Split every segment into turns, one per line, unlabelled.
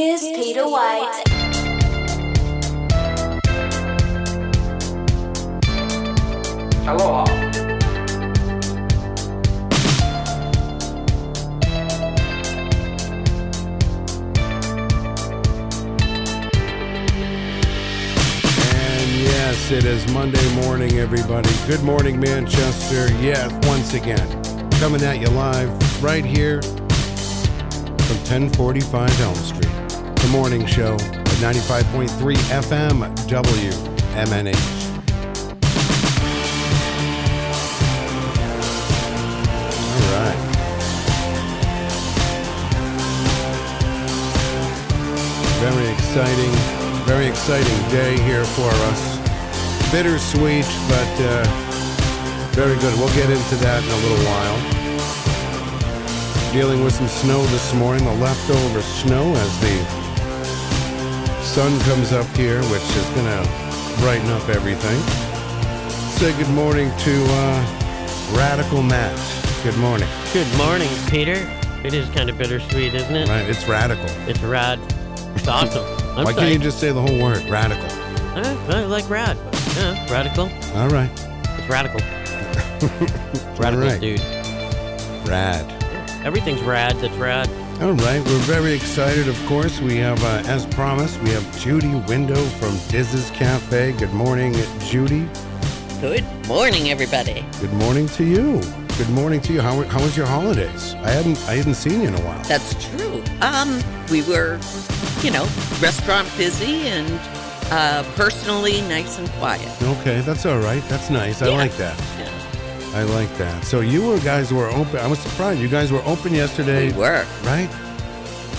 Here's Peter White.
Aloha.
And yes, it is Monday morning, everybody. Good morning, Manchester. Yes, once again, coming at you live right here from 1045 Elm Street. The morning show at 95.3 FM WMNH. All right. Very exciting, very exciting day here for us. Bittersweet, but uh, very good. We'll get into that in a little while. Dealing with some snow this morning, the leftover snow as the sun comes up here, which is going to brighten up everything. Say good morning to uh, Radical Matt. Good morning.
Good morning, Peter. It is kind of bittersweet, isn't it?
Right, it's radical.
It's rad. It's awesome. I'm
Why
sorry.
can't you just say the whole word, radical?
Eh, I like rad. but, yeah, radical.
All right.
It's radical. Radical,
right.
dude.
Rad.
Everything's rad. That's rad.
All right, we're very excited, of course. We have, uh, as promised, we have Judy Window from Diz's Cafe. Good morning, Judy.
Good morning, everybody.
Good morning to you. Good morning to you. How, were- how was your holidays? I hadn't I hadn't seen you in a while.
That's true. Um, we were, you know, restaurant busy and uh, personally nice and quiet.
Okay, that's all right. That's nice. I
Yeah.
like that.
Yeah,
I like that. So you were, guys were open. I was surprised. You guys were open yesterday,
we were.
right?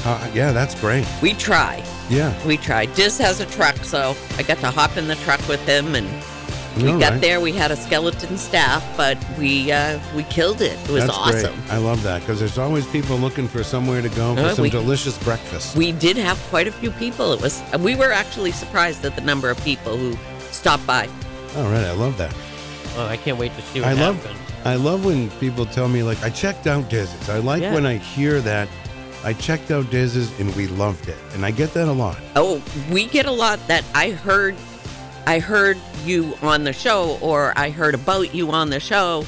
Uh, yeah, that's great.
We try.
Yeah.
We try. Diz has a truck, so I got to hop in the truck with him, and we
All
got
right.
there. We had a skeleton staff, but we uh, we killed it. It was
That's great.
awesome.
I love that because there's always people looking for somewhere to go for
Uh,
some
we-
delicious breakfast.
We did have quite a few people. It was. We were actually surprised at the number of people who stopped by.
all right, I love that.
Oh, I can't wait to see what
I love
happens.
I love when people tell me like I checked out Diz's. I like
Yeah.
when I hear that I checked out Diz's and we loved it. And I get that a lot.
Oh, we get a lot that I heard I heard you on the show or I heard about you on the show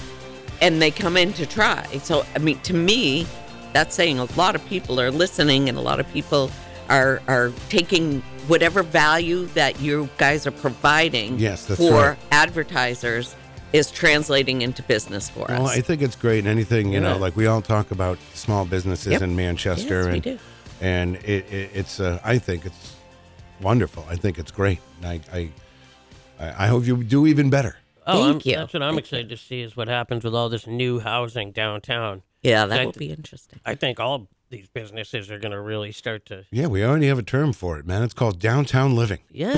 and they come in to try. So I mean to me, that's saying a lot of people are listening and a lot of people are are taking whatever value that you guys are providing
Yes, that's
for
right.
advertisers is translating into business for us.
Well, I think it's great. And anything, you know,
Yeah.
like we all talk about small businesses
Yep.
in Manchester
Yes, we
and
do.
and it, it, it's uh, I think it's wonderful. I think it's great. And I I I I hope you do even better.
Oh,
Thank
I'm-
you.
That's what I'm excited to see is what happens with all this new housing downtown.
yeah, that
I-
will be interesting.
I think all these businesses are going to really start to.
Yeah, we already have a term for it, man. It's called downtown living,
Yeah.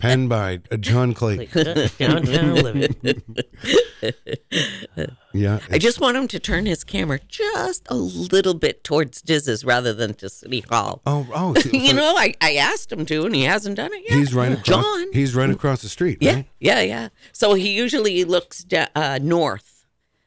penned by uh, John Clayton.
like, uh, downtown living.
Yeah,
I just want him to turn his camera just a little bit towards Diz's rather than to City Hall.
oh oh,
you
so-
know, I, I asked him to, and he hasn't done it yet.
He's right across.
John.
He's right across the street.
yeah,
Right?
yeah, yeah. So he usually looks da- uh, north,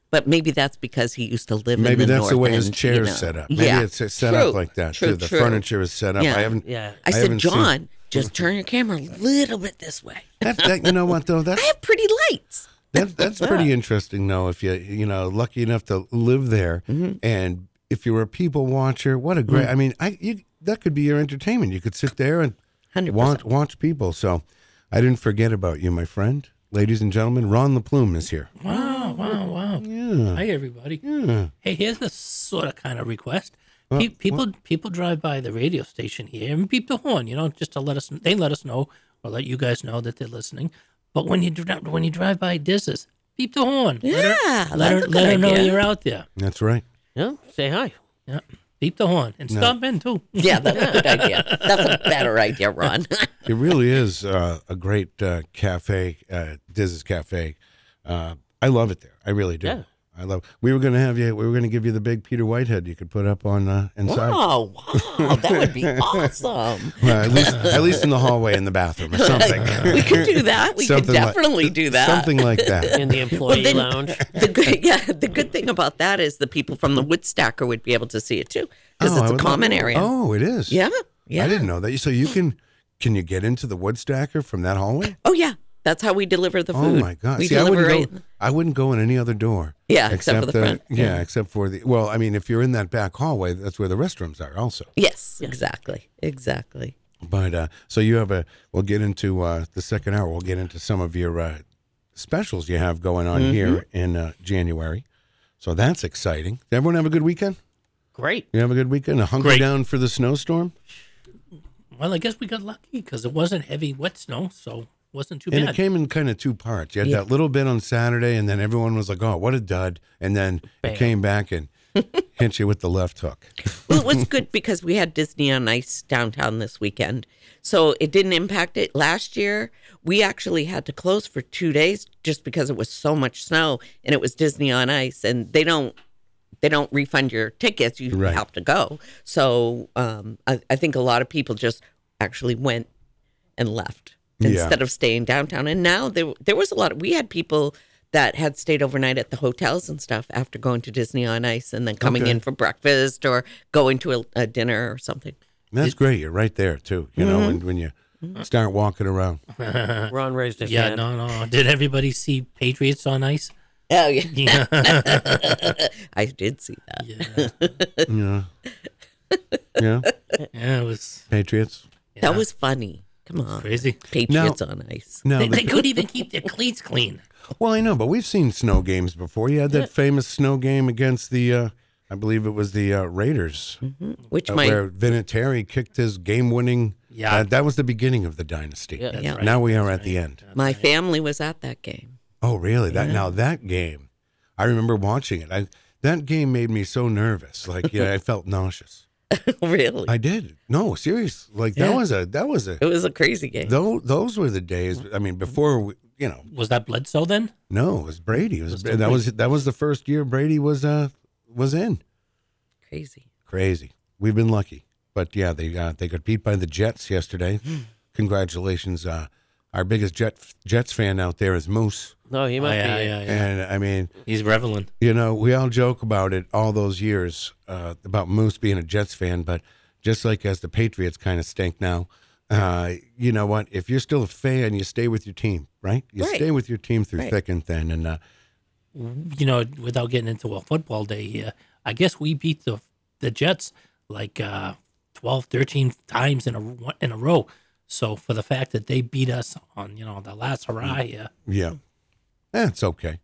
but maybe that's because he used to live in
Maybe
the
that's the
north
way his
end,
chair's
you know.
set up. Maybe
yeah.
it's it's set
true,
up like that.
True,
too. The
true.
furniture is set up.
Yeah.
I haven't.
Yeah.
I, said,
haven't seen-
John, just turn your camera a little bit this way.
That, that, you know what though? That,
I have pretty lights.
that that's pretty interesting though. If you you know lucky enough to live there,
Mm-hmm.
and if you were a people watcher, what a
Mm.
great. I mean, I you, that could be your entertainment. You could sit there and
100%.
watch watch people. So, I didn't forget about you, my friend. Ladies and gentlemen, Ron LaPlume is here.
Wow, wow, wow. Hi, everybody.
Mm.
Hey, here's the sort of kind of request. Pe- people people drive by the radio station here and beep the horn, you know, just to let us they let us know or let you guys know that they're listening. But when you dri- when you drive by Diz's, beep the horn.
Yeah,
let
that's a
her let her, let her
good
know
idea.
you're out there.
That's right.
Yeah. Say hi.
Yeah, beep the horn and stop in too.
Yeah, that's a good idea. That's a better idea, Ron.
It really is uh, a great uh, cafe, uh, Diz's Cafe. Uh, I love it there. I really do.
Yeah.
I love. We were gonna have you. We were gonna give you the big Peter Whitehead you could put up on uh, inside.
Oh, wow. That would be awesome.
Well, at least, at least in the hallway, in the bathroom, or something.
we could do that. We could
Something like-
definitely do that.
Something like that.
In the employee
then-
lounge.
The good, yeah, the good thing about that is the people from the Woodstacker would be able to see it too, because
Oh, I
it's a
would
common
love-
area.
Oh, it is.
Yeah, Yeah.
I didn't know that. So you can can you get into the wood stacker from that hallway?
Oh yeah, that's how we deliver the
Oh
food.
my god!
we
See, I
deliver
wouldn't
right.
go. I wouldn't go in any other door.
Yeah, except for the front.
Yeah, except for the. Well, I mean, if you're in that back hallway, that's where the restrooms are also.
Yes, exactly, exactly.
But uh, so you have a. We'll get into uh, the second hour. We'll get into some of your uh, specials you have going on here
Mm-hmm.
in uh, January. So that's exciting. Did everyone have a good weekend?
Great.
You have a good weekend. A hunker
Great.
down for the snowstorm.
Well, I guess we got lucky because it wasn't heavy wet snow, so it wasn't too
And
bad.
it came in kind of two parts. You had
Yeah.
that little bit on Saturday, and then everyone was like, "Oh, what a dud!" And then
Bam.
it came back and hit you with the left hook.
Well, it was good because we had Disney on Ice downtown this weekend, so it didn't impact it. Last year, we actually had to close for two days just because it was so much snow and it was Disney on Ice, and they don't they don't refund your tickets. You
Right.
have to go. So um, I, I think a lot of people just actually went and left
Yeah.
instead of staying downtown. And now there there was a lot. Of, we had people that had stayed overnight at the hotels and stuff after going to Disney on Ice and then coming
Okay.
in for breakfast or going to a, a dinner or something.
And that's great. You're right there too. You know, when, when you start walking around. Uh,
Ron raised his
yeah,
hand.
no, no. Did everybody see Patriots on ice?
Oh yeah,
Yeah.
I did see that.
yeah.
Yeah. yeah.
Yeah, it was
Patriots.
That was funny. Come on,
crazy.
Patriots on Ice.
No.
They,
but-
they couldn't even keep their cleats clean.
well, I know, but we've seen snow games before. You had that famous snow game against the, uh, I believe it was the uh, Raiders,
Which
uh,
might
where Vinatieri kicked his game-winning.
Yeah.
Uh, that was the beginning of the dynasty.
Yeah.
yeah.
Now we are at the end.
My family was at that game.
Oh, really? That now that game, I remember watching it. I that game made me so nervous. Like, yeah, I felt nauseous.
really,
I did. No, serious. Like that
Yeah.
was a that was a
it was a crazy game.
Those those were the days. I mean, before we, you know,
Was that Bledsoe then?
no, it was Brady. It was,
Was
that
it
was that was the first year Brady was uh was in.
crazy.
Crazy. We've been lucky, but yeah, they uh, they got beat by the Jets yesterday. Congratulations, uh, our biggest Jet Jets fan out there is Moose,
No, he
Oh,
might
yeah,
be.
yeah, yeah.
and I uh, mean,
He's reveling.
you know, we all joke about it all those years uh, about Moose being a Jets fan, but just like as the Patriots kind of stink now, uh, you know what? If you're still a fan, you stay with your team, right? You
Right.
stay with your team through
Right.
thick and thin, and uh,
You know, without getting into a football day here, I guess we beat the the Jets like uh, 12, 13 times in a in a row. So for the fact that they beat us on you know the last hurrah here,
yeah, Eh, it's okay.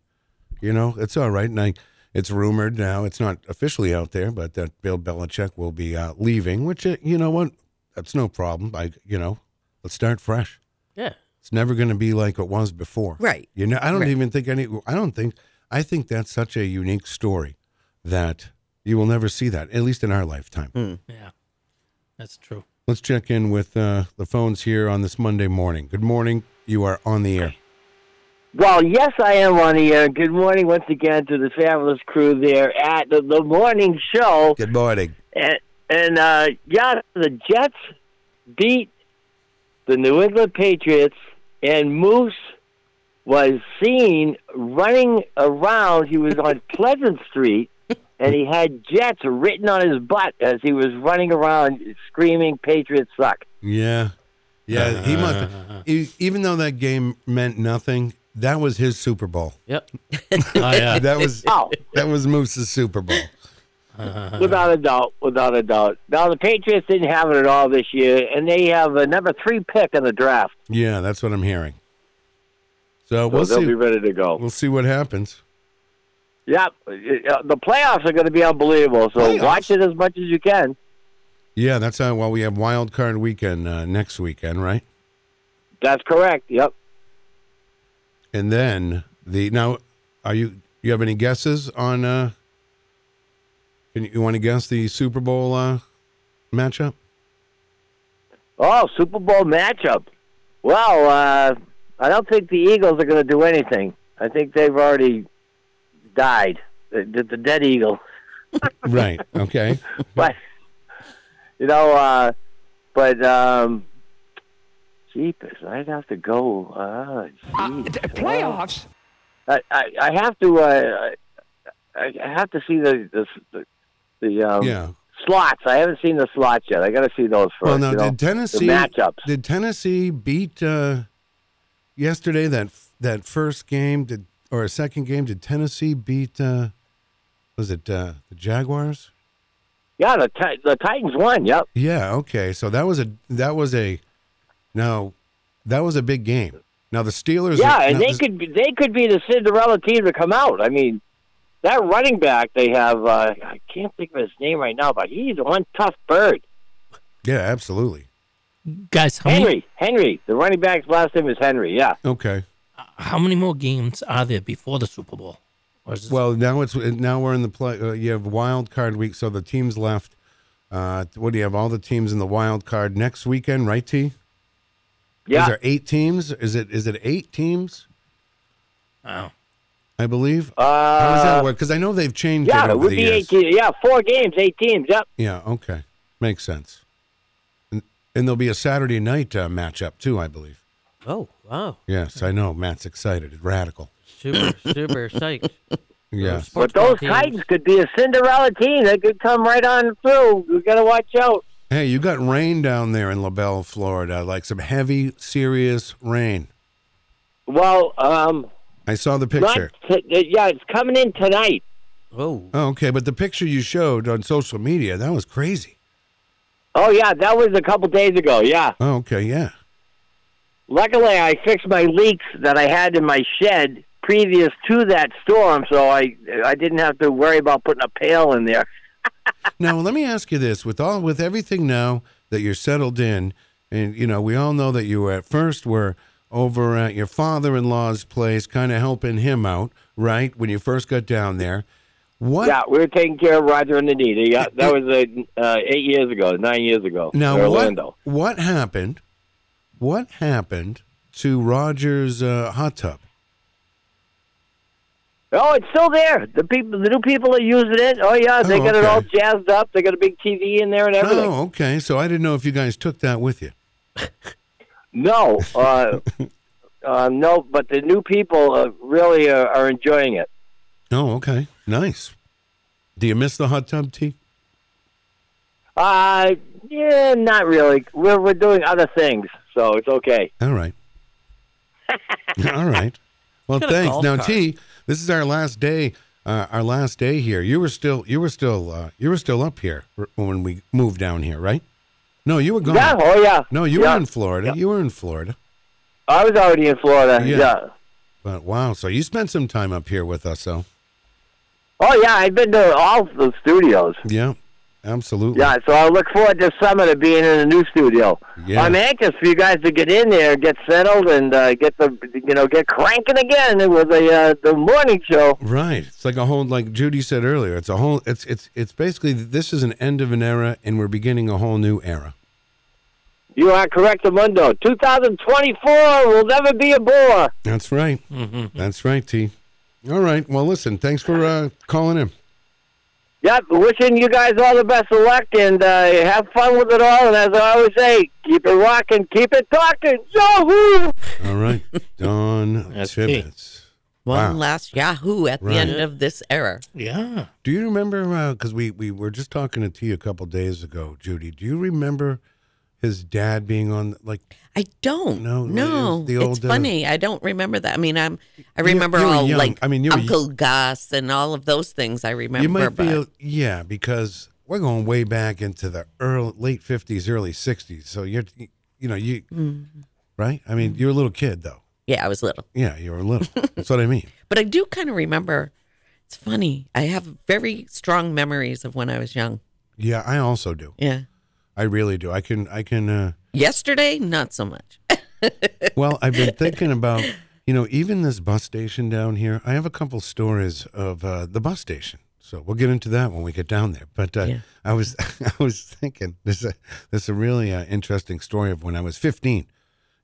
You know, it's all right. And I, it's rumored now; it's not officially out there, but that Bill Belichick will be uh, leaving. Which, uh, you know what? That's no problem. I, you know, let's start fresh.
Yeah.
It's never going to be like it was before.
Right.
You know, I don't
Right.
even think any, I don't think, I think that's such a unique story that you will never see that, at least in our lifetime.
yeah, that's true.
Let's check in with uh, the phones here on this Monday morning. Good morning. You are on the air.
Well, yes, I am on the air. Good morning once again to the fabulous crew there at the, the morning show.
Good morning.
And, and uh, yeah, the Jets beat the New England Patriots, and Moose was seen running around. He was on Pleasant Street, and he had Jets written on his butt as he was running around screaming, Patriots suck.
Yeah. Yeah. He must, e- even though that game meant nothing, that was his Super Bowl.
Yep.
Oh yeah,
That was,
Oh,
that was Moose's Super Bowl. Uh-huh.
Without a doubt, without a doubt. Now the Patriots didn't have it at all this year, and they have a number three pick in the draft,
Yeah. That's what I'm hearing. So
so
we'll
they'll be
see.
ready to go.
We'll see what happens.
Yep, Uh, the playoffs are going to be unbelievable. So
Playoffs?
watch it as much as you can.
Yeah, that's how. Well, we have wild card weekend uh, next weekend, right?
That's correct. Yep.
And then the now, are you you have any guesses on? uh Can you, you want to guess the Super Bowl uh matchup?
Oh, Super Bowl matchup. Well, uh, I don't think the Eagles are going to do anything. I think they've already died. The, the, the dead eagle.
right. Okay.
but you know, uh, but um, jeepers, I'd have to go. Uh, geez.
Playoffs?
I, I, I have to. Uh, I, I have to see the the the, the um,
Yeah.
slots. I haven't seen the slots yet. I got to see those first.
Well, now
you know,
did Tennessee
the matchups?
Did Tennessee beat uh, yesterday? That that first game did or a second game? Did Tennessee beat? Uh, was it uh, the Jaguars?
yeah, the Ti- the Titans won. Yep.
Yeah. Okay. So that was a that was a no, that was a big game. Now the Steelers.
Yeah,
now
and they
the-
could be, they could be the Cinderella team to come out. I mean, that running back they have. Uh, I can't think of his name right now, but he's one tough bird.
Yeah, absolutely.
Guys, how many,
Henry, Henry, the running back's last name is Henry. Yeah.
Okay.
how many more games are there before the Super Bowl? Or is it,
Well, now it's now we're in the play. Uh, you have wild card week, so the teams left. Uh, what do you have? All the teams in the wild card next weekend, right? T.
Yeah.
Is there eight teams? Is it is it eight teams?
wow.
I believe.
uh,
How does that work? Because I know they've changed
yeah,
it
it
over
would
the
be
years.
eight teams. Yeah, four games, eight teams. Yep.
Yeah. Okay. Makes sense. And, and there'll be a Saturday night uh, matchup too, I believe.
Oh, wow.
Yes, I know. Matt's excited. Radical.
Super, super psyched.
Yeah.
But
Sports ball
those
teams.
Titans could be a Cinderella team. They could come right on through. We got to watch out.
Hey, you got rain down there in LaBelle, Florida, like some heavy, serious rain.
Well, um,
I saw the
not
picture.
t- uh, yeah, it's coming in tonight.
Oh,
Oh, okay, but the picture you showed on social media, that was crazy.
Oh yeah, that was a couple days ago. Yeah.
Oh, okay, yeah.
Luckily, I fixed my leaks that I had in my shed previous to that storm, so I I didn't have to worry about putting a pail in there.
Now, let me ask you this: with all, with everything now that you're settled in, and you know, we all know that you at first were over at your father-in-law's place, kind of helping him out, right? When you first got down there, what?
Yeah, we were taking care of Roger and Anita. Yeah, that was uh, uh, eight years ago, nine years ago.
Now,
in
what?
Orlando.
What happened? What happened to Roger's uh, hot tub?
Oh, it's still there. The people, the new people are using it. Oh yeah, they
Oh,
got it all
okay.
jazzed up. They got a big TV in there and everything.
Oh, okay. So I didn't know if you guys took that with you.
No, uh, uh, no, but the new people uh, really are, are enjoying it.
Oh, okay. Nice. Do you miss the hot tub tea?
Uh, yeah, not really. We're we're doing other things, so it's okay.
All right. All right. Well,
Got a
thanks.
golf
Now,
cart.
T, this is our last day. Uh, our last day here. You were still. You were still. Uh, you were still up here r- when we moved down here, right? No, you were gone.
Yeah, oh yeah.
No, you
yeah.
were in Florida. You were in Florida.
I was already in Florida.
Yeah.
Yeah.
But wow, so you spent some time up here with us, though.
Oh yeah, I've been to all the studios.
Yeah, absolutely.
Yeah, so I look forward this summer to being in a new studio.
Yeah.
I'm anxious for you guys to get in there, get settled, and uh, get the you know get cranking again with the uh, the morning show.
Right. It's like a whole like Judy said earlier. It's a whole it's it's it's basically this is an end of an era and we're beginning a whole new era.
You are correct, Amundo. 2024 will never be a bore.
That's right. That's right, T. All right. Well, listen, thanks for uh, calling in.
Yep, wishing you guys all the best of luck and uh, have fun with it all. And as I always say, keep it rocking, keep it talking. Yahoo!
All right. Don
That's T.
Tibbetts.
One
Wow.
last Yahoo at
Right.
the end of this era.
Yeah.
Do you remember? Because we we were just talking to T a couple days ago, Judy. Do you remember his dad being on like
I don't.
No,
No,
it
no.
was the old,
it's
uh,
funny. I don't remember that. I mean, I'm. I remember
you were
all
young.
like
I mean, you were y-
Uncle Gus and all of those things. I remember.
you might
but
be a- yeah because we're going way back into the early late 50s early 60s so you're you know you right i mean you're a little kid though
yeah, I was little,
yeah you were little that's what i mean
but I do kind of remember. It's funny. I have very strong memories of when I was young.
yeah i also do
Yeah.
i really do i can i can uh
Yesterday, not so much.
well i've been thinking about you know even this bus station down here i have a couple stories of uh the bus station so we'll get into that when we get down there but uh,
Yeah.
i was i was thinking there's a there's a really uh, interesting story of when i was 15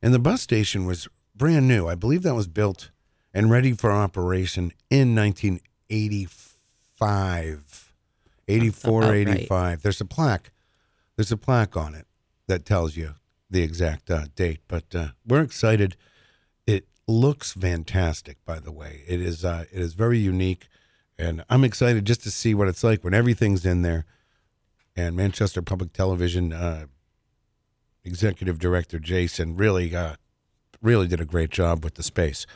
And the bus station was brand new. I believe that was built and ready for operation in 1985. 84,
About right.
85. There's a plaque. There's a plaque on it that tells you the exact uh, date. But uh, we're excited. It looks fantastic, by the way. It is. Uh, it is very unique, and I'm excited just to see what it's like when everything's in there. and Manchester Public Television uh, executive director Jason really uh, really did a great job with the space.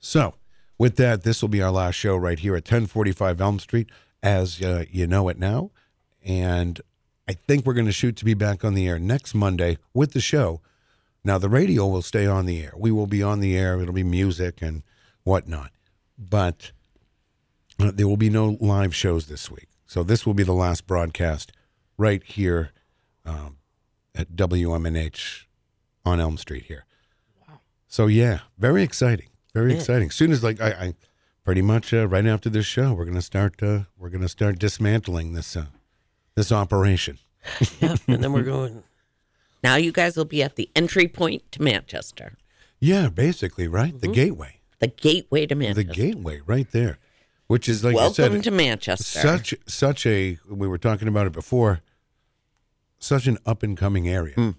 So, with that, this will be our last show right here at 1045 Elm Street, as uh, you know it now. And I think we're going to shoot to be back on the air next Monday with the show. Now, the radio will stay on the air. We will be on the air. It'll be music and whatnot. But uh, there will be no live shows this week. So, this will be the last broadcast right here um, at WMNH on Elm Street here. So yeah, very exciting, very
Yeah.
exciting. Soon as like I, I pretty much uh, right after this show, we're gonna start. Uh, we're gonna start dismantling this uh, this operation.
Yep, and then we're going.
Now you guys will be at the entry point to Manchester,
Yeah, basically, right? The gateway,
the gateway to
the
Manchester.
gateway, right there, which is like I
Welcome
said,
to Manchester.
such such a we were talking about it before, such an up and coming area.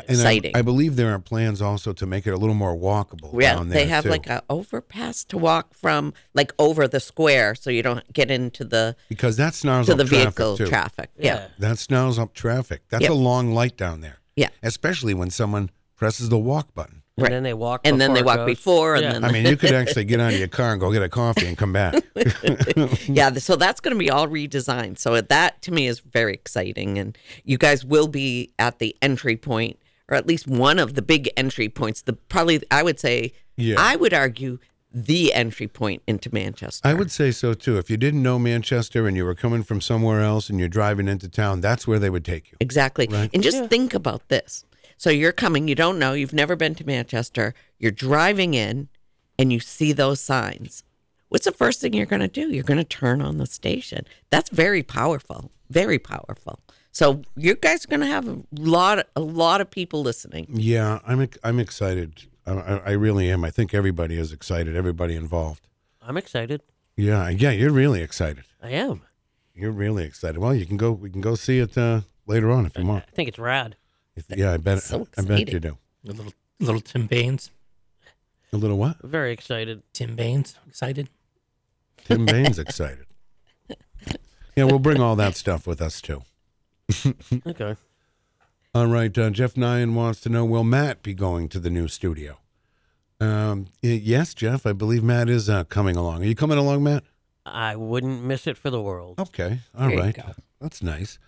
and I-
Hmm. exciting.
I, believe there are plans also to make it a little more walkable.
yeah,
down there
they have
too.
like a overpass to walk from, like over the square, so you don't get into the
because that snarls
to
up
the
traffic,
vehicle
too.
traffic. Yeah,
That snarls up traffic. That's
Yep.
a long light down there.
Yeah.
Especially when someone presses the walk button.
And
Right.
then they walk.
And then
before
they
it
walk
goes.
before, and
Yeah.
then-
I mean, you could actually get out of your car and go get a coffee and come back. Hmm.
yeah. So that's going to be all redesigned. So that to me is very exciting, and you guys will be at the entry point, or at least one of the big entry points. The probably I would say,
Yeah.
I would argue the entry point into Manchester.
I would say so too. If you didn't know Manchester and you were coming from somewhere else and you're driving into town, that's where they would take you.
Exactly. And just think about this. So you're coming, you don't know, you've never been to Manchester, you're driving in and you see those signs. What's the first thing you're going to do? You're going to turn on the station. That's very powerful, very powerful. So you guys are going to have a lot a lot of people listening.
Yeah, I'm ex- I'm excited. I, I I really am. I think everybody is excited. Everybody involved.
I'm excited.
Yeah, yeah. You're really excited.
I am.
You're really excited. Well, you can go. We can go see it uh, later on if you want.
I think it's rad.
If- yeah, I bet.
so
I bet you
exciting.
do.
A little, little Tim Baines.
A little what?
Very excited.
Tim Baines, excited.
Tim Baines excited. Yeah, we'll bring all that stuff with us too.
Okay.
All right, uh, Jeff Nyan wants to know: Will Matt be going to the new studio? Um, y- yes, Jeff. I believe Matt is uh, coming along. Are you coming along, Matt?
I wouldn't miss it for the world.
Okay. All
There you
right.
go.
That's nice.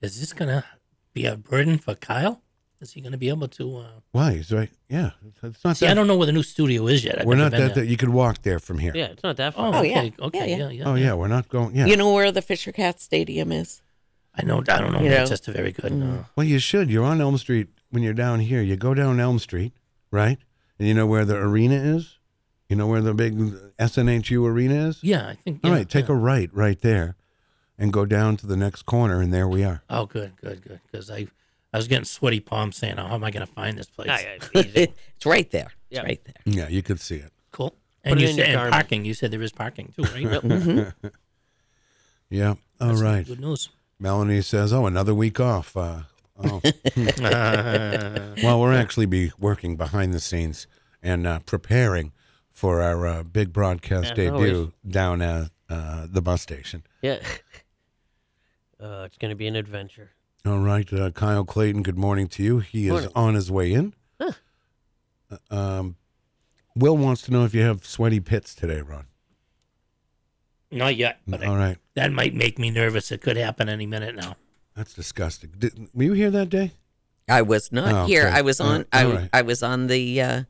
Is this gonna be a burden for Kyle? Is he gonna be able to? Uh,
Why? He's right. Yeah. It's not
see,
that.
I don't know where the new studio is yet. I've
we're not
never been
that,
there.
that. You could walk there from here.
Yeah, it's not that far.
Oh,
Oh, yeah.
okay,
Yeah,
okay,
yeah.
yeah, yeah, yeah.
Oh yeah, we're not going. Yeah.
You know where the Fisher Cat Stadium is?
I know. I don't know
You know?
Manchester very good. uh, No.
Well, you should. You're on Elm Street when you're down here. You go down Elm Street, right? And you know where the arena is. You know where the big SNHU arena is.
Yeah, I think.
All
yeah,
right, take
yeah.
a right right there and go down to the next corner, and there we are.
Oh, good, good, good. Because I, I was getting sweaty palms saying, "Oh, how am I gonna find this place?"
Aye, aye, easy.
It's right there. It's
Yeah.
right there.
Yeah, you could see it.
Cool.
Put
And
it
you
in your
said and
garment.
parking. You said there is parking too, right?
Mm-hmm. Yeah. All right.
Good news.
Melanie says, "Oh, another week off." Uh, oh. well, we're actually be working behind the scenes and uh, preparing for our uh, big broadcast
As
debut
always.
down at uh, the bus station.
yeah. Uh, it's gonna be an adventure.
All right, uh, Kyle Clayton. Good morning to you. He
Morning.
is on his way in. Uh, Um, Will wants to know if you have sweaty pits today, Ron.
Not yet, but I-
All right.
that might make me nervous. It could happen any minute now.
That's disgusting. Did, were you here that day?
I was not
Oh,
here.
okay.
I was
All
on
right.
I,
All right.
I was on the uh,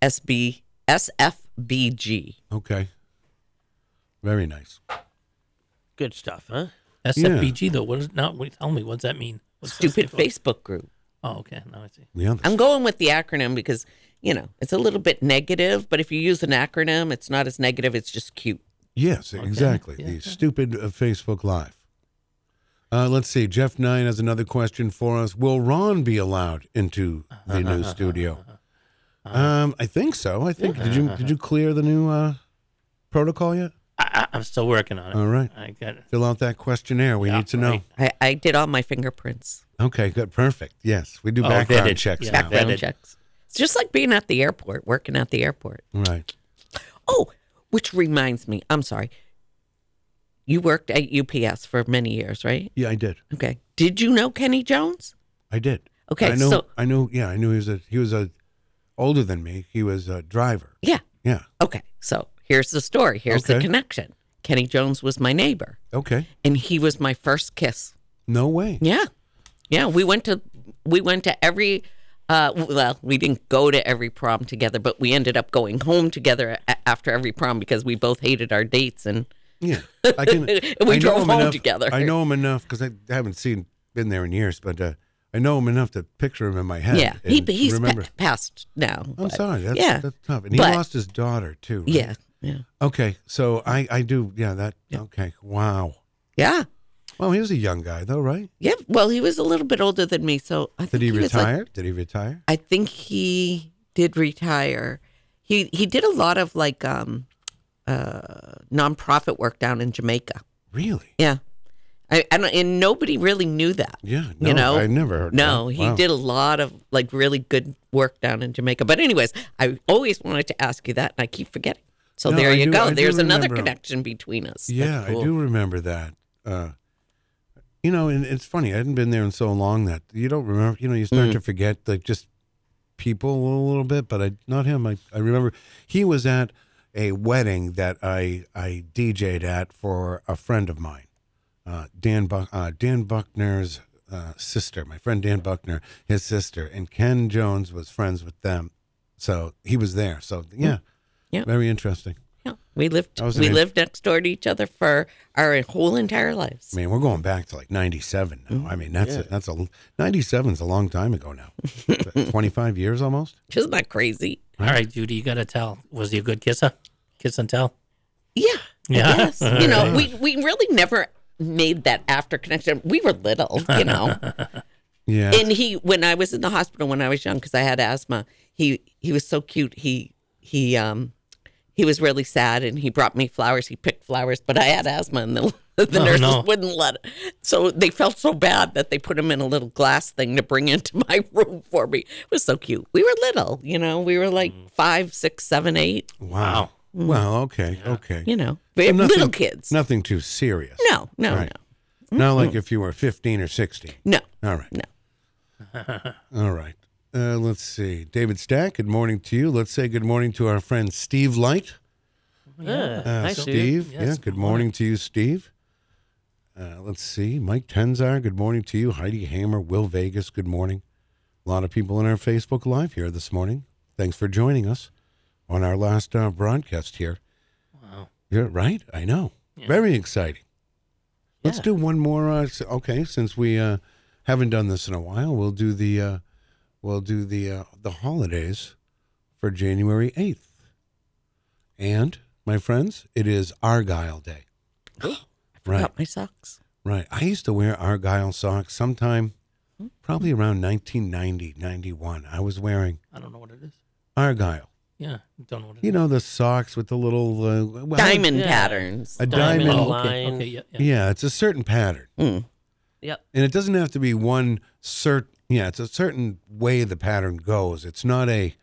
SB SFBG.
Okay. Very nice.
Good stuff, huh?
SFBG though. What is not? Wait, tell me. What does that mean? What's that
Stupid
stand for?
Facebook group.
Oh, okay. Now I see.
Yeah.
I'm going with the acronym because you know it's a little bit negative, but if you use an acronym, it's not as negative. It's just cute.
Yes, exactly.
Yeah,
the
yeah.
stupid uh, Facebook Live. Uh, let's see. Jeff Nine has another question for us. Will Ron be allowed into the new studio? Um, I think so. I think. Did you did you clear the new uh, protocol yet?
I, I, I'm still working on it.
All right.
I got it.
Fill out that questionnaire. We
Yeah,
need to know.
right.
I, I did all my fingerprints,
Okay, good, perfect. Yes, we do
Oh,
background
vetted.
checks
Yeah.
now.
background
vetted.
checks. It's just like being at the airport, working at the airport.
Right.
Oh, which reminds me, I'm sorry. You worked at UPS for many years, right?
Yeah, I did.
Okay. Did you know Kenny Jones?
I did.
Okay,
I know.
so-
I know. Yeah, I knew he was a he was a older than me. He was a driver.
Yeah.
Yeah.
Okay. So here's the story. Here's the
Okay.
connection. Kenny Jones was my neighbor,
Okay.
and he was my first kiss.
No way.
Yeah. Yeah, we went to we went to every uh well, we didn't go to every prom together, but we ended up going home together a- after every prom because we both hated our dates and
Yeah. I can.
We
I know
drove
him
home
enough-
together.
I know him enough because I haven't seen been there in years, but uh, I know him enough to picture him in my head.
yeah, he
and
he's pa-
remember.
passed now.
I'm
but-
sorry. That's,
yeah.
that's tough. And he
But-
lost his daughter too. right?
Yeah. Yeah.
Okay. So I I do. Yeah. That. Okay. Wow.
Yeah.
Well, he was a young guy though, right?
Yeah. Well, he was a little bit older than me, so I think
Did he,
was like-
retire? Did he retire?
I think he did retire. He he did a lot of like um uh nonprofit work down in Jamaica.
Really?
Yeah. I, I don't, and nobody really knew that.
Yeah. No,
You know,
I never heard.
No,
that.
he
Wow.
did a lot of like really good work down in Jamaica. But anyways, I always wanted to ask you that, and I keep forgetting. So
No,
there
I
you
do-
go.
I do
There's another
remember.
connection between us.
Yeah,
That's cool.
I do remember that. Uh, you know, and it's funny. I hadn't been there in so long that you don't remember. You know, you
Mm.
start to forget like just people a little bit, but I not him. I, I remember he was at a wedding that I I DJ'd at for a friend of mine, uh, Dan Buck, uh, Dan Buckner's uh, sister. My friend Dan Buckner, his sister, and Ken Jones was friends with them, so he was there. So yeah,
Mm. Yeah.
very interesting.
Yeah, we lived
That was
we
an-
lived next door to each other for our whole entire lives.
I mean, we're going back to like '97
Mm-hmm.
now. I mean, that's a, that's a '97 is a long time ago now. Twenty-five years almost.
Isn't that crazy?
All right, Judy, you got to tell. Was he a good kisser? Kiss and tell.
Yeah.
Yeah.
Yes. You know, we we really never made that after connection. We were little, you know.
Yeah,
and he when i was in the hospital when i was young because i had asthma he he was so cute he he um he was really sad and he brought me flowers he picked flowers but i had asthma and the, the
Oh,
nurses
no.
wouldn't let so they felt so bad that they put him in a little glass thing to bring into my room for me it was so cute we were little you know we were like five six seven eight
wow. Mm. Well, okay, okay.
you know we
Nothing-
little kids no
Nothing too serious.
no no
Right. Not like if you were 15 or 16.
no
All right. No. All right. Uh, let's see. David Stack, good morning to you. Let's say good morning to our friend Steve Light.
Yeah.
Uh,
Hi,
Steve.
Yes,
Yeah, good,
good
morning. to you, Steve. Uh, let's see. Mike Tenzar, good morning to you. Heidi Hammer, Will Vegas, good morning. A lot of people in our Facebook Live here this morning. Thanks for joining us on our last uh, broadcast here.
Wow.
Yeah, right? I know. Very exciting. Let's
Yeah.
do one more. Uh, s- okay, since we uh, haven't done this in a while, we'll do the uh, we'll do the uh, the holidays for January eighth. And my friends, it is Argyle Day. right,
got my socks
right. I used to wear Argyle socks sometime, probably around 1990, 91. I was wearing
I don't know what it is.
Argyle.
Yeah, don't know what it
You
is.
know the socks with the little uh, well,
diamond
yeah.
patterns
A
Diamond
diamond.
Oh, okay.
line.
okay, yeah, yeah.
Yeah, it's a certain pattern.
Mm.
Yep.
And it doesn't have to be one cert. Yeah, it's a certain way the pattern goes. It's not a.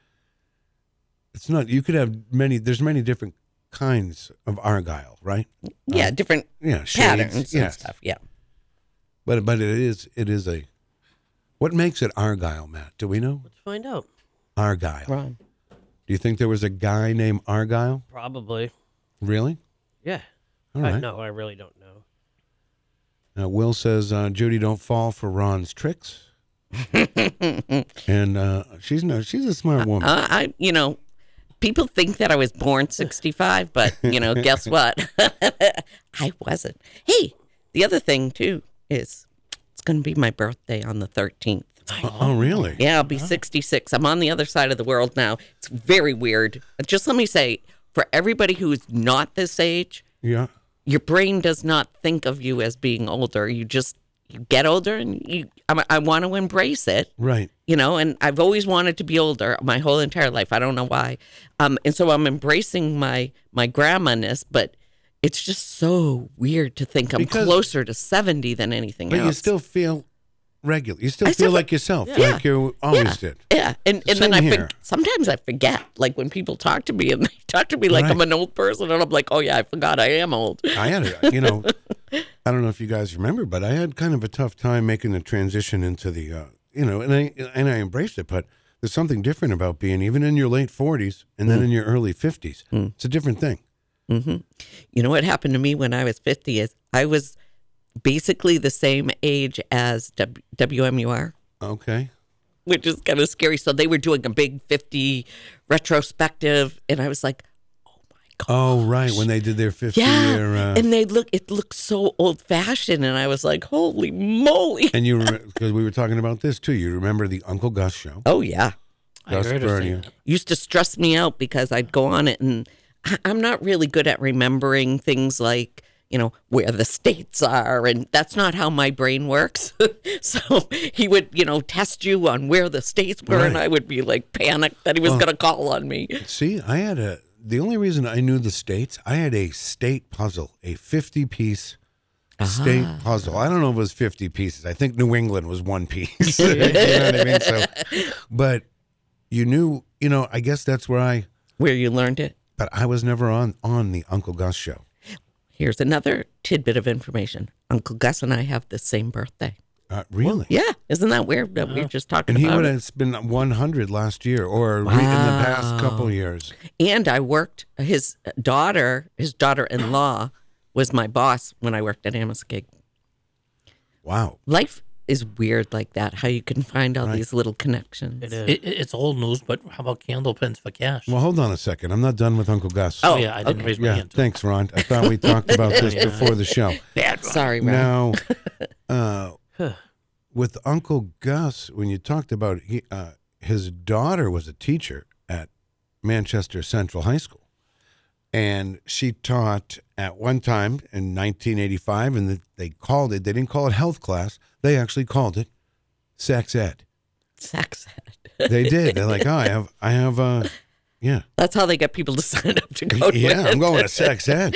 It's not. You could have many. There's many different kinds of argyle, right?
yeah different
Yeah, shades.
patterns and
yes.
stuff yeah
But but it is it is a. What makes it argyle, Matt? Do we know
Let's find out.
argyle?
Ron.
Do you think there was a guy named Argyle?
Probably.
Really?
Yeah.
All
I
right.
know. I really don't know.
Uh, Will says, uh, Judy, don't fall for Ron's tricks. and uh, she's no, she's a smart woman.
Uh, I, you know, people think that I was born 65, but, you know, guess what? I wasn't. Hey, the other thing, too, is it's going to be my birthday on the 13th.
Oh, oh, really?
Yeah, I'll be 66. I'm on the other side of the world now. It's very weird. Just let me say for everybody who is not this age,
Yeah.
your brain does not think of you as being older. You just you get older and you, I, I want to embrace it
Right.
you know, and I've always wanted to be older my whole entire life. I don't know why. Um, and so I'm embracing my my grandma-ness, but it's just so weird to think I'm
Because-
closer to 70 than anything
But
else.
you still feel regular. You still
I
feel
still-
like yourself,
Yeah.
like you always
Yeah.
did.
Yeah, and and then
Same
I
here.
forg sometimes I forget. Like when people talk to me and they talk to me like I'm
Right.
an old person, and I'm like, oh yeah, I forgot I am old.
I had, a, you know, I don't know if you guys remember, but I had kind of a tough time making the transition into the, uh, you know, and I and I embraced it. But there's something different about being even in your late 40s and then in your early 50s. It's a different thing.
You know what happened to me when I was 50 is I was basically the same age as w- WMUR,
Okay.
which is kind of scary. So they were doing a big 50 retrospective, and I was like,
Oh, right. When they did their 50
yeah.
year, uh, and,
and they look, it looked so old fashioned, and I was like, holy moly!
you because we were talking about this too. You remember the Uncle Gus show?
Oh yeah.
I heard her say
Bernier.
that.
used to stress me out because I'd go on it and I- I'm not really good at remembering things like, you know, where the states are. And that's not how my brain works. so he would, you know, test you on where the states were. And
Right.
I would be like panicked that he was
Well-
going to call on me.
See, I had a the only reason I knew the states, I had a state puzzle, a 50 piece state
Ah.
puzzle. I don't know if it was 50 pieces. I think New England was one piece. you know what I mean? So, but you knew, you know, I guess that's where I,
Where you learned it.
but I was never on, on the Uncle Gus show.
Here's another tidbit of information Uncle Gus and I have the same birthday.
Uh, really?
Yeah. Isn't that weird that we were just talking
And he
about
would
it?
have been 100 last year or re- in the past couple years.
and I worked his daughter, his daughter-in-law was my boss when I worked at Amaskig.
Wow.
Life is weird like that how you can find all these little connections.
It is.
It, it- it's old news, but how about candle pins for cash?
Well, hold on a second. I'm not done with Uncle Gus.
oh, yeah, I didn't raise my
yeah.
hand.
Thanks, Ron. I thought we talked about this
Yeah.
before the show.
Sorry, Rob.
Now, uh, with Uncle Gus, when you talked about he, uh, his daughter was a teacher at Manchester Central High School, and she taught at one time in 1985, and they called it. They didn't call it health class. They actually called it sex ed.
Sex ed.
They did. They're like, oh, I have, I have, uh, yeah.
That's how they get people to sign up to go to
yeah,
it.
I'm going to sex ed.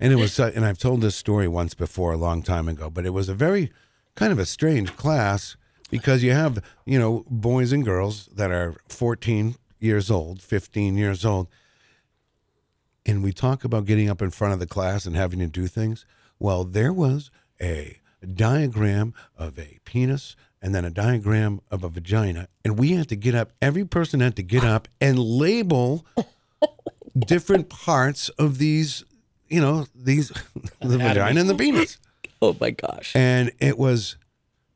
and it was, uh, and I've told this story once before a long time ago, but it was a very kind of a strange class because you have, you know, boys and girls that are 14 years old, 15 years old. And we talk about getting up in front of the class and having to do things. Well, there was a diagram of a penis and then a diagram of a vagina. And we had to get up, every person had to get up and label different parts of these, you know, these the vagina and the penis.
Oh my gosh.
And it was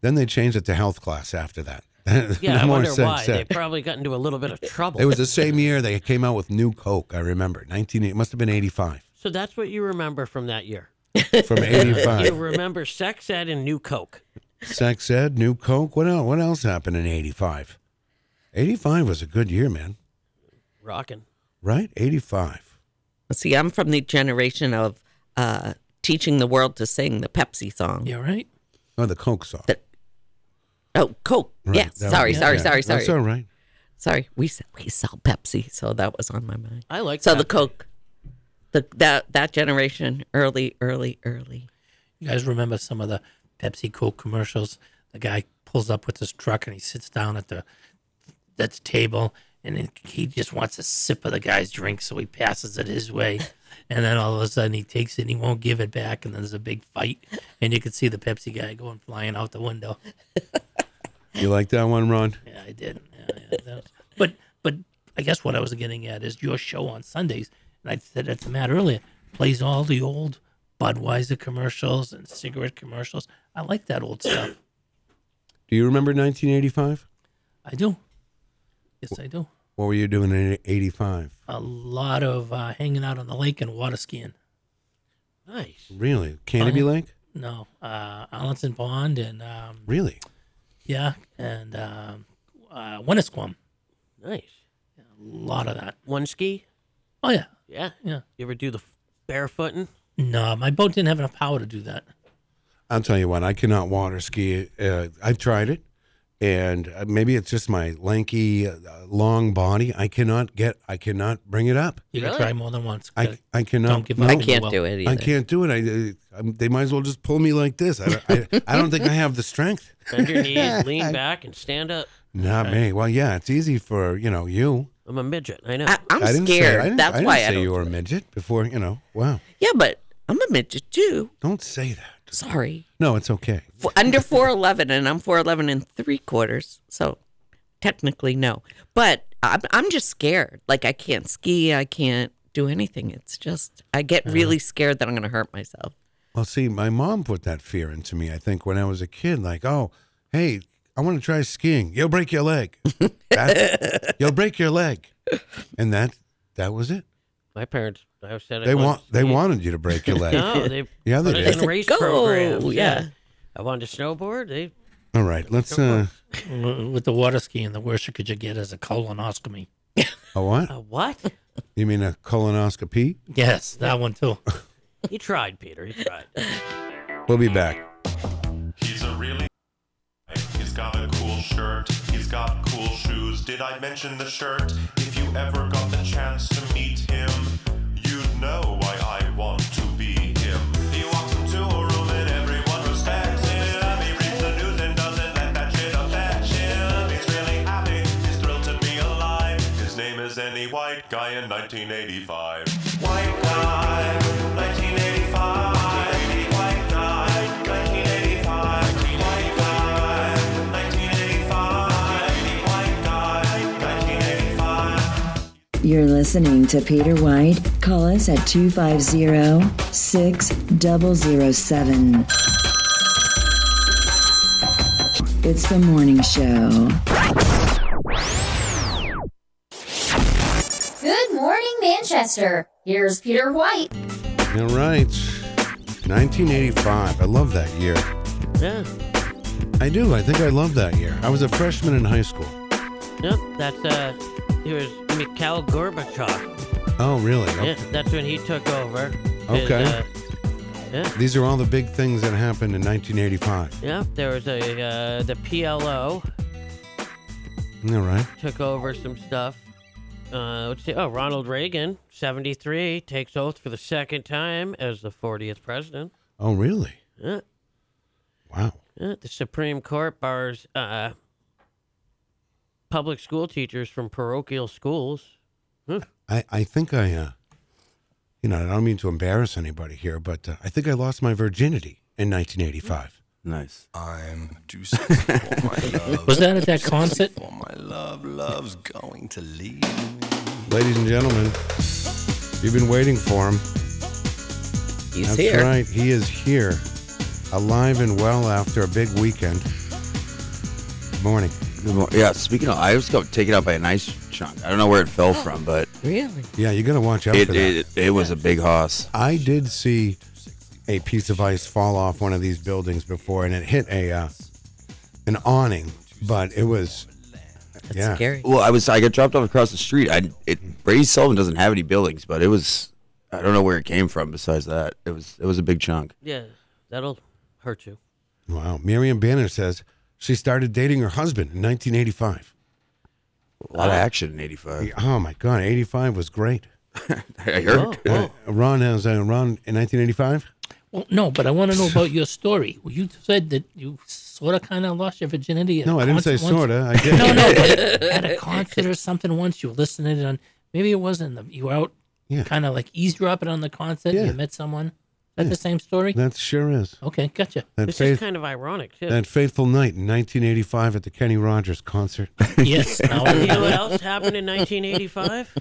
then they changed it to health class after that.
Yeah,
No
I
more
wonder
sex
why. They
ed.
probably got into a little bit of trouble.
It was the same year they came out with New Coke. I remember nineteen. It must have been eighty five.
so that's what you remember from that year.
From eighty
You
five,
remember sex ed and new Coke.
sex ed, New Coke. What else? What else happened in eighty five? Eighty five was a good year, man.
Rocking.
Right? Eighty five.
See, I'm from the generation of uh, teaching the world to sing the Pepsi song.
Yeah, right?
Oh, the Coke song.
That- Oh, Coke.
Right,
yeah.
that
Sorry,
was-
sorry,
yeah.
sorry,
That's
sorry.
all right.
Sorry. We sell, we sell Pepsi, so that was on my mind.
I like
So
that.
the Coke, the that that generation, early, early, early.
You guys remember some of the Pepsi Coke commercials? The guy pulls up with his truck and he sits down at the that's table and then he just wants a sip of the guy's drink, so he passes it his way. And then all of a sudden he takes it and he won't give it back, and then there's a big fight, and you can see the Pepsi guy going flying out the window.
You like that one, Ron?
Yeah, I did. Yeah, yeah, that was- but but I guess what I was getting at is your show on Sundays, and I said that to Matt earlier, plays all the old Budweiser commercials and cigarette commercials. I like that old stuff.
Do you remember nineteen eighty five?
I do. Yes, I do.
What were you doing in eighty five?
A lot of uh, hanging out on the lake and water skiing.
Nice.
Really? Canopy Lake?
No, uh, Allenton Pond and um,
Really?
yeah, and um, uh, Winnesquam.
Nice.
A lot of that.
One ski?
Oh yeah,
Yeah.
yeah.
You ever do the f- barefooting?
No, my boat didn't have enough power to do that.
I'll tell you what, I cannot water ski. Uh, I've tried it. and uh, maybe it's just my lanky, uh, long body. I cannot get, I cannot bring it up.
You
Really?
can try more than once.
I,
Good.
I cannot.
Don't give up.
I
Oh,
can't
well,
do it either.
I can't do it. I, I I'm- they might as well just pull me like this. I, I, I don't think I have the strength.
Bend your knees, lean back, and stand up.
Not me. Well, yeah, it's easy for you know you.
I'm a midget. I know.
I, I'm
I didn't
scared.
Say, I didn't,
That's
I didn't
why
say
I don't.
you were a midget before. You know, wow.
Yeah, but I'm a midget too.
Don't say that.
Sorry.
No, it's okay.
F under 4'11, and I'm 4'11 and three quarters. So technically, no. But I'm, I'm just scared. Like, I can't ski. I can't do anything. It's just, I get really scared that I'm going to hurt myself.
Well, see, my mom put that fear into me. I think when I was a kid, like, oh, hey, I want to try skiing. You'll break your leg. That- you'll break your leg, and that that was it.
My parents, I said it
They want
once.
they wanted you to break your leg.
No, they
Yeah, they
put
did.
us in race
Go,
programs.
yeah.
I wanted to snowboard. They
All right, let's. uh
w- With the water skiing, the worst you could you get is a colonoscopy.
A what?
uh, what?
You mean a colonoscopy?
Yes, that one too.
he tried, Peter. He tried.
We'll be back.
He's a really. He's got a cool shirt. He's got cool shoes. Did I mention the shirt? If you ever got the chance to meet him, you'd know why I want to be him. He walks into a room and everyone respects him. He reads the news and doesn't let that shit affect him. He's really happy. He's thrilled to be alive. His name is any white guy in 1985. White guy, 1985. White guy, 1985. White guy, 1985. White guy, 1985.
You're listening to Peter White. Call us at 250 6007. It's the morning show.
Good morning, Manchester. Here's Peter White.
All right. 1985. I love that year.
Yeah.
I do. I think I love that year. I was a freshman in high school.
Yep. That's uh, it was Mikhail Gorbachev.
Oh, really?
Yeah, that's when he took over. And,
Okay.
uh, yeah.
These are all the big things that happened in 1985.
Yeah, there was a uh, the PLO
All right.
took over some stuff. Uh, let's see. Oh, Ronald Reagan, seventy-three, takes oath for the second time as the fortieth president.
Oh, really?
Yeah,
Wow.
yeah. The Supreme Court bars uh, public school teachers from parochial schools.
I, I think I, uh, you know, I don't mean to embarrass anybody here, but uh, I think I lost my virginity in 1985.
Nice.
I'm juicy for my
Uh-huh.
love.
Was that at that concert?
For my love, love's going to leave me.
Ladies and gentlemen, you've been waiting for him.
He's
That's
here.
right. He is here, alive and well after a big weekend. Morning.
Good mor- Yeah. Speaking of, I just got taken out by an ice chunk. I don't know where it fell from, but
Really?
Yeah, you got to watch out
it,
for that.
it it was a big hoss.
I did see a piece of ice fall off one of these buildings before, and it hit a uh, an awning, but it was
That's
yeah.
scary.
Well, I was I got dropped off across the street. I it Brady Sullivan doesn't have any buildings, but it was I don't know where it came from. Besides that, it was it was a big chunk.
Yeah, that'll hurt you.
Wow. Miriam Banner says she started dating her husband in 1985.
A lot of action in '85.
Oh my God, 85 was great.
I heard.
Oh,
Uh, Ron has uh, Ron in 1985.
Well, no, but I want to know about your story. Well, You said that you sort of kind of lost your virginity. At
No,
a
I didn't say
concert once.
sorta. I did.
No, no, but at a concert or something once you were listening on. Maybe it wasn't. The, you were out,
Yeah.
kind of like eavesdropping on the concert.
Yeah.
and You met someone. Is that the same story?
That sure is.
Okay, gotcha.
That
This
faith,
is kind of ironic too.
that fateful night in 1985 at the Kenny Rogers concert.
Yes. Now
you know what
I
else happened in 1985?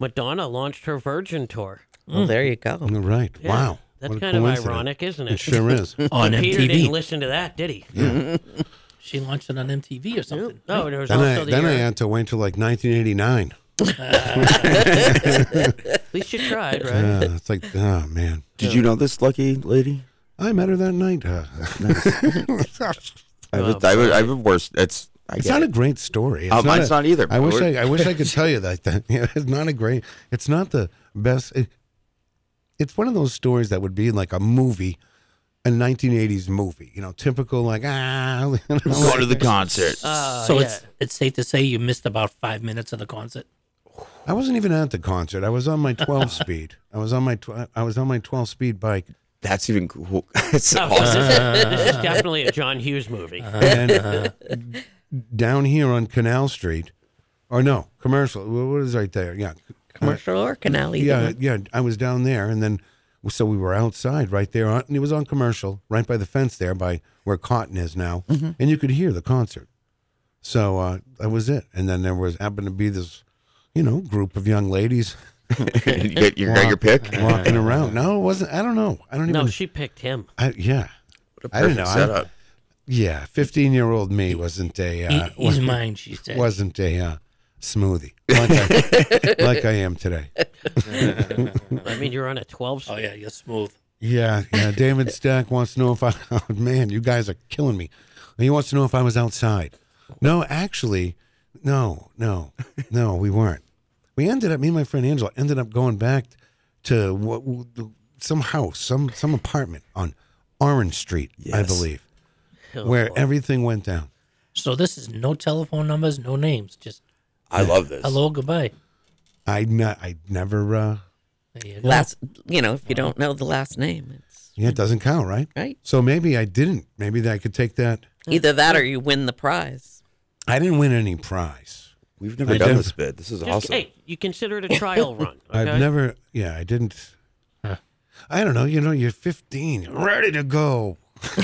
Madonna launched her Virgin tour.
Well, there you go.
All right.
Yeah,
wow.
That's
What a
kind of
coincidence.
ironic, isn't
It
it?
sure is.
on
But Peter didn't
MTV.
listen to that, did he?
She launched it on MTV or something.
Oh, there was
Then,
also
I,
the
then I
year-
had to wait till like 1989.
At least you tried, right?
Yeah, it's like, oh man,
Did you know this lucky lady?
I met her that night. Uh,
I was, I was, I was worse. It's I
it's
get
not a
it.
great story.
Uh, mine's not either,
I
but
wish I,
we're-
I wish I could tell you that. that yeah, it's not a great. It's not the best. it- it's one of those stories that would be like a movie, a 1980s movie. You know, typical like ah. you know,
Go to the concert.
Uh,
so it's it's safe to say you missed about five minutes of the concert.
I wasn't even at the concert. I was on my 12 speed. I was on my tw- I was on my 12 speed bike.
That's even cool. it's
Oh, this, is, this is definitely a John Hughes movie.
and uh, down here on Canal Street, or no, Commercial. wh- What is right there? Yeah, uh,
Commercial or Canal, either
Yeah,
one.
yeah. I was down there, and then so we were outside right there, on, and it was on Commercial, right by the fence there, by where Cotton is now, and you could hear the concert. So uh, that was it, and then there was happened to be this, you know, group of young ladies.
You got- you got your pick?
walking around. No, it wasn't. I don't know. I don't
No,
even.
she picked him.
I, yeah.
What
a
I don't know.
perfect
I-
setup.
yeah, fifteen-year-old me wasn't a. Uh,
He- he's mine, she said.
Wasn't a uh, smoothie like I, like I am today.
I mean, you're on a 12
Oh, yeah, you're smooth.
yeah, yeah. David Stack wants to know if I. Oh, man, you guys are killing me. He wants to know if I was outside. No, actually, no, no, no. We weren't. We ended up. Me and my friend Angela ended up going back to what some house, some some apartment on Orange Street, I
Yes.
believe,
Oh,
where
boy.
everything went down.
So this is no telephone numbers, no names, just
I love this.
hello, goodbye.
I ne- I never. Uh,
Last, you know, if you don't know the last name,
yeah, it doesn't count, right?
Right.
So maybe I didn't. Maybe that I could take that.
either that or you win the prize.
I didn't win any prize.
We've
never
done this bit. This is
Just- Hey, you consider it a trial run. Okay?
I've never. Yeah, I didn't. I don't know. You know, you're 15, you're ready to go.
you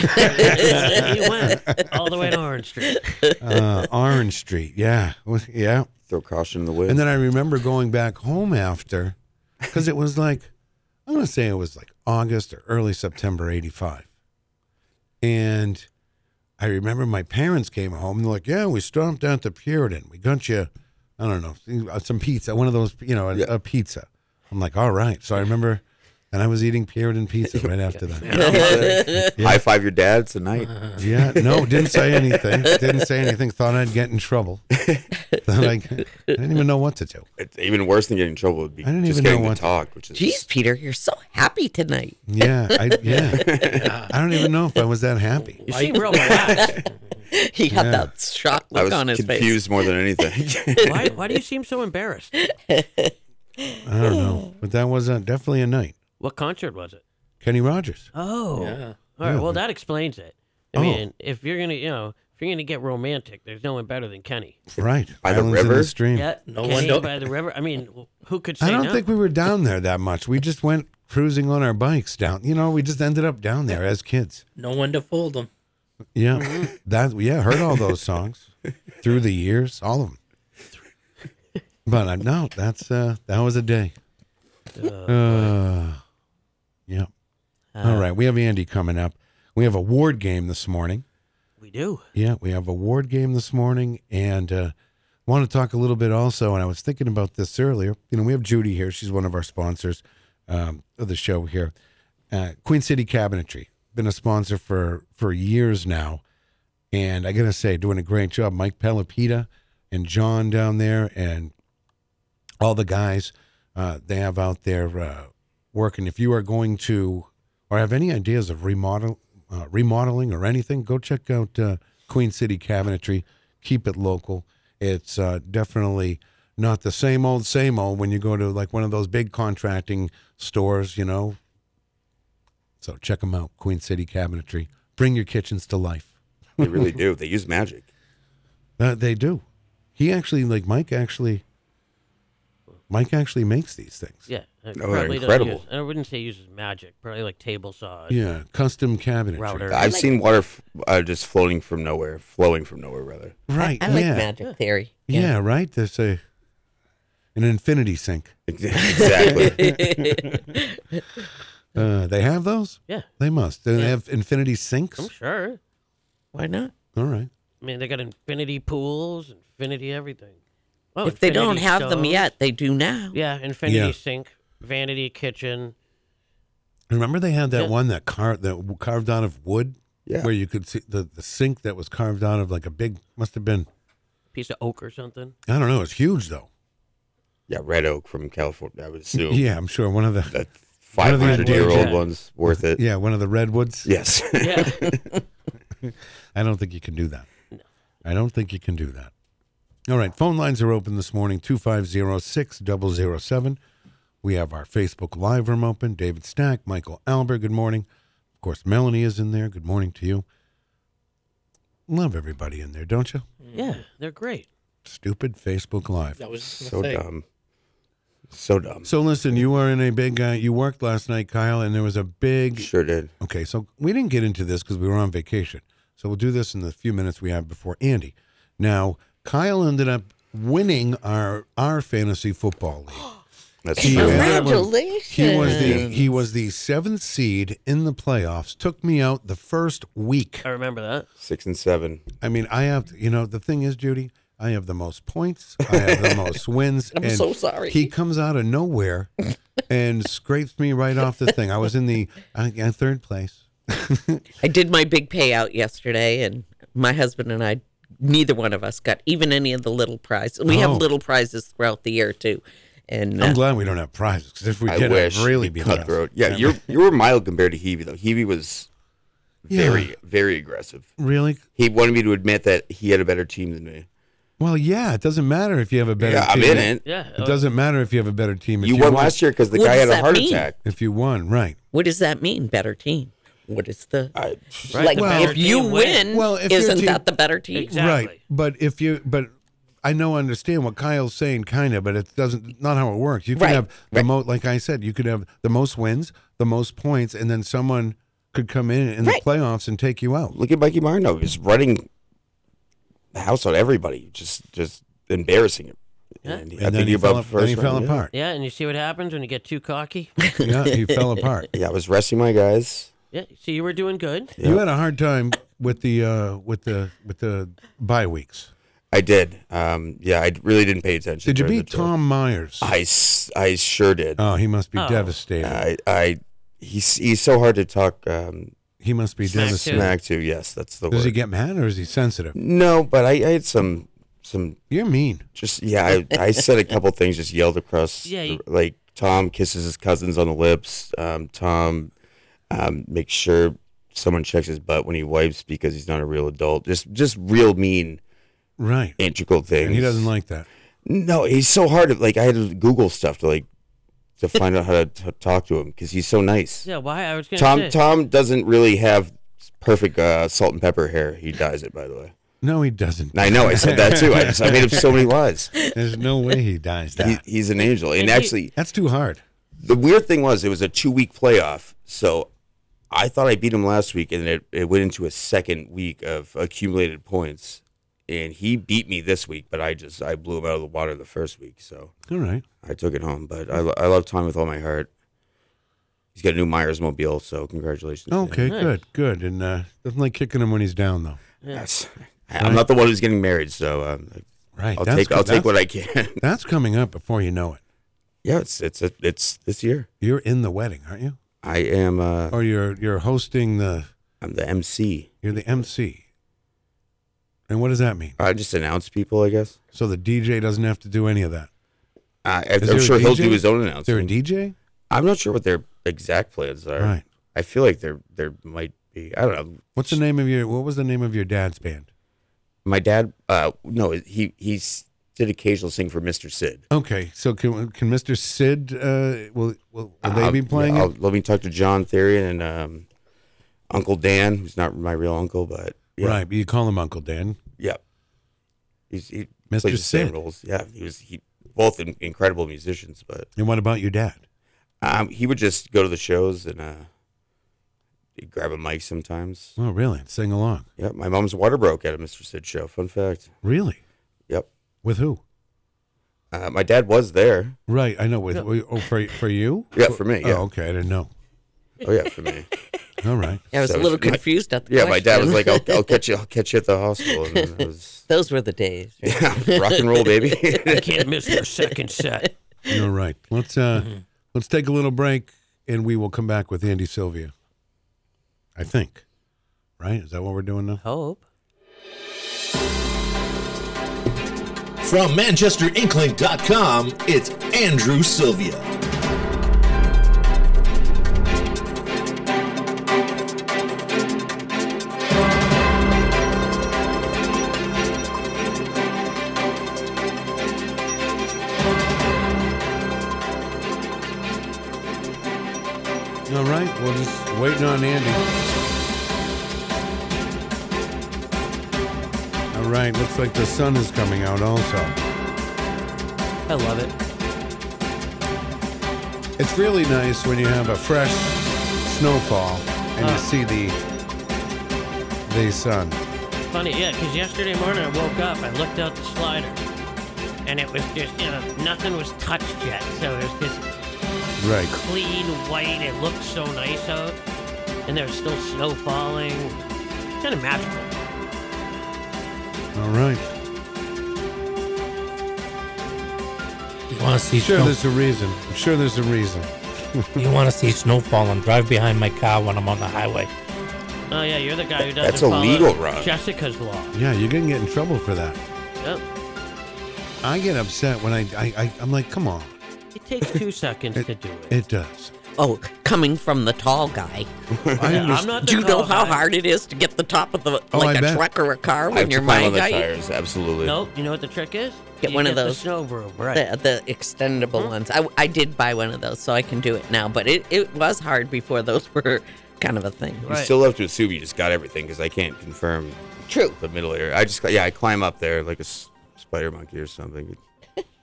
went all the way to Orange Street.
Uh, Orange Street. Yeah, Well, yeah.
Throw caution in the wind.
And then I remember going back home after, because it was like, I'm gonna say it was like August or early September '85, and I remember my parents came home and they're like, "Yeah, we stomped out to Puritan. We got you, I don't know, uh, some pizza, one of those, you know, a, a pizza." I'm like, "All right." So I remember, and I was eating Puritan pizza right after that.
High five your dad tonight.
Yeah, no, didn't say anything. Didn't say anything. Thought I'd get in trouble. Thought I, I didn't even know what to do.
It's even worse than getting in trouble would be
I didn't
just
even
getting
know
to
what-
talk, which is
Jeez, Peter, you're so happy tonight.
Yeah, I, yeah. I don't even know if I was that happy.
You seem real relaxed. he had
Yeah.
that shocked
I
look
was
on his
confused more than anything.
Why, why do you seem so embarrassed?
I don't know, but that was uh, definitely a night.
What concert was it?
Kenny Rogers.
Oh.
Yeah.
All right.
Yeah.
Well, that explains it. I
Oh.
mean, if you're gonna, you know, if you're gonna get romantic, there's no one better than Kenny.
Right.
By the
Islands in
river?
stream.
Yeah.
No
Kenny
one don't-
by the river. I mean, who could say
I don't
no?
think we were down there that much. We just went cruising on our bikes down. You know, we just ended up down there as kids.
No one to fold them.
Yeah. That yeah, heard all those songs through the years, all of them. But uh, no, that's uh that was a day. Uh, yeah. all right, we have Andy coming up. We have a ward game this morning.
we do.
Yeah, we have a ward game this morning, and uh, want to talk a little bit also. And I was thinking about this earlier. You know, we have Judy here; she's one of our sponsors um, of the show here. Uh, Queen City Cabinetry been a sponsor for for years now, and I gotta say, doing a great job. Mike Pelopita and John down there, and all the guys uh, they have out there uh, working. If you are going to or have any ideas of remodel, uh, remodeling or anything, go check out uh, Queen City Cabinetry. Keep it local. It's uh, definitely not the same old, same old when you go to like one of those big contracting stores, you know. So check them out, Queen City Cabinetry. Bring your kitchens to life.
they really do. They use magic.
Uh, they do. He actually, like Mike, actually, Mike actually makes these things.
Yeah. I
they're
probably don't
incredible.
use- I wouldn't say uses magic. Probably like table saw.
Yeah, custom cabinetry.
Router.
I've seen water f- uh, just floating from nowhere, flowing from nowhere rather.
Right.
I like
yeah.
magic theory.
Yeah. right. There's a an infinity sink.
Exactly.
uh, they have those.
Yeah. Oh,
They must. Do they have infinity sinks?
I'm sure.
Why not?
All right.
I mean, they got infinity pools, infinity everything. Oh,
if they don't
infinity
have them
stoves.
yet, they do now.
Yeah, infinity
Yeah.
sink, vanity kitchen.
Remember they had that
Yeah.
one that car that w- carved out of wood.
Yeah.
Where you could see the, the sink that was carved out of like a big must have been
piece of oak or something.
I don't know it's huge though.
yeah, red oak from California. I would assume.
Yeah, I'm sure one of the
That
One of these
500 year old
redwoods.
ones worth it.
Yeah, one of the redwoods.
Yes.
I don't think you can do that. I don't think you can do that. All right, phone lines are open this morning 250 6007. We have our Facebook Live room open. David Stack, Michael Albert, good morning. Of course, Melanie is in there. Good morning to you. Love everybody in there, don't you?
Yeah, they're great.
Stupid Facebook Live.
That was just
so dumb. So dumb.
So listen, you were in a big. Uh, you worked last night, Kyle, and there was a big.
Sure did.
Okay, so we didn't get into this because we were on vacation. So we'll do this in the few minutes we have before Andy. Now, Kyle ended up winning our our fantasy football league.
That's
He
true.
ended up with- He was the
Congratulations.
he was the seventh seed in the playoffs. Took me out the first week.
I remember that.
Six and seven.
I mean, I have you know the thing is, Judy, I have the most points. I have the most wins.
I'm
and
so sorry.
He comes out of nowhere and scrapes me right off the thing. I was in the I, I third place.
I did my big payout yesterday, and my husband and I, neither one of us got even any of the little prizes. We
Oh.
have little prizes throughout the year too, and
I'm
uh,
glad we don't have prizes because if we
I
did,
wish.
I'd really
You'd
be
cutthroat. Yeah,
Yeah.
you're you were mild compared to Hebe though. Hebe was
Yeah.
very very aggressive.
Really?
He wanted me to admit that he had a better team than me.
Well, yeah, it doesn't matter if you have a better
Yeah, I'm
team.
in it. Yeah,
It doesn't matter if you have a better team. If
You won last year 'cause the What guy does had a that heart mean? attack.
If you won, right.
what does that mean? Better team. What is the
Right,
like?
the better
if you
team
win,
wins. Well, if your
isn't
team-
that the better team?
Right. But if you, but I know, I understand what Kyle's saying, kind of, but it doesn't, not how it works. You could
Right,
have the most, like I said, you could have the most wins, the most points, and then someone could come in in the playoffs and take you out.
Look at Mikey Marino. He was running the house on everybody, just just embarrassing him.
Yeah.
And,
And then he fell ap- then he fell apart.
Yeah, and you see what happens when you get too cocky.
Yeah, he fell apart.
Yeah, I was resting my guys.
Yeah, so you were doing good.
You had a hard time with the, uh, with the, with the bye weeks.
I did. Um, yeah, I really didn't pay attention.
Did you
during the
beat Tom Myers?
I, s- I sure did.
Oh, he must be Oh. devastated.
I, I he's he's so hard to talk. Um,
he must be Smack devastated. to.
Smack to yes, that's the
Does
word.
he get mad or is he sensitive?
no, but I, I had some some.
You're mean.
Just yeah, I, I said a couple things. Just yelled across.
Yeah, you-
the- like Tom kisses his cousins on the lips. Um, Tom um, makes sure someone checks his butt when he wipes because he's not a real adult. Just just real mean,
Right.
integral things.
And he doesn't like that.
No, he's so hard. At, like I had to Google stuff to like to find out how to t- talk to him because he's so nice.
Yeah, why? I was gonna
Tom
say.
Tom doesn't really have perfect uh, salt and pepper hair. He dyes it, by the way.
No, he doesn't.
I know. I said that too. I, just, I made up so many lies.
There's no way he dies that.
He, he's an angel, and, actually,
that's too hard.
The weird thing was, it was a two week playoff, so I thought I beat him last week, and it, it went into a second week of accumulated points, and he beat me this week, but I just I blew him out of the water the first week, so
All right.
I took it home. But I, lo- I love Tom with all my heart. He's got a new Myers mobile, so congratulations.
Oh, Okay, good, good. And uh, doesn't like kicking him when he's down, though.
Yes. I'm not the one who's getting married, so um,
Right.
I'll
that's
take
co-
I'll take
that's-
what I can.
That's coming up before you know it.
yeah, it's it's a, it's this year.
You're in the wedding, aren't you?
I am. Uh,
Or you're you're hosting the.
I'm the MC.
You're the MC. And what does that mean?
I just announce people, I guess.
So the DJ doesn't have to do any of that.
I,
Is there
I'm
a
sure he'll
DJ?
do his own
Is there a
announcement.
DJ?
I'm not sure what their exact plans are.
Right.
I feel like there there might be. I don't know.
What's the name of your? What was the name of your dad's band?
My dad. Uh, no, he he's did occasional sing for Mr. Sid.
Okay, so can can Mr. Sid? Uh, will will, will they
I'll-
be playing
yeah, I'll-
it?
Let me talk to John Theory and um, Uncle Dan, who's not my real uncle, but yeah,
Right, but you call him Uncle Dan.
yeah. He's, he plays
Mr.
the same
Sid.
roles. Yeah, he was he both in, incredible musicians, but
And what about your dad?
um, he would just go to the shows and uh, he'd grab a mic sometimes.
Oh, really? Sing along.
Yeah, my mom's water broke at a Mr. Sid show. Fun fact.
Really?
Yep.
With who?
Uh, my dad was there.
Right, I know. With oh, for for you?
Yeah, for me, yeah.
Oh, okay, I didn't know.
Oh yeah, for me.
All right.
I was
So
a little
it's my-
confused at the
Yeah, my dad was like,
question.
"I'll, I'll catch you. I'll catch you at the hospital." And then I was
"Oh."
Those were the days.
Yeah, rock and roll, baby.
I can't miss your second set.
You're right. Let's uh, let's take a little break, and we will come back with Andy Sylvia. I think. Right? Is that what we're doing now?
Hope.
From ManchesterInkling.com, it's Andrew Sylvia.
All right, we're just waiting on Andy. All right, looks like the sun is coming out also.
I love it.
It's really nice when you have a fresh snowfall and
Ah.
you see the the sun.
Funny, yeah, because yesterday morning I woke up, I looked out the slider, and it was just, you know, nothing was touched yet. So it was just
Right.
clean, white, it looked so nice out. And there's still snow falling. Kind of magical.
All right.
You want to see
Sure,
snow?
there's a reason. I'm sure there's a reason.
you want to see snowfall and drive behind my car when I'm on the highway.
Oh, yeah, you're the guy who doesn't
That's
follow
illegal, Rob.
Jessica's law.
Yeah, you're gonna get in trouble for that.
Yep.
I get upset when I, I, I I'm like, come on.
It takes two seconds to do it.
It does.
Oh, coming from the tall
I
guy.
Yeah, I'm understand.
not the
Do you know
tall
how
guy.
hard it is to get the top of the
Oh,
like
I
a
bet.
truck or a car
I
when
have
you're
to
my
pile on the
height?
tires,
absolutely.
Nope, you know what the trick is?
Get
You
one
get
of
the
those
snow broom, right?
The, the extendable ones. I, I did buy one of those, so I can do it now. But it, it was hard before those were kind of a thing.
You still have to assume you just got everything because I can't confirm.
True.
The middle area. I just yeah, I climb up there like a s- spider monkey or something.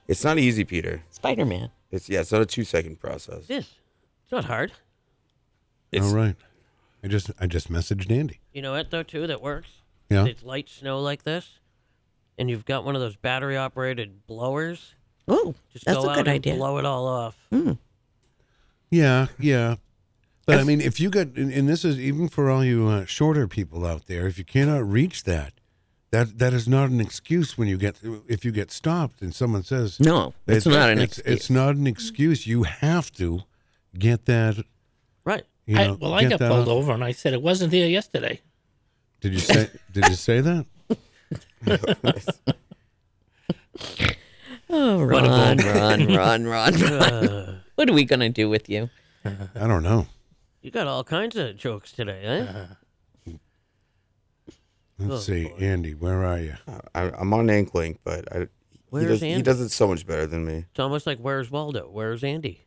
It's not easy, Peter.
Spider Man.
It's yeah, it's not a two second process.
It is. It's not hard.
All right. I just I just messaged Andy.
You know what though too that works?
Yeah.
It's light snow like this, and you've got one of those battery operated blowers.
Oh,
just
that's
go
a
out
good
and
idea. Hmm?
blow it all off.
Yeah, yeah. But I mean, if you got, and, and this is even for all you uh, shorter people out there, if you cannot reach that, that that is not an excuse when you get if you get stopped and someone says
No, it's not an
it's,
excuse.
It's not an excuse. You have to get that.
Right.
You
I,
know,
well, I
get
got
that
pulled
up.
over and I said it wasn't there yesterday.
Did you say? did you say that?
Oh,
What a
Ron,
bummer.
Ron, Ron, Ron, Ron.
Uh.
what are we going to do with you?
I don't know.
You got all kinds of jokes today,
Uh-huh.
eh?
Let's
Oh,
see, Andy, where are you?
I, I'm on ankle link, but I, he,
Where's
does,
Andy?
he does it so much better than me.
It's almost like where's Waldo? Where's Andy?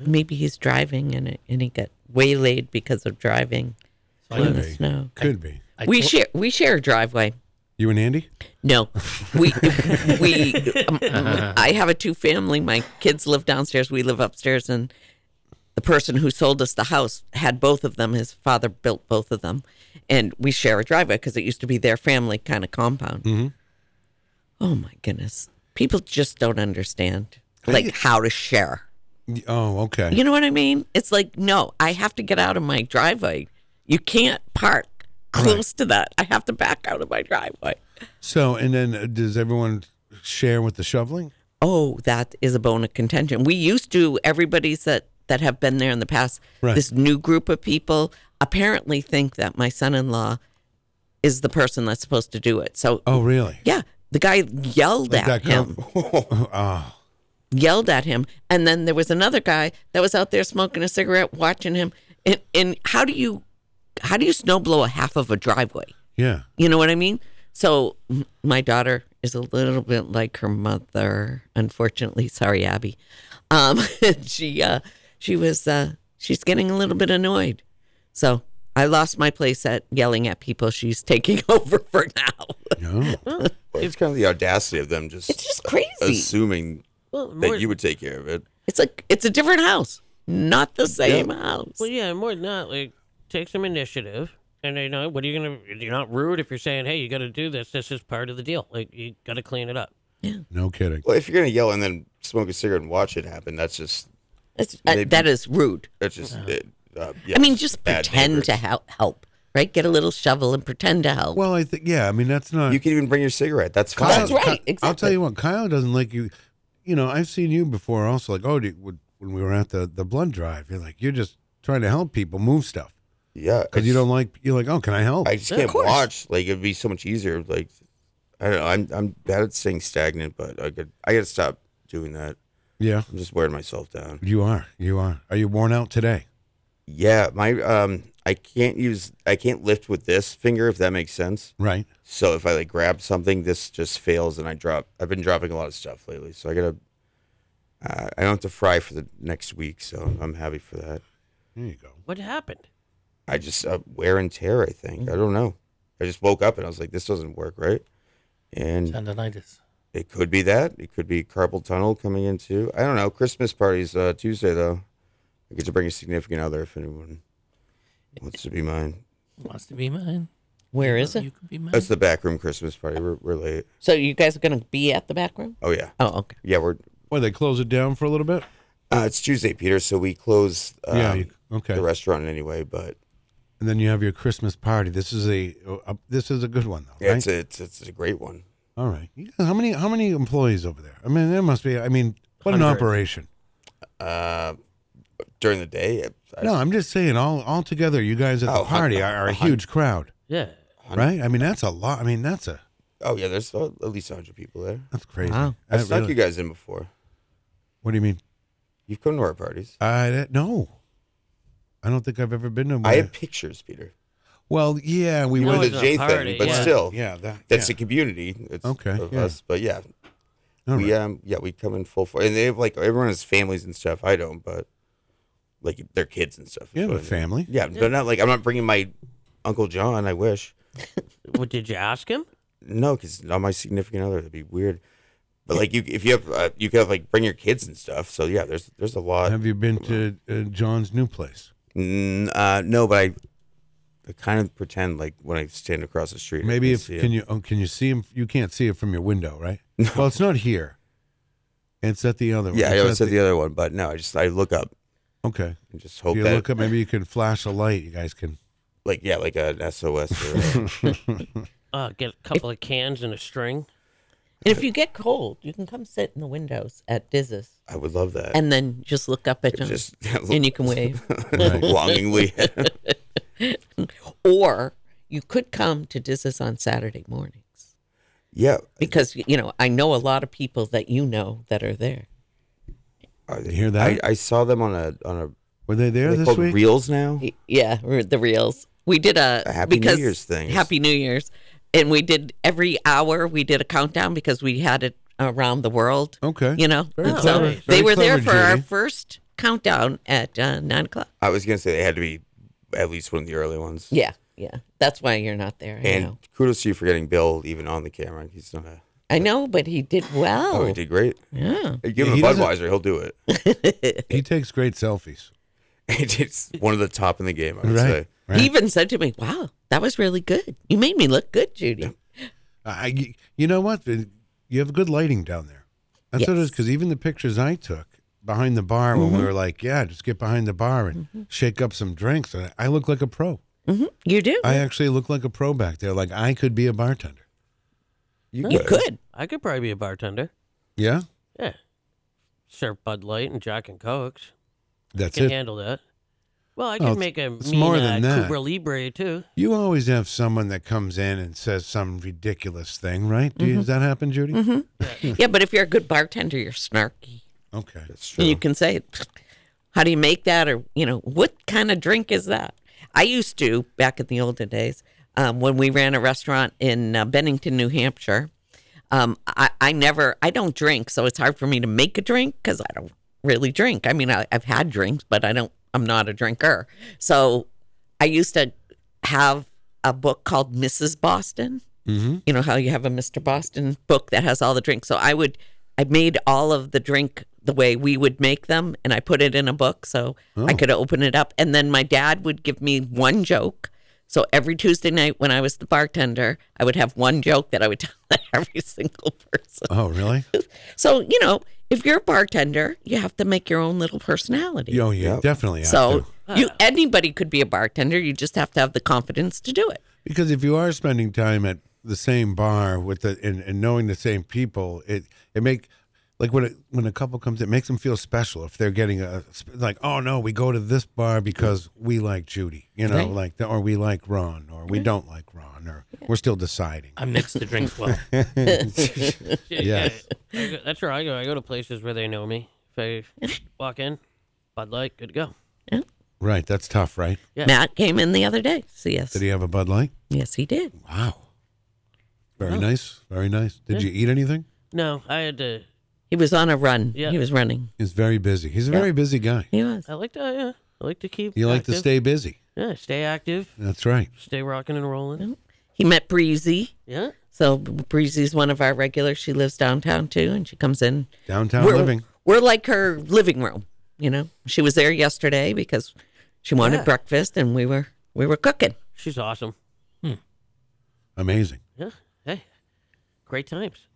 Maybe he's driving and it, and he got waylaid because of driving in the snow.
Could be.
I- we share we share a driveway.
You and Andy?
No, we we um, I have a two family. My kids live downstairs. We live upstairs, and the person who sold us the house had both of them. His father built both of them, and we share a driveway because it used to be their family kind of compound.
Mhm.
Oh my goodness, people just don't understand like how to share.
Y- Oh, okay.
You know what I mean? It's like, no, I have to get out of my driveway. You can't park close to that. I have to back out of my driveway.
So, and then uh, does everyone share with the shoveling?
Oh, that is a bone of contention. We used to, everybody's that, that have been there in the past,
Right.
this new group of people apparently think that my son in law is the person that's supposed to do it. So,
Oh, really?
yeah, the guy yelled
Like
at
that
him.
oh,
yelled at him. And then there was another guy that was out there smoking a cigarette, watching him. And, and how do you, how do you snowblow a half of a driveway?
yeah.
You know what I mean? So m- my daughter is a little bit like her mother, unfortunately. Sorry, Abby. Um, she uh, she was uh, she's getting a little bit annoyed. So I lost my place at yelling at people. She's taking over for now.
Well, it's kind of the audacity of them just it's just
crazy.
assuming
Well, more-
that you would take care of it.
It's like it's a different house, not the same
Yeah.
house.
Well, yeah, more than that, like take some initiative. And you know what are you gonna? You're not rude if you're saying, "Hey, you got to do this. This is part of the deal. Like you got to clean it up."
No kidding.
Well, if you're gonna yell and then smoke a cigarette and watch it happen, that's just
That's, uh,
maybe-
that is rude.
That's just. It, uh, yeah,
I mean, just
bad
pretend to
neighbors.
help, help, right? Get a little shovel and pretend to help.
Well, I think yeah. I mean, that's not.
You can even bring your cigarette. That's fine.
That's right,
I'll tell
exactly.
you what, Kyle doesn't like you. You know, I've seen you before. Also, like, oh, do you, would- when we were at the the blood drive, you're like, you're just trying to help people move stuff
Yeah,
because you don't like. You're like, oh, can I help?
I just can't watch. Like it'd be so much easier. Like I don't know. I'm I'm bad at staying stagnant, but I could I gotta stop doing that.
Yeah,
I'm just wearing myself down.
you are. You are. Are you worn out today?
Yeah, my um, I can't use I can't lift with this finger if that makes sense.
Right.
So if I like grab something, this just fails and I drop. I've been dropping a lot of stuff lately, so I gotta Uh, I don't have to fry for the next week, so I'm happy for that.
There you go.
What happened?
I just uh, wear and tear. I think I don't know. I just woke up and I was like, "This doesn't work right." And
Tendonitis.
It could be that. It could be carpal tunnel coming in too. I don't know. Christmas party's uh, Tuesday though. I get to bring a significant other if anyone wants to be mine.
Wants to be mine.
Where is it?
That's the backroom Christmas party. We're, we're late.
So you guys are going to be at the back room?
Oh yeah.
Oh okay.
Yeah, we're.
Well, they close it down for a little bit.
Uh, it's Tuesday, Peter. So we close. Um,
Yeah, you- okay.
The restaurant anyway, but
And then you have your Christmas party. This is a, a this is a good one though,
yeah, it's,
right?
a, it's it's a great one.
All right. You guys- How many how many employees over there? I mean, there must be. I mean, what an
100.
operation.
Uh, during the day, I,
No, I'm just saying. All all together, you guys at the
Uh, Oh, hun-
party are, are a
hun-
huge crowd,
yeah.
right? I mean, that's a lot. I mean, that's a
Oh yeah, there's uh, at least hundred people there.
That's crazy.
I've
Wow. That
snuck
really-
you guys in before.
What do you mean?
You've come to our parties.
I don't- no. I don't think I've ever been to. one.
I have pictures, Peter.
Well, yeah, we
We
were
were the J thing, but
yeah.
still,
yeah, that,
that's
yeah.
a community. It's
Okay,
of
yeah.
us, but yeah,
All
we um, yeah, we come in full force, and they have like everyone has families and stuff. I don't, but like their kids and stuff.
You
is
have
what
a
I mean.
family.
Yeah, but not like I'm not bringing my uncle John. I wish.
What did you ask him?
No, because not my significant other. That'd be weird. But like you, if you have, uh, you can have like bring your kids and stuff. So yeah, there's there's a lot.
Have you been to uh, John's new place?
Mm, uh, no, but I, I kind of pretend like when I stand across the street. I
Maybe if
see
can
it.
you oh, can you see him? You can't see it from your window, right? Well, it's not here. It's at the other. one.
Yeah, I
It's
always
at
said the other one, but no, I just I look up.
Okay.
And just hope
you
that
look up. Maybe you can flash a light. You guys can.
like yeah, like an SOS. Or,
Uh, get a couple of cans and a string.
And if you get cold, you can come sit in the windows at Diz's
I would love that.
and then just look up at John
Just-
and you can wave
Right. Longingly.
or you could come to Diz's on Saturday mornings.
Yeah.
Because, you know, I know a lot of people that you know that are there.
Are they-
You hear that?
I, I saw them on a on a.
Were they there
are they
this
called
week?
Reels now.
Y- Yeah, we're the reels. We did a,
A Happy New
because-
Year's thing.
Happy New Year's, and we did every hour. We did a countdown because we had it around the world.
Okay.
you know,
Very
and so
clever. Very
they were there
clever,
for our
Judy.
first countdown at uh, nine o'clock.
I was gonna say they had to be at least one of the early ones.
Yeah, yeah. That's why you're not there. I
And
know.
kudos to you for getting Bill even on the camera. He's not a.
I know, but he did well.
Oh, he did great.
Yeah.
You Give
Yeah,
him
he
a
doesn't-
Budweiser, he'll do it.
He takes great selfies.
it's one of the top in the game, I would
Right.
say.
He even said to me, "Wow, that was really good. You made me look good, Judy."
I, you know what? You have good lighting down there. That's what it is. Because even the pictures I took behind the bar when
Mm-hmm.
we were like, yeah, just get behind the bar and shake up some drinks. And I look like a pro.
hmm You do.
I actually look like a pro back there. Like I could be a bartender.
you could.
I could probably be a bartender.
Yeah.
Yeah. Serve Bud Light and Jack and Cokes.
That's
I can
it.
handle that. Well, I
No,
can
it's-
make a
it's
mean,
more
uh,
than that.
Cuba Libre too.
You always have someone that comes in and says some ridiculous thing, right? Do you, Does that happen, Judy?
Mhm. yeah, but if you're a good bartender, you're snarky.
Okay.
And you can say, "How do you make that?" Or you know, what kind of drink is that? I used to back in the olden days um, when we ran a restaurant in uh, Bennington, New Hampshire. Um, I, I never, I don't drink, so it's hard for me to make a drink because I don't really drink. I mean, I, I've had drinks, but I don't. I'm not a drinker. So I used to have a book called Mrs. Boston
Mhm.
you know how you have a Mr. Boston book that has all the drinks. So I would, I made all of the drink the way we would make them, and I put it in a book so
Oh.
I could open it up. And then my dad would give me one joke. So every Tuesday night when I was the bartender, I would have one joke that I would tell every single person.
Oh, really?
So you know, if you're a bartender, you have to make your own little personality.
Yo, yeah, Oh, definitely. have
So
to.
you anybody could be a bartender. You just have to have the confidence to do it.
Because if you are spending time at the same bar with the and, and knowing the same people, it it make like when a, when a couple comes, it makes them feel special if they're getting a sp- like oh no, we go to this bar because we like Judy, you know,
Right.
like the, or we like Ron, or we don't like Ron, or we're still deciding.
I mix the drinks well.
yes.
I go- that's where I go. I go to places where they know me. If I walk in, Bud Light, good to go.
Right. That's tough, right?
Yeah.
Matt came in the other day. So yes,
Did he have a Bud Light?
yes, he did.
Wow. Very
Wow.
nice. Very nice. Did you eat anything?
No, I had to
He was on a run. He was running.
He's very busy. He's a
Yeah.
very busy guy.
He was.
I like to, yeah, I like to keep.
You like to
active.
stay busy.
Yeah, stay active,
That's right.
stay rocking and rolling.
He met Breezy.
Yeah.
So Breezy's one of our regulars. She lives downtown too, and she comes in
Downtown
We're-
living.
We're like her living room. You know, she was there yesterday because she wanted
Yeah.
breakfast, and we were we were cooking.
She's awesome.
Amazing.
Yeah. Hey, great times.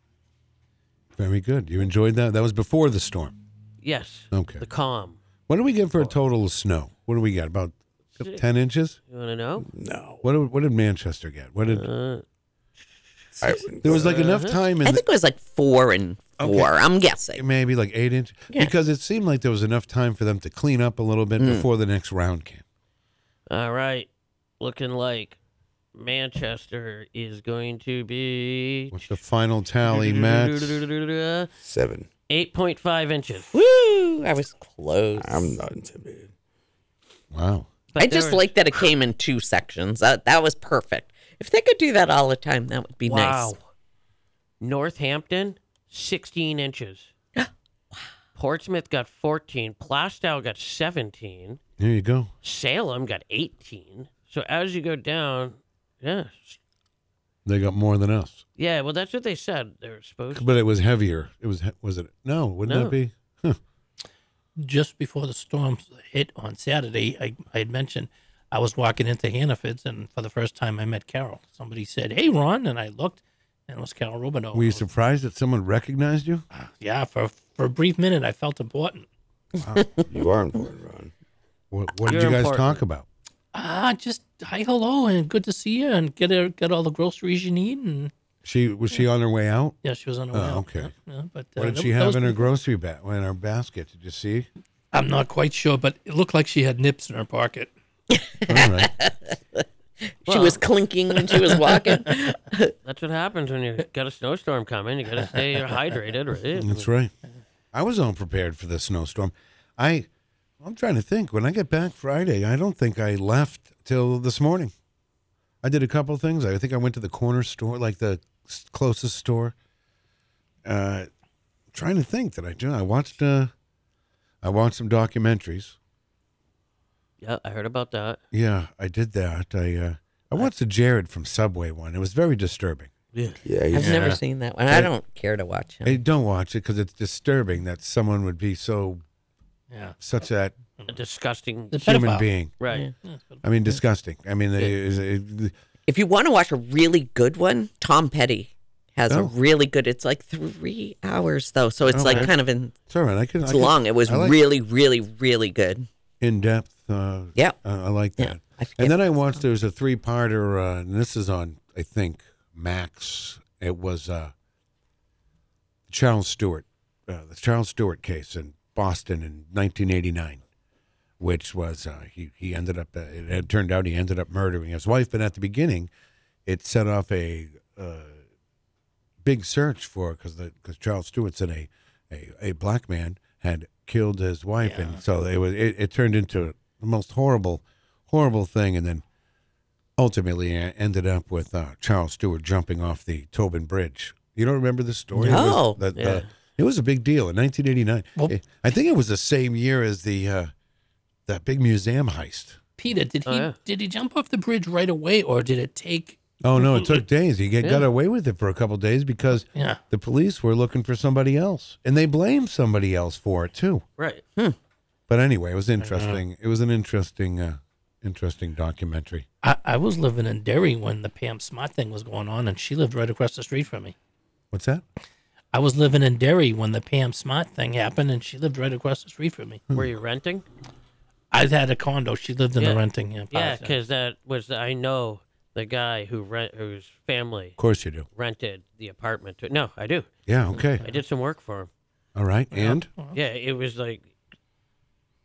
Very good. You enjoyed that. That was before the storm.
Yes.
Okay.
The calm.
What do we get for a total of snow? What do we got? About
Six.
ten inches.
You want to know? Uh,
No.
What did, what did Manchester get? What did?
I-
there was like enough
Uh-huh.
time. In
I think it was like four and four. I'm guessing.
Maybe like eight inches
Yeah.
because it seemed like there was enough time for them to clean up a little bit
Mm.
before the next round came.
All right. Looking like Manchester is going to be
What's the final tally, Matt?
Seven.
8.5 inches.
Woo! I was close.
I'm not intimidated.
Wow.
I
But there
just
were-
like that it came in two sections. That that was perfect. If they could do that all the time, that would be
wow.
nice.
Northampton, 16 inches. Portsmouth got 14. Plastow got 17.
There you go.
Salem got 18. So as you go down, yeah.
They got more than us,
Yeah, well, that's what they said they were supposed to.
but it was heavier. It was he- was it? No, wouldn't
No.
that be? Huh.
just before the storms hit on Saturday, I, I had mentioned I was walking into Hannaford's, and for the first time I met Carol. Somebody said, "Hey, Ron," and I looked, and it was Carol Rubidoux.
Were you surprised that someone recognized you?
yeah, for for a brief minute I felt important.
You are important, Ron.
What, what did
You're
you guys
important.
talk about?
Ah, just hi, hello, and good to see you, and get her, get all the groceries you need, and
She was she on her way out?
yeah, she was on her
Oh,
way. out.
okay.
Yeah, but uh,
What did
that-
she
that
have
was-
in her grocery bag? In her basket? Did you see?
I'm not quite sure, but it looked like she had nips in her pocket.
All right.
she was clinking when she was walking.
That's what happens when you got a snowstorm coming. You got to stay hydrated, right?
That's right. I was unprepared for this snowstorm. I, I'm trying to think. When I get back Friday, I don't think I left till this morning. I did a couple of things. I think I went to the corner store, like the s- closest store. Uh, trying to think that I do. I watched. Uh, I watched some documentaries.
Yeah, I heard about that.
Yeah, I did that. I uh, I watched the Jared from Subway one. It was very disturbing.
Yeah.
Yeah,
I've
he's
never seen that one. I don't care to watch him.
Hey, don't watch it because it's disturbing that someone would be so
Yeah,
such that
A disgusting.
The
human
pedophile.
being.
Right.
I mean, disgusting. I mean, they, is it-
If you want to watch a really good one, Tom Petty has
Oh.
a really good. It's like three hours though, so it's
Okay.
like kind of in.
it's all right. I can.
It's
I can-
long. It was
I like
really, really, really good.
in depth. Uh,
Yeah.
I, I like
Yeah,
that.
I forget
and then I watched. There was a three parter, uh, and this is on I think Max. It was uh, Charles Stewart, uh, the Charles Stewart case in Boston in 1989, which was uh, he he ended up. Uh, it had turned out he ended up murdering his wife, but at the beginning, it set off a. Uh, big search for because because Charles Stewart's in a, a a black man had killed his wife, and so it was it, it turned into the most horrible, horrible thing, and then ultimately uh, ended up with uh, Charles Stewart jumping off the Tobin Bridge. You don't remember the story?
No.
It was, the- the-
Yeah.
it was a big deal in 1989.
Well-
It- I think it was the same year as the uh, that big museum heist.
Peter, did he
Oh, yeah.
did he jump off the bridge right away, or did it take?
Oh no, it took days. He get, got
Yeah.
away with it for a couple days because
Yeah.
the police were looking for somebody else, and they blamed somebody else for it too.
Right.
Hmm.
But anyway, it was interesting. It was an interesting, uh, interesting documentary.
I, I was living in Derry when the Pam Smart thing was going on, and she lived right across the street from me.
What's that?
I was living in Derry when the Pam Smart thing happened, and she lived right across the street from me.
Were you renting?
I had a condo. She lived in
Yeah.
the renting. Yeah,
Yeah,
apartment.
because that was I know the guy who rent whose family
Of course you do.
rented the apartment to. No, I do.
Yeah. Okay.
I did some work for him.
All right. And
Yeah, it was like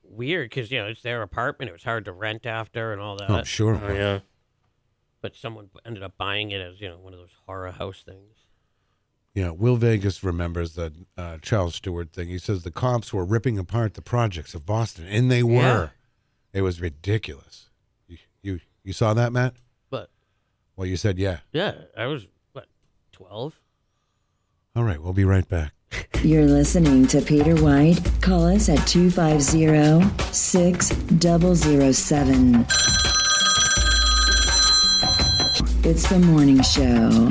weird because you know it's their apartment. It was hard to rent after and all that.
oh, I'm sure. it was.
But someone ended up buying it as you know one of those horror house things.
Yeah. Will Vegas remembers the uh, Charles Stewart thing. He says the cops were ripping apart the projects of Boston, and they were. It was ridiculous. You, you you saw that, Matt?
But
Well, you said yeah.
yeah, I was what twelve.
All right. We'll be right back.
You're listening to Peter White. Call us at 250 6007. It's the morning show.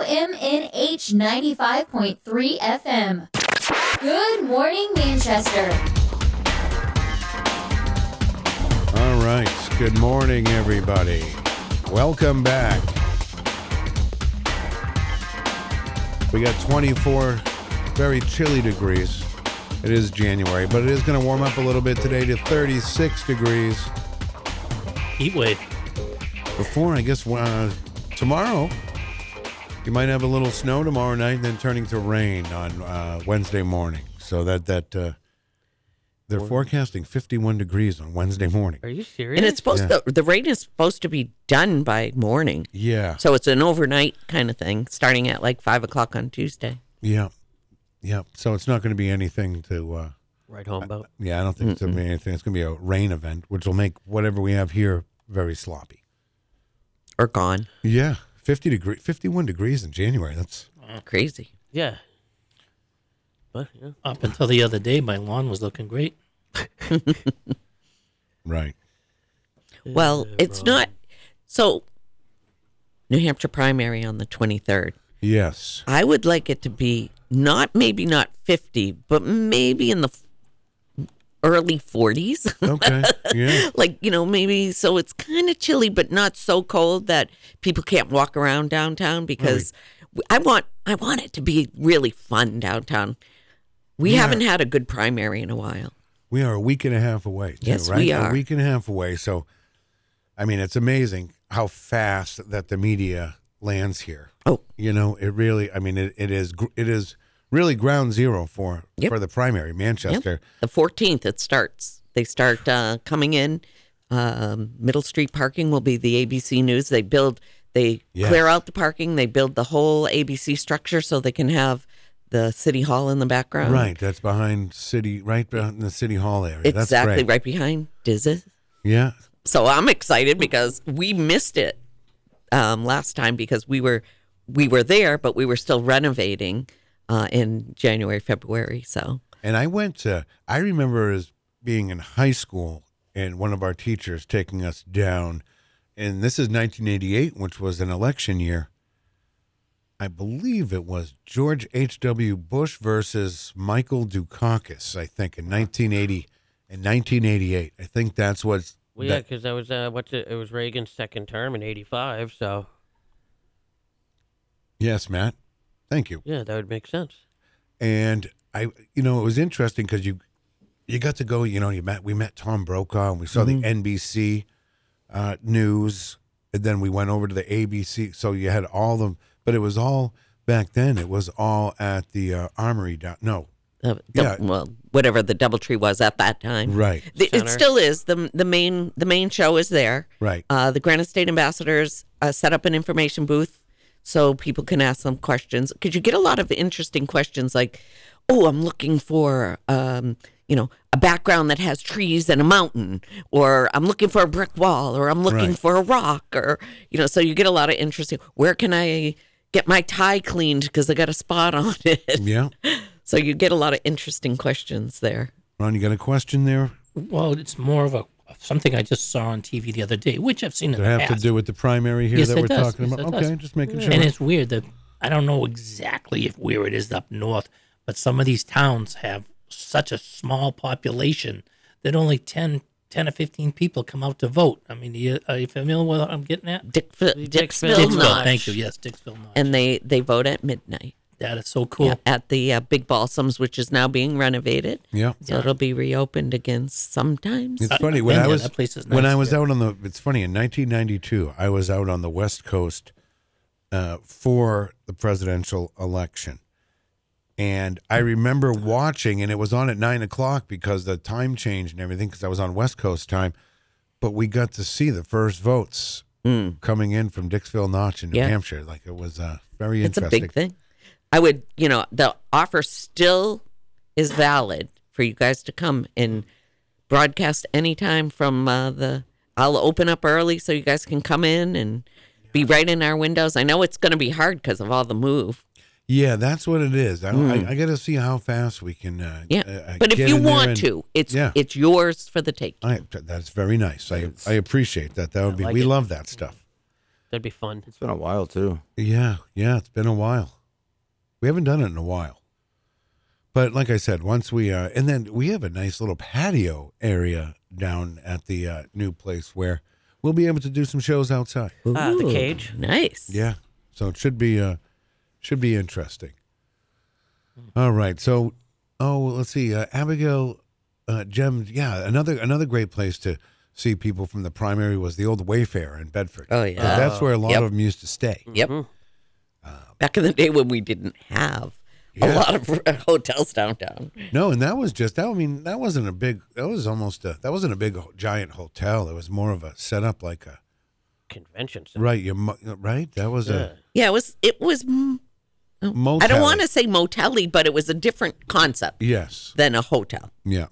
WMNH 95.3 FM. Good morning, Manchester.
All right. Good morning, everybody. Welcome back. We got 24 very chilly degrees. It is January, but it is going to warm up a little bit today to 36 degrees.
Heat wave.
Before, I guess, uh, tomorrow, you might have a little snow tomorrow night, then turning to rain on uh, Wednesday morning. So that that uh, they're forecasting 51 degrees on Wednesday morning.
Are you serious?
And it's supposed
Yeah.
to, the rain is supposed to be done by morning.
Yeah.
So it's an overnight kind of thing, starting at like five o'clock on Tuesday.
Yeah, yeah. So it's not going to be anything to. Uh,
Right home boat.
yeah, I don't think it's going to be anything. It's going to be a rain event, which will make whatever we have here very sloppy.
Or gone.
Yeah, 50 degree, 51 degrees in January. That's
Crazy.
Yeah. But yeah.
Up until the other day, my lawn was looking great.
right.
Well, it's not. So, New Hampshire primary on the 23rd.
Yes.
I would like it to be not maybe not 50, but maybe in the f- early 40s.
Okay. Yeah.
like, you know, maybe so it's kind of chilly, but not so cold that people can't walk around downtown because w I I want I want it to be really fun downtown. We
Yeah.
haven't had a good primary in a while.
We are a week and a half away. Too,
Yes,
right?
we
A
are.
week and a half away. So, I mean, it's amazing how fast that the media lands here.
Oh,
you know, it really. I mean, it, it is. gr- It is really ground zero for
Yep.
for the primary Manchester.
The 14th it starts. They start uh, coming in. Um, Middle Street parking will be the ABC News. They build, they
Yes.
clear out the parking. They build the whole ABC structure so they can have the city hall in the background.
Right. That's behind city. Right behind the city hall area. That's
Exactly.
great.
Right behind Dizzy.
Yeah.
So I'm excited because we missed it um, last time because we were we were there, but we were still renovating uh, in January, February. So
And I went to, I remember as being in high school and one of our teachers taking us down. And this is 1988, which was an election year. I believe it was George H.W. Bush versus Michael Dukakis, I think, in 1980 and 1988. I think that's what's.
Well, yeah,
that-
because that was uh, what's it? It was Reagan's second term in '85, so
yes, Matt. Thank you.
yeah, that would make sense.
and I, you know, it was interesting because you, you got to go. You know, you met we met Tom Brokaw and we saw
Mhm.
the NBC uh, news, and then we went over to the ABC. So you had all the, but it was all back then. It was all at the uh, Armory. Down, no,
uh,
Yeah.
dou- well, whatever the DoubleTree was at that time,
Right.
The, it
Center.
still is the the main the main show is there.
Right.
Uh, the Granite State ambassadors uh, set up an information booth so people can ask them questions because you get a lot of interesting questions like, "Oh, I'm looking for um, you know a background that has trees and a mountain," or "I'm looking for a brick wall," or "I'm looking
Right.
for a rock," or you know. So you get a lot of interesting. Where can I get my tie cleaned because I got a spot on it?
Yeah.
So you get a lot of interesting questions there.
Ron, you got a question there?
Well, it's more of a something I just saw on TV the other day, which I've seen
Does
in
it
the
have to
past.
do with the primary here
Yes,
that
it
we're
does.
talking
Yes,
about?
it does. Mm-hmm.
Okay, just making sure.
And it's weird that I don't know exactly if where it is up north, but some of these towns have such a small population that only 10, 10 or fifteen people come out to vote. I mean, you- are you familiar with what I'm getting at?
Dick, Dixville, Notch.
Thank you. Yes, Dixville. Notch.
And they they vote at midnight.
That is so cool.
Yeah, at the uh, Big Balsams, which is now being renovated.
Yeah.
So it'll be reopened again sometimes.
It's funny when I was when I was out on the. It's funny in 1992, I was out on the West Coast uh, for the presidential election, and I remember watching, and it was on at nine o'clock because the time change and everything, because I was on West Coast time. But we got to see the first votes coming in from Dixville Notch in New
Hmm. Yeah.
Hampshire. Like it was uh, very
it's a
interesting.
big thing. I would, you know, the offer still is valid for you guys to come and broadcast anytime from uh, the. I'll open up early so you guys can come in and be right in our windows. I know it's going to be hard because of all the move.
Yeah, that's what it is. I,
Mm.
I, I got to see how fast we can. Uh,
Yeah,
uh,
but if
get
you
in there
want
and-
to, it's
yeah.
it's yours for the take.
I, that's very nice. I I appreciate that. That would be.
like
we
it.
love that stuff.
That'd be fun.
It's been a while too.
Yeah, yeah. It's been a while. We haven't done it in a while. But like I said, once we uh, and then we have a nice little patio area down at the uh, new place where we'll be able to do some shows outside.
Ah, the Ooh, cage.
nice.
Yeah, so it should be uh, should be interesting. All right, so oh, well, let's see, uh, Abigail, uh, Gem, yeah, another another great place to see people from the primary was the old Wayfair in Bedford.
Oh,
'Cause
yeah.
that's where a lot
Yep.
of them used to stay.
Yep. Um, Back in the day when we didn't have a
Mm-hmm. Yeah.
lot of uh, hotels downtown.
No, and that was just that. I mean, that wasn't a big. That was almost a. That wasn't a big ho- giant hotel. It was more of a setup like a
Convention center.
right. Your mo- right. That was a
Yeah, it was it was. mm, oh, I
Motel-y.
don't want to say motelly, but it was a different concept
yes.
than a hotel.
Yeah.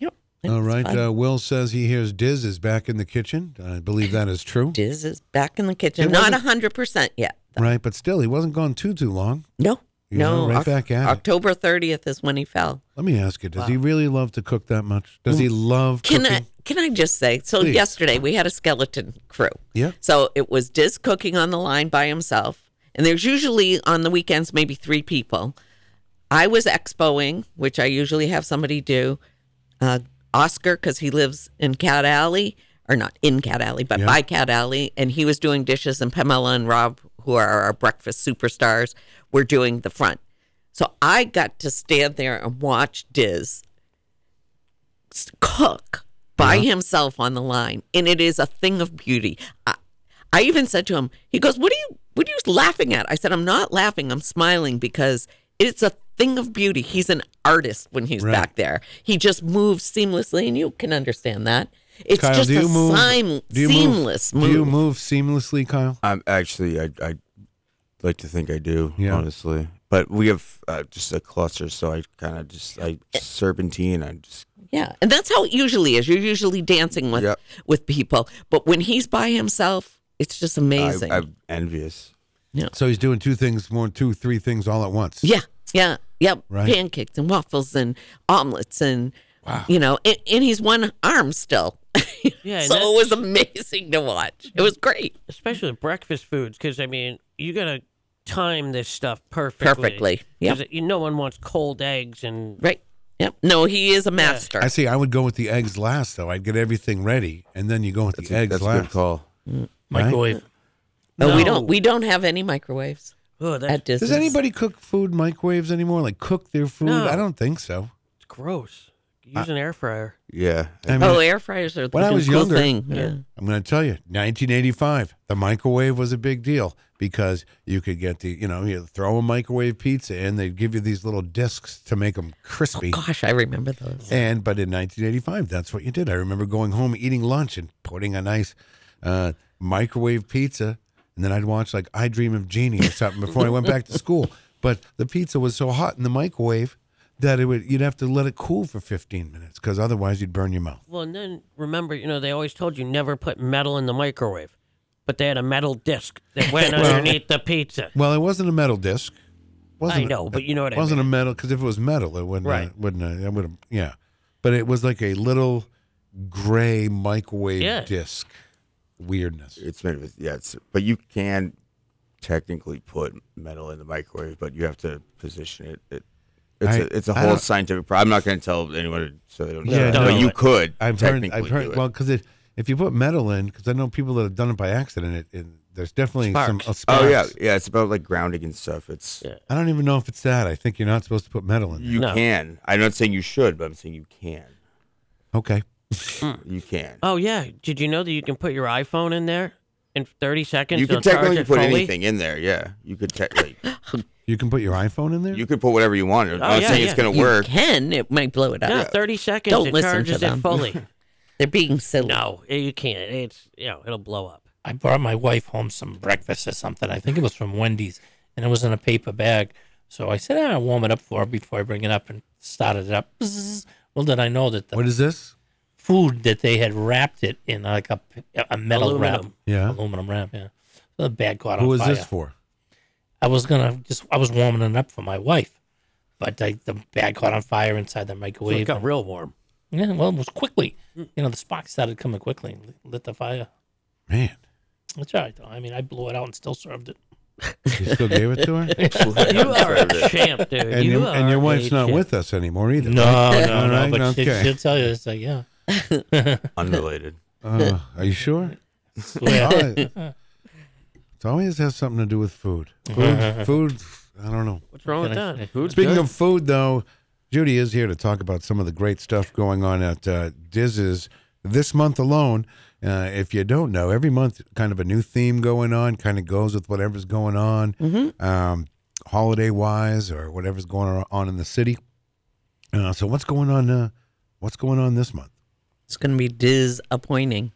Yep.
All right. Uh, Will says he hears Diz is back in the kitchen. I believe that is true.
Diz is back in the kitchen.
It
Not
wasn't-
hundred percent yet.
Right, but still, he wasn't gone too too long.
No.
You
no.
know, right
Oc-
back at it.
October thirtieth is when he fell.
Let me ask you: Does
Wow. Mm.
he really love to cook that much? Does he love
Can
cooking?
I can I just say? So
Please.
yesterday we had a skeleton crew.
Yeah.
So it was Diz cooking on the line by himself, and there's usually on the weekends maybe three people. I was expoing, which I usually have somebody do. Uh, Oscar, because he lives in Cat Alley, or not in Cat Alley, but by Cat Alley, and he was doing dishes. And Pamela and Rob, who are our breakfast superstars, were doing the front. So I got to stand there and watch Diz s- cook by himself on the line, and it is a thing of beauty. I, I even said to him, he goes, "What are you? What are you laughing at?" I said, "I'm not laughing. I'm smiling because it's a thing of beauty. He's an artist when he's
Right.
back there. He just moves seamlessly, and you can understand that. It's
Kyle,
just
do
a
you move?
sim-
do you
seamless
move,
move.
Do you move seamlessly, Kyle?
I'm actually I I like to think I do
Yeah.
honestly, but we have uh, just a cluster, so I kind of just I serpentine. I just
Yeah, and that's how it usually is. You're usually dancing with with people, but when he's by himself, it's just amazing.
I, I'm envious.
Yeah.
So he's doing two things, more two, three things all at once.
Yeah, yeah, yep.
Right.
Pancakes and waffles and omelets and you know, and, and he's one arm still.
Yeah, and
so
that's-
it was amazing to watch. It was great.
especially the breakfast foods, because I mean, you gotta time this stuff perfectly.
Perfectly, yep.
'Cause it- you- no one wants cold eggs and
Right. Yep. No, he is a master.
I see. I would go with the eggs last, though. I'd get everything ready, and then you go with the eggs
that's a
last.
good call.
Microwave.
No, we
No.
don't. We don't have any microwaves
Oh, that's
at Disney.
Does anybody cook food in microwaves anymore? Like cook their food?
No.
I don't think so.
gross. Use an air fryer.
Yeah.
I mean,
oh, air fryers are the
when I was
cool
younger,
thing. Yeah. Oh,
I'm going to tell you, 1985, the microwave was a big deal because you could get the, you know, you throw a microwave pizza in, they'd give you these little discs to make them crispy.
Gosh, I remember those.
And but in 1985, that's what you did. I remember going home, eating lunch, and putting a nice uh, microwave pizza, and then I'd watch like I Dream of Jeannie or something before I went back to school. But the pizza was so hot in the microwave that it would you'd have to let it cool for 15 minutes because otherwise you'd burn your mouth.
Well, and then remember, you know, they always told you never put metal in the microwave, but they had a metal disc that went
Well-
underneath the pizza.
Well, it wasn't a metal disc. Wasn't
I know, but you know what I
It wasn't a metal because if it was metal, it wouldn't.
Right.
Uh, wouldn't. Uh, it would. have Yeah. But it was like a little gray microwave
Yeah.
disc. Weirdness.
It's made with yeah. It's but you can technically put metal in the microwave, but you have to position it. it it's
I-
a it's a
I
whole
don't-
scientific. Pro- I'm not going to tell anyone so they don't.
Yeah,
know.
no.
But you could.
I've heard.
technically
I've
do
heard.
it.
Well, because it, if you put metal in, because I know people that have done it by accident, it, it there's definitely some. uh, sparks.
Oh yeah, yeah. It's about like grounding and stuff. It's
I don't even know if it's that. I think you're not supposed to put metal in. There.
you can. I'm not saying you should, but I'm saying you can.
Okay.
You can.
Oh yeah, did you know that you can put your iPhone in there in 30 seconds?
You
it'll
can
charge
technically
it
put
fully?
anything in there. Yeah, you could technically.
You can put your iPhone in there.
You could put whatever you want. I'm
Oh,
not
yeah,
saying it's
yeah.
going to
You
work.
Ken, it might blow it up.
No, 30 seconds.
Don't
it
listen
charges
to them.
it fully.
They're being silly.
no, you can't. It's you know, it'll blow up.
I brought my wife home some breakfast or something. I think it was from Wendy's, and it was in a paper bag. So I said, "Ah, "I'll warm it up for her before I bring it up," and started it up. Bzzz. Well, then I know that the
What is this?
food that they had wrapped it in like a, a metal
Aluminum.
wrap.
Yeah.
Aluminum wrap, yeah. So the bag caught
Who
on
was
fire.
this for?
I was gonna just I was warming it up for my wife, but I, the bag caught on fire inside the microwave.
got Hmm.
and-
real warm.
Yeah, well, it was quickly. You know, the spark started coming quickly and lit the fire.
Man.
That's all right, though. I mean, I blew it out and still served it.
You still gave it to her?
You are a champ, dude.
And,
You
your, and your
are
wife's
a
not
champ.
with us anymore either.
No,
right?
no,
All
no,
right,
but she-
okay.
she'll tell you, it's like, yeah.
Unrelated.
Uh, are you sure?
Swear.
It's always- it always has something to do with food. Food, food. I don't know.
What's wrong with that? Food's
Speaking
good.
of food, though, Judy is here to talk about some of the great stuff going on at uh, Diz's this month alone. Uh, if you don't know, every month, kind of a new theme going on, kind of goes with whatever's going on,
Mm-hmm.
um, holiday wise, or whatever's going on in the city. Uh, so, what's going on? Uh, what's going on this month?
It's going to be disappointing.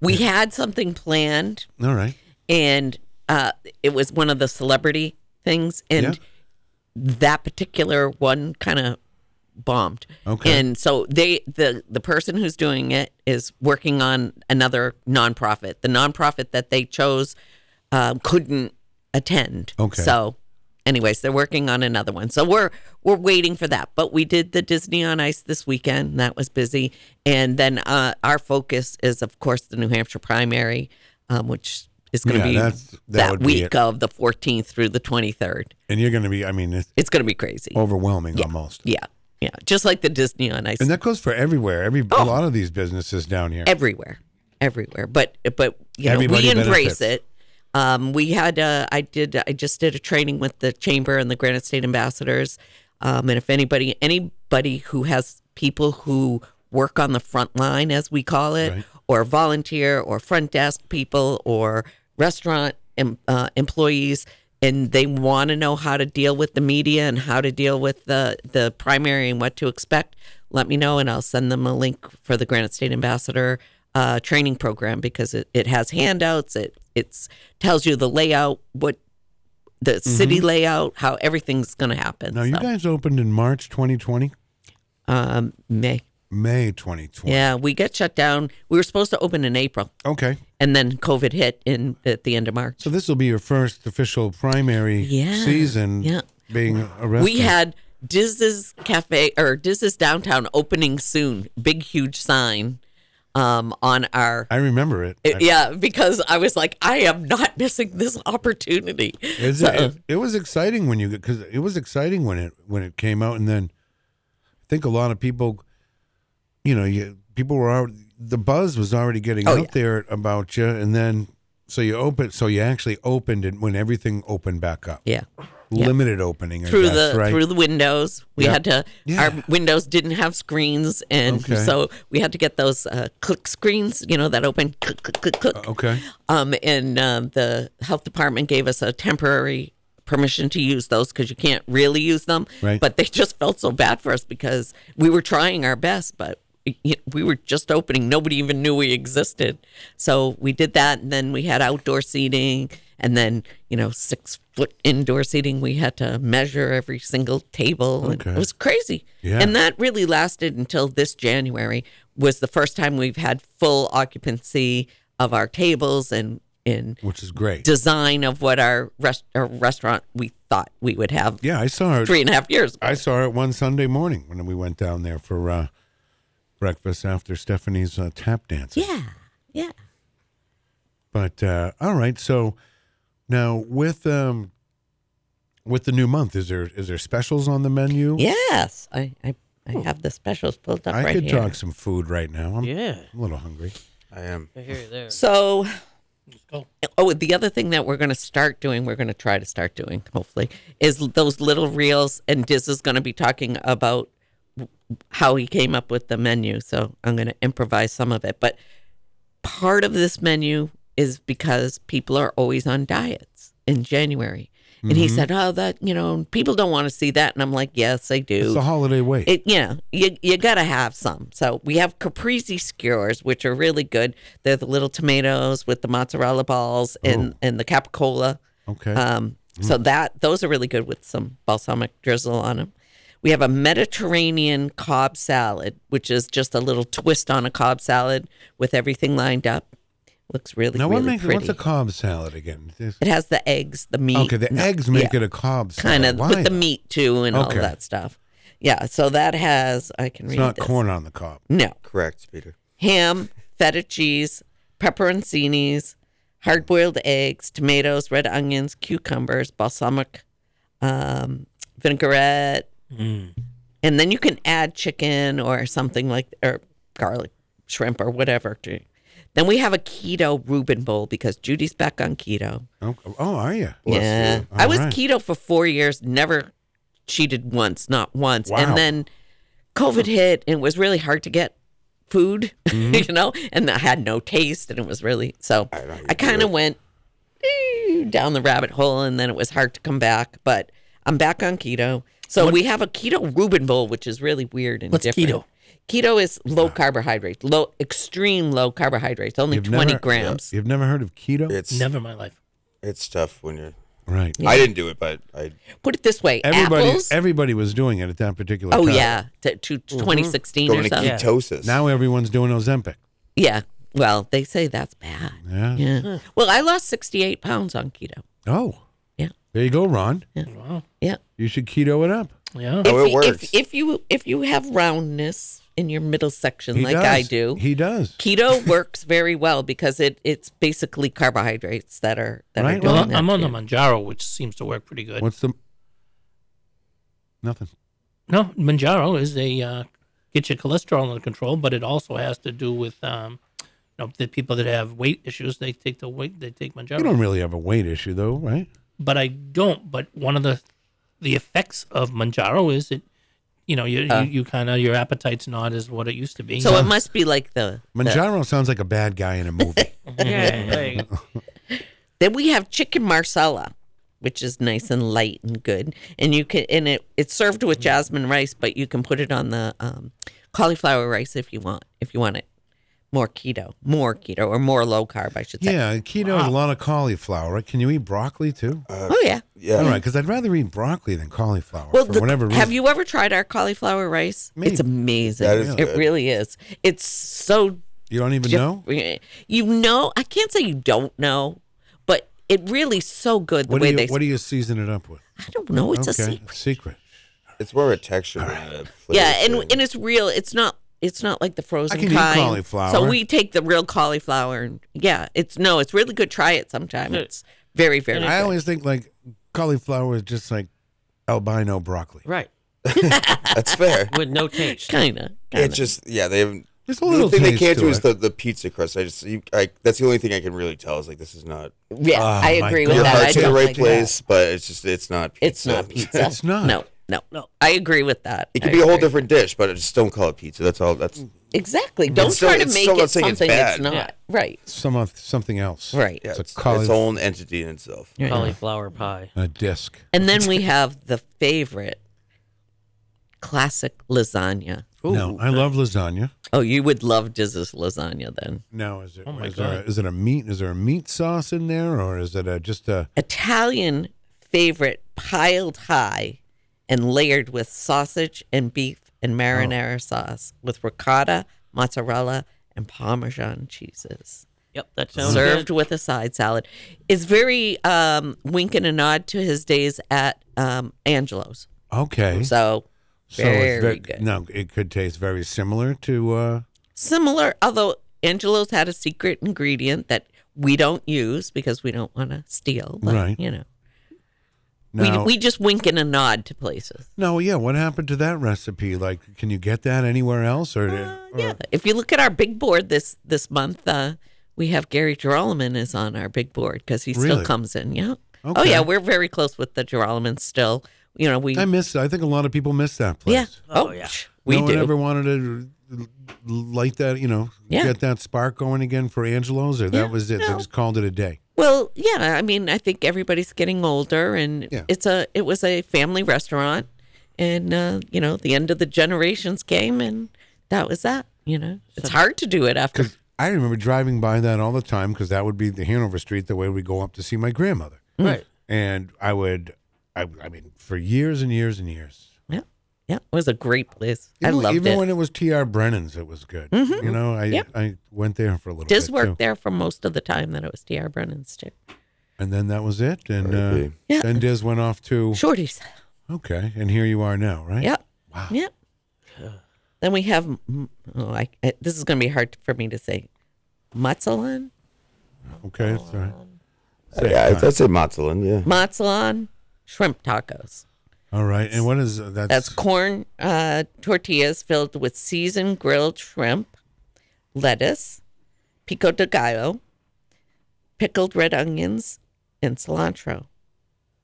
we had something planned
All right.
and uh, it was one of the celebrity things, and
Yeah.
that particular one kind of bombed.
Okay.
and so they the the person who's doing it is working on another nonprofit. The nonprofit that they chose um, couldn't attend.
Okay.
so. Anyways, they're working on another one, so we're we're waiting for that. But we did the Disney on Ice this weekend; and that was busy, and then uh, our focus is, of course, the New Hampshire primary, um, which is going
Yeah,
to be
that's- that
that,
would be
week
it.
of the 14th through the 23rd.
And you're going to be, I mean, it's,
It's going to be crazy.
Oh. overwhelming almost.
Yeah. Yeah. Just like the Disney on Ice.
And that goes for everywhere. Every
Oh.
a lot of these businesses down here.
everywhere. Everywhere. But, but, you know,
Everybody
we embrace
benefits.
it. Um, we had, uh, I did, I just did a training with the chamber and the Granite State ambassadors. Um, and if anybody, anybody who has people who work on the front line, as we call it, or volunteer or front desk people or restaurant em, uh, employees, and they want to know how to deal with the media and how to deal with the, the primary and what to expect, let me know and I'll send them a link for the Granite State Ambassador uh, training program because it, it has handouts. It it's tells you the layout, what the city layout, how everything's going to happen.
Now, you
So,
guys opened in March 2020?
Um, May.
May 2020.
yeah, we got shut down. We were supposed to open in April.
Okay.
And then COVID hit in at the end of March.
So this will be your first official primary
Yeah,
season
yeah.
being a restaurant.
We had Diz's Cafe or Diz's Downtown opening soon. Big huge sign um, on our
I remember it.
It- yeah, because I was like, I am not missing this opportunity.
Is
So- uh,
it, it, it was exciting when you because it was exciting when it when it came out, and then I think a lot of people, you know, you people were out. The buzz was already getting
Oh,
out
yeah.
there about you, and then so you open, so you actually opened it when everything opened back up.
Yeah. Yeah.
limited opening I
through
guess,
the
right?
through the windows. We
Yeah.
had to. Our windows didn't have screens, and
Okay.
so we had to get those uh, click screens. You know that open click click click click.
Uh, okay.
Um, and um, the health department gave us a temporary permission to use those because you can't really use them.
Right.
But they just felt so bad for us because we were trying our best, but y- we were just opening. Nobody even knew we existed. So we did that, and then we had outdoor seating, and then you know six foot indoor seating. We had to measure every single table. and
Okay.
It was crazy.
Yeah.
And that really lasted until this January was the first time we've had full occupancy of our tables and in
which is great
design of what our, rest, our restaurant we thought we would have.
Yeah, I saw it
three and a half years.
I saw it one Sunday morning when we went down there for uh, breakfast after Stephanie's uh, tap dance.
Yeah, yeah.
But uh, all right, so now with um, with the new month, is there is there specials on the menu?
Yes, I I, I have the specials pulled up
I
right
could
here.
talk some food right now. I'm,
Yeah.
I'm a little hungry. I am.
I hear you there.
So, oh, the other thing that we're going to start doing, we're going to try to start doing, hopefully, is those little reels. And Diz is going to be talking about w- how he came up with the menu. So I'm going to improvise some of it. But part of this menu is because people are always on diets in January. And he
Mhm.
said, "Oh, that you know, people don't want to see that." And I'm like, "Yes, they do."
It's the holiday wait.
It, yeah, you you gotta have some. So we have caprese skewers, which are really good. They're the little tomatoes with the mozzarella balls and and the capicola.
Okay.
uh,
Mm.
Um, so that those are really good with some balsamic drizzle on them. We have a Mediterranean cob salad, which is just a little twist on a cob salad with everything lined up. Looks really,
Now, what
really
makes
pretty.
what's a Cobb salad again? This-
It has the eggs, the meat.
Okay, the eggs make it a Cobb salad.
Kind of
Why,
with the
though?
meat too and all
Okay.
of that stuff. Yeah, so that has I can
It's
read
not
this.
corn on the cob.
No.
Correct, Peter.
Ham, feta cheese, pepperoncinis, hard boiled eggs, tomatoes, red onions, cucumbers, balsamic um, vinaigrette.
Mm.
And then you can add chicken or something like or garlic shrimp or whatever. to- Then we have a keto Reuben bowl because Judy's back on keto.
Oh, oh, are you?
Yeah. I was
Alright.
keto for four years, never cheated once, not once.
Wow.
And then COVID hit and it was really hard to get food,
Mm-hmm.
you know, and I had no taste and it was really, so I, kind of went eh, down the rabbit hole and then it was hard to come back, but I'm back on keto. So
What-
we have a keto Reuben bowl, which is really weird and
What's
different.
keto?
Keto is low carbohydrate, low extreme low carbohydrates, only
You've
20
never-
grams.
You've never heard of keto?
It's
Never in my life.
it's tough when you're
right.
I didn't do it, but I
Put it this way,
Everybody,
apples.
everybody was doing it at that particular
Oh
time.
yeah, to, to
Mm-hmm.
2016
going
or
to
something. Yeah.
ketosis.
Now everyone's doing Ozempic.
Well, they say that's bad.
Yeah.
Yeah. Well, I lost 68 pounds on keto.
Oh.
Yeah.
There you go, Ron.
Wow.
Yeah.
You should keto it up.
Yeah.
if,
Oh, it
you- if-
works.
If, you if you have roundness in your middle section
He
like
does.
I do,
He does.
keto works very well because it it's basically carbohydrates that are that are
Right.
doing
Well,
that
I'm on
to
the
you.
Manjaro, which seems to work pretty good.
What's the nothing?
No, Manjaro is a uh, get your cholesterol under control, but it also has to do with um, you know, the people that have weight issues. They take the weight. They take Manjaro.
You don't really have a weight issue though, right?
but I don't. But one of the the effects of Manjaro is it, you know, you
Uh.
you, you kind of your appetite's not as what it used to be.
So it must be like the the-
Manjaro sounds like a bad guy in a movie.
Yeah, like,
Then we have chicken marsala, which is nice and light and good, and you can and it it's served with jasmine rice, but you can put it on the um, cauliflower rice if you want if you want it more keto, more keto or more low carb, I should say.
yeah, keto is a lot of cauliflower. right? Can you eat broccoli too?
Uh,
Oh yeah.
All
yeah.
right, because I'd rather eat broccoli than cauliflower
Well,
for
the-
whatever reason.
have you ever tried our cauliflower rice?
Maybe.
It's amazing.
That is
it
good.
really is. It's so
You don't even
diff-
know.
You know, I can't say you don't know, but it really so good the
What
way
do you
they.
What do you season it up with?
I don't know. It's a secret.
secret.
It's more of a texture than a flavor.
yeah and
thing.
and it's real it's not it's not like the frozen
can eat
kind.
cauliflower.
so we take the real cauliflower and yeah it's no it's really good try it sometime
Yeah.
it's very very
I
good.
always think like cauliflower is just like albino broccoli.
right.
that's fair.
With no taste.
kinda
It
kinda
just yeah they haven't.
There's a
The
little
only thing they
taste
can't
to
do is
it.
the, the pizza crust. I just you, I, that's the only thing I can really tell is like this is not
yeah
Oh,
i
my
agree
God.
with
your
that I
heart's in the
don't
right
like that.
place, but it's just it's not. Pizza.
it's not pizza
It's not.
no no
No.
i agree with that
It could
I
be a whole
agree.
different dish, but just don't call it pizza. That's all. That's
exactly don't
still-
try to
it's
make
still
it
not saying
something
it's bad.
it's, not
Yeah.
right
Some of something else.
right
yeah,
It's a
it's,
cauli-
its own entity in itself.
Cauliflower pie.
A disc.
and then we have the favorite classic lasagna
No, I love lasagna.
oh you would love diz's lasagna then
Now is it
Oh
my
is there a-
God.
is it a meat is there a meat sauce in there or is it a, just a
Italian favorite piled high and layered with sausage and beef and marinara
Oh.
sauce with ricotta, mozzarella, and Parmesan cheeses.
Yep, that sounds
Served
good.
with a side salad. It's very um, wink and a nod to his days at um, Angelo's.
okay?
So very
ve-
good.
Now it could taste very similar to uh,
Similar, although Angelo's had a secret ingredient that we don't use because we don't want to steal. But,
Right.
You know,
now.
we, we just wink and a nod to places.
no, yeah. What happened to that recipe? Like, can you get that anywhere else? Or, or-
Uh, Yeah, if you look at our big board this this month, uh, we have Gary Gerolman is on our big board because he
Really?
still comes in. Yeah. Oh
Okay.
yeah, we're very close with the Gerolmans still. You know we.
I miss. I think a lot of people miss that place.
yeah.
Oh,
Oh,
yeah.
psh, We
no
do.
one ever wanted to l- light that. You know,
Yeah.
get that spark going again for Angelo's, or that
Yeah,
was it. They
no.
just called it a day.
Well, yeah. I mean, I think everybody's getting older, and
Yeah.
it's a it was a family restaurant, and uh, you know the end of the generations came, and that was that. You know, it's hard to do it after.
Because I remember driving by that all the time because that would be the Hanover Street, the way we go up to see my
Mm.
grandmother.
Right.
And I would, I, I mean, for years and years and years,
Yeah. Yeah, it was a great place. I
Even-
loved
even
it.
when it was T.R. Brennan's, it was good.
Mhm.
You know, I
Yeah.
I went there for a little
Diz
bit.
worked
too.
there for most of the time that it was T.R. Brennan's too.
And then that was it. And uh,
R.I.P. Yeah.
then Diz went off to
Shorty's.
Okay. And here you are now, right?
Yep. Yep. Then we have, mm, oh, I, I- this is going to be hard for me to say, Matzalan?
Okay. That's all right.
yeah, I'd, I'd say Matzalan, yeah.
Matzalan shrimp tacos.
All right. And what is uh, that's,
That's corn uh, tortillas filled with seasoned grilled shrimp, lettuce, pico de gallo, pickled red onions, and cilantro.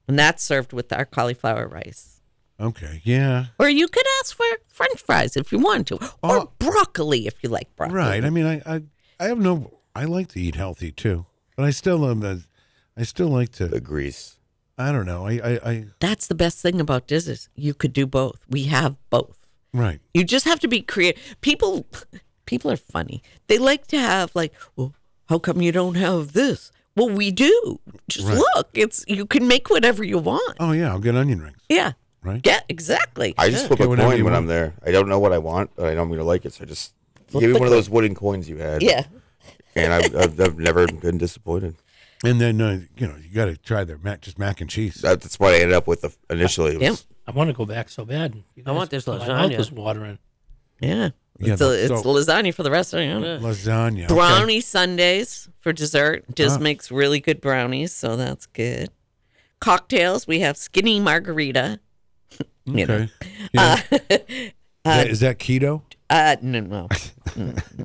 And that's served with our cauliflower rice.
okay. Yeah.
Or you could ask for french fries if you want to, or broccoli if you like broccoli.
Oh. Right. I mean, I, I I have no. I like to eat healthy too, but I still am. A, I still like to the
grease.
I don't know. I I, I
That's the best thing about this is you could do both. We have both.
right.
You just have to be creative. People, people are funny. They like to have like, well, how come you don't have this? Well, we do. Just
Right.
look. It's you can make whatever you want.
Oh yeah, I'll get onion rings.
Yeah.
Right.
Yeah. Exactly.
I just
Yeah.
flip
Get
a
whatever
coin
you
when
want.
I'm there. I don't know what I want, but I know I'm going to like it. So I just
Flip
give me
the
one of those
coin.
wooden coins you had.
Yeah.
And I've, I've, I've never been disappointed.
And then uh, you know you got to try their mac just mac and cheese.
That- That's what I ended up with the, initially. It was-
I want to go back so bad. You
I want
guys-
this
my mouth
lasagna.
is watering.
Yeah.
Yeah,
it's a,
so-
it's lasagna for the rest of you.
Lasagna. okay.
Brownie sundaes for dessert. Just
Ah.
makes really good brownies, so that's good. Cocktails, we have skinny margarita. you know.
Okay. Yeah.
Uh,
That- is that keto?
Uh, no, no.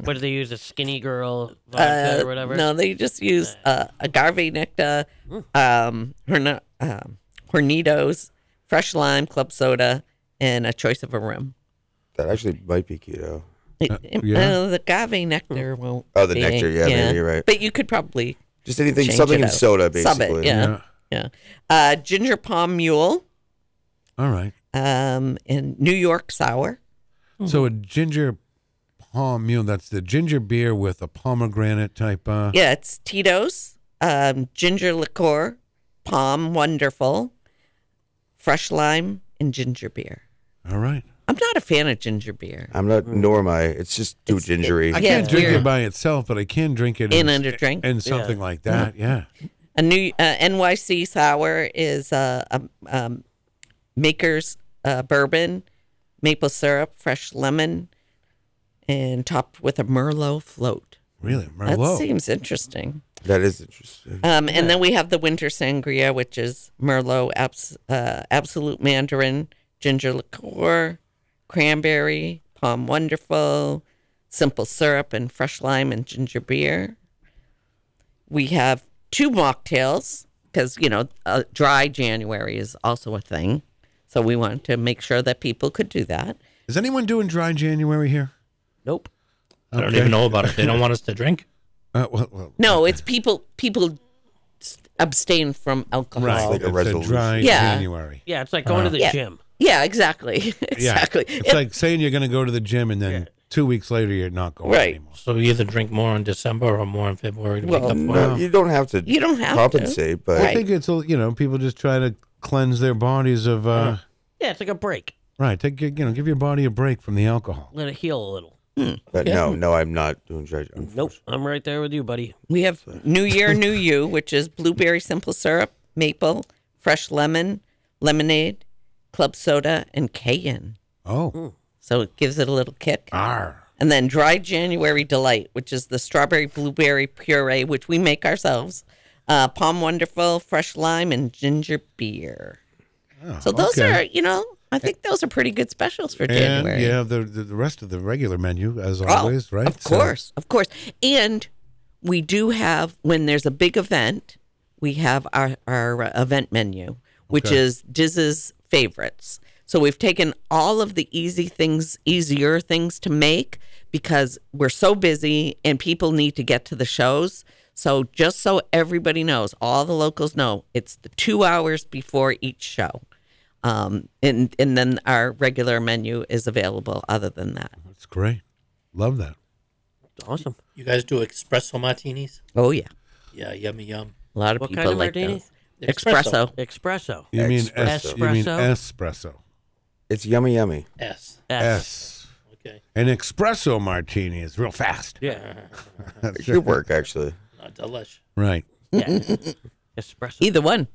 What do they use? A skinny girl vodka
Uh,
or whatever?
No, they just use uh, agave nectar,
Mm.
um, horn- um, Hornitos, fresh lime, club soda, and a choice of a rim.
That actually might be keto.
Uh, the agave nectar
Mm.
won't.
Oh, the
be-
nectar, yeah, maybe you're right.
But you could probably
Just anything-
change
something
it
in
up.
soda,
Sub it,
basically.
yeah, yeah. Uh, ginger palm mule,
All right.
um, and New York sour. Mm-hmm.
So a ginger palm mule. That's the ginger beer with a pomegranate type. Uh,
Yeah, it's Tito's, um, ginger liqueur, palm wonderful, fresh lime, and ginger beer.
All right.
I'm not a fan of ginger beer.
I'm not, nor am I. It's just too gingery.
I
Yeah,
can't
Mm-hmm. it's
drink
weird.
it by itself, but I can drink it and
In under drink?
and something
Yeah.
like that. Yeah.
A new uh, NYC sour is uh, um, um, maker's uh, bourbon, maple syrup, fresh lemon, and topped with a Merlot float.
Really,
That
Merlot?
seems interesting.
That is interesting.
Um, and then we have the winter sangria, which is Merlot, abs- uh, absolute mandarin, ginger liqueur, cranberry, palm wonderful, simple syrup, and fresh lime and ginger beer. We have two mocktails because, you know, uh, dry January is also a thing. So we wanted to make sure that people could do that.
Is anyone doing dry January here?
Nope.
I don't even know about it. They don't want us to drink.
Uh, well, well,
No, it's people, people s- abstain from alcohol.
right.
like a resolution.
dry
Yeah.
January.
Yeah, it's like going to the
Uh-huh. Yeah.
gym.
Yeah, exactly. exactly.
Yeah. It's like saying you're going to go to the gym and then two weeks later you're not going
Right.
anymore.
So we either drink more in December or more in February to
Well,
make up for
No,
it.
you don't have to
Oh, You don't have to.
compensate, but
I think it's, a- you know, people just try to cleanse their bodies of, uh,
Yeah, it's like a break.
right. Take, your- you know, give your body a break from the alcohol.
Let it heal a little.
but
Yeah.
no, no, I'm not doing dry. I'm
Nope, I'm right there with you, buddy.
We have New Year, New You, which is blueberry simple syrup, maple, fresh lemon, lemonade, club soda, and cayenne.
Oh.
Mm. So it gives it a little kick.
Arr.
And then Dry January Delight, which is the strawberry blueberry puree, which we make ourselves, uh, palm wonderful, fresh lime, and ginger beer. so those
Oh, okay.
are, you know, I think those are pretty good specials for
And
January. Oh,
you have the, the, the rest of the regular menu, as always, right?
Of course, of course. And we do have when there's a big event, we have our our uh, event menu, which
Okay.
is Diz's favorites. So we've taken all of the easy things, easier things to make because we're so busy and people need to get to the shows. So just so everybody knows, all the locals know, it's the two hours before each show. Um, and, and then our regular menu is available other than that.
It's great. Love that.
Awesome.
You guys do espresso martinis?
Oh, yeah.
Yeah, yummy yum.
A lot of
What
people
kind of
like
martini?
those. Espresso.
Espresso.
You mean, es- you mean espresso?
It's yummy, yummy.
S.
S. Okay. An espresso martini is real fast.
Yeah.
Good work, actually.
Not delish.
Right.
Yeah. Espresso.
Either one.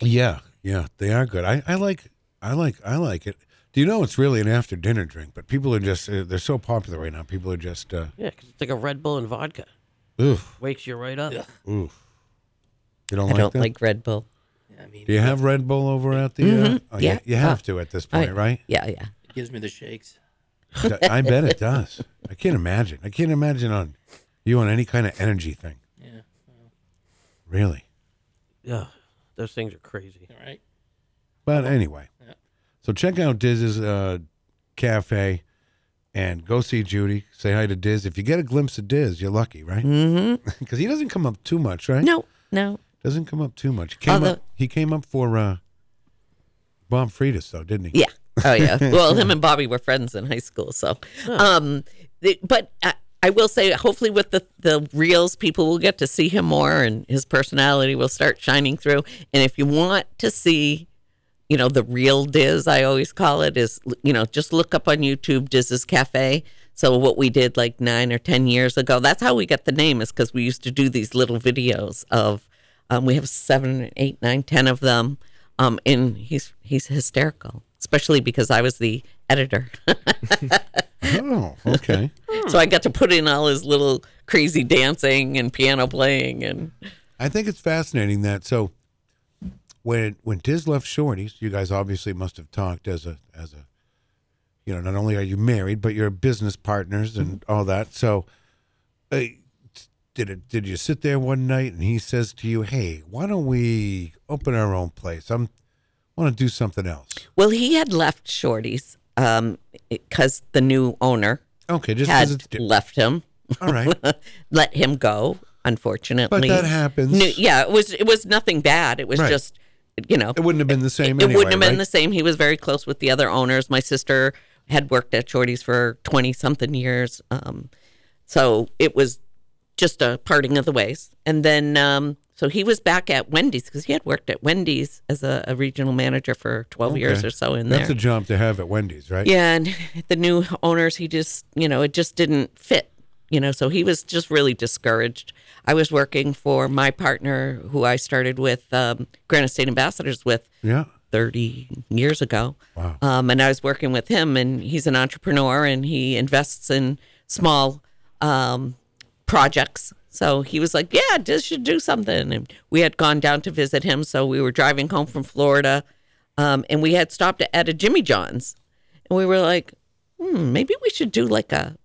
Yeah, yeah, they are good. I, I like, I like, I like it. Do you know it's really an after dinner drink? But people are just—they're so popular right now. People are just, uh,
Yeah, 'cause it's like a Red Bull and vodka.
oof,
Wakes you right up.
oof. You don't
I
like
don't
that?
like Red Bull.
Do you have Red Bull over at the? Uh,
Mhm,
oh,
yeah.
You, you have
Oh,
to at this
I-
point, right?
Yeah, yeah.
It gives me the shakes.
D- I bet it does. I can't imagine. I can't imagine on you on any kind of energy thing. Yeah. Really.
Yeah. Those things are crazy.
All right.
But anyway, so check out Diz's uh, cafe and go see Judy. Say hi to Diz. If you get a glimpse of Diz, you're lucky, right?
Mm-hmm.
Because he doesn't come up too much, right?
No, no.
doesn't come up too much. Came
Although-
up, he came up for uh, Bob Freitas, though, didn't he?
Yeah. Oh yeah. well, him and Bobby were friends in high school, so. Um, th- but I, I will say, hopefully, with the the reels, people will get to see him more, and his personality will start shining through. And if you want to see, you know, the real Diz, I always call it is, you know, just look up on YouTube Diz's Cafe. So what we did like nine or ten years ago, that's how we got the name, is because we used to do these little videos of. Um, we have seven, eight, nine, ten of them. Um, and he's he's hysterical, especially because I was the editor.
oh, okay.
So I got to put in all his little crazy dancing and piano playing and
I think it's fascinating that so when when Diz left Shorty's, you guys obviously must have talked as a as a you know not only are you married but you're business partners and all that. So uh, did it? Did you sit there one night and he says to you, "Hey, why don't we open our own place? I'm want to do something else."
Well, he had left Shorty's um because the new owner
Okay, just 'cause
had
it's di-
left him.
All right.
let him go. Unfortunately,
that happens.
No, yeah, it was it was nothing bad. It was
Right.
just you know
It wouldn't have been the same.
it
anyway,
wouldn't have been
right?
the same. He was very close with the other owners. My sister had worked at Shorty's for 20 something years. Um, so it was just a parting of the ways. And then, um, so he was back at Wendy's because he had worked at Wendy's as a, a regional manager for 12 years
Okay.
or so in
That's
there.
a job to have at Wendy's, right?
Yeah. And the new owners, he just, you know, it just didn't fit, you know, so he was just really discouraged. I was working for my partner who I started with, um, Granite State Ambassadors with
Yeah.
30 years ago.
Wow.
Um, and I was working with him, and he's an entrepreneur and he invests in small um, projects. So he was like, Yeah, this should do something. And we had gone down to visit him. So we were driving home from Florida um, and we had stopped at a Jimmy John's. And we were like, hmm, Maybe we should do like a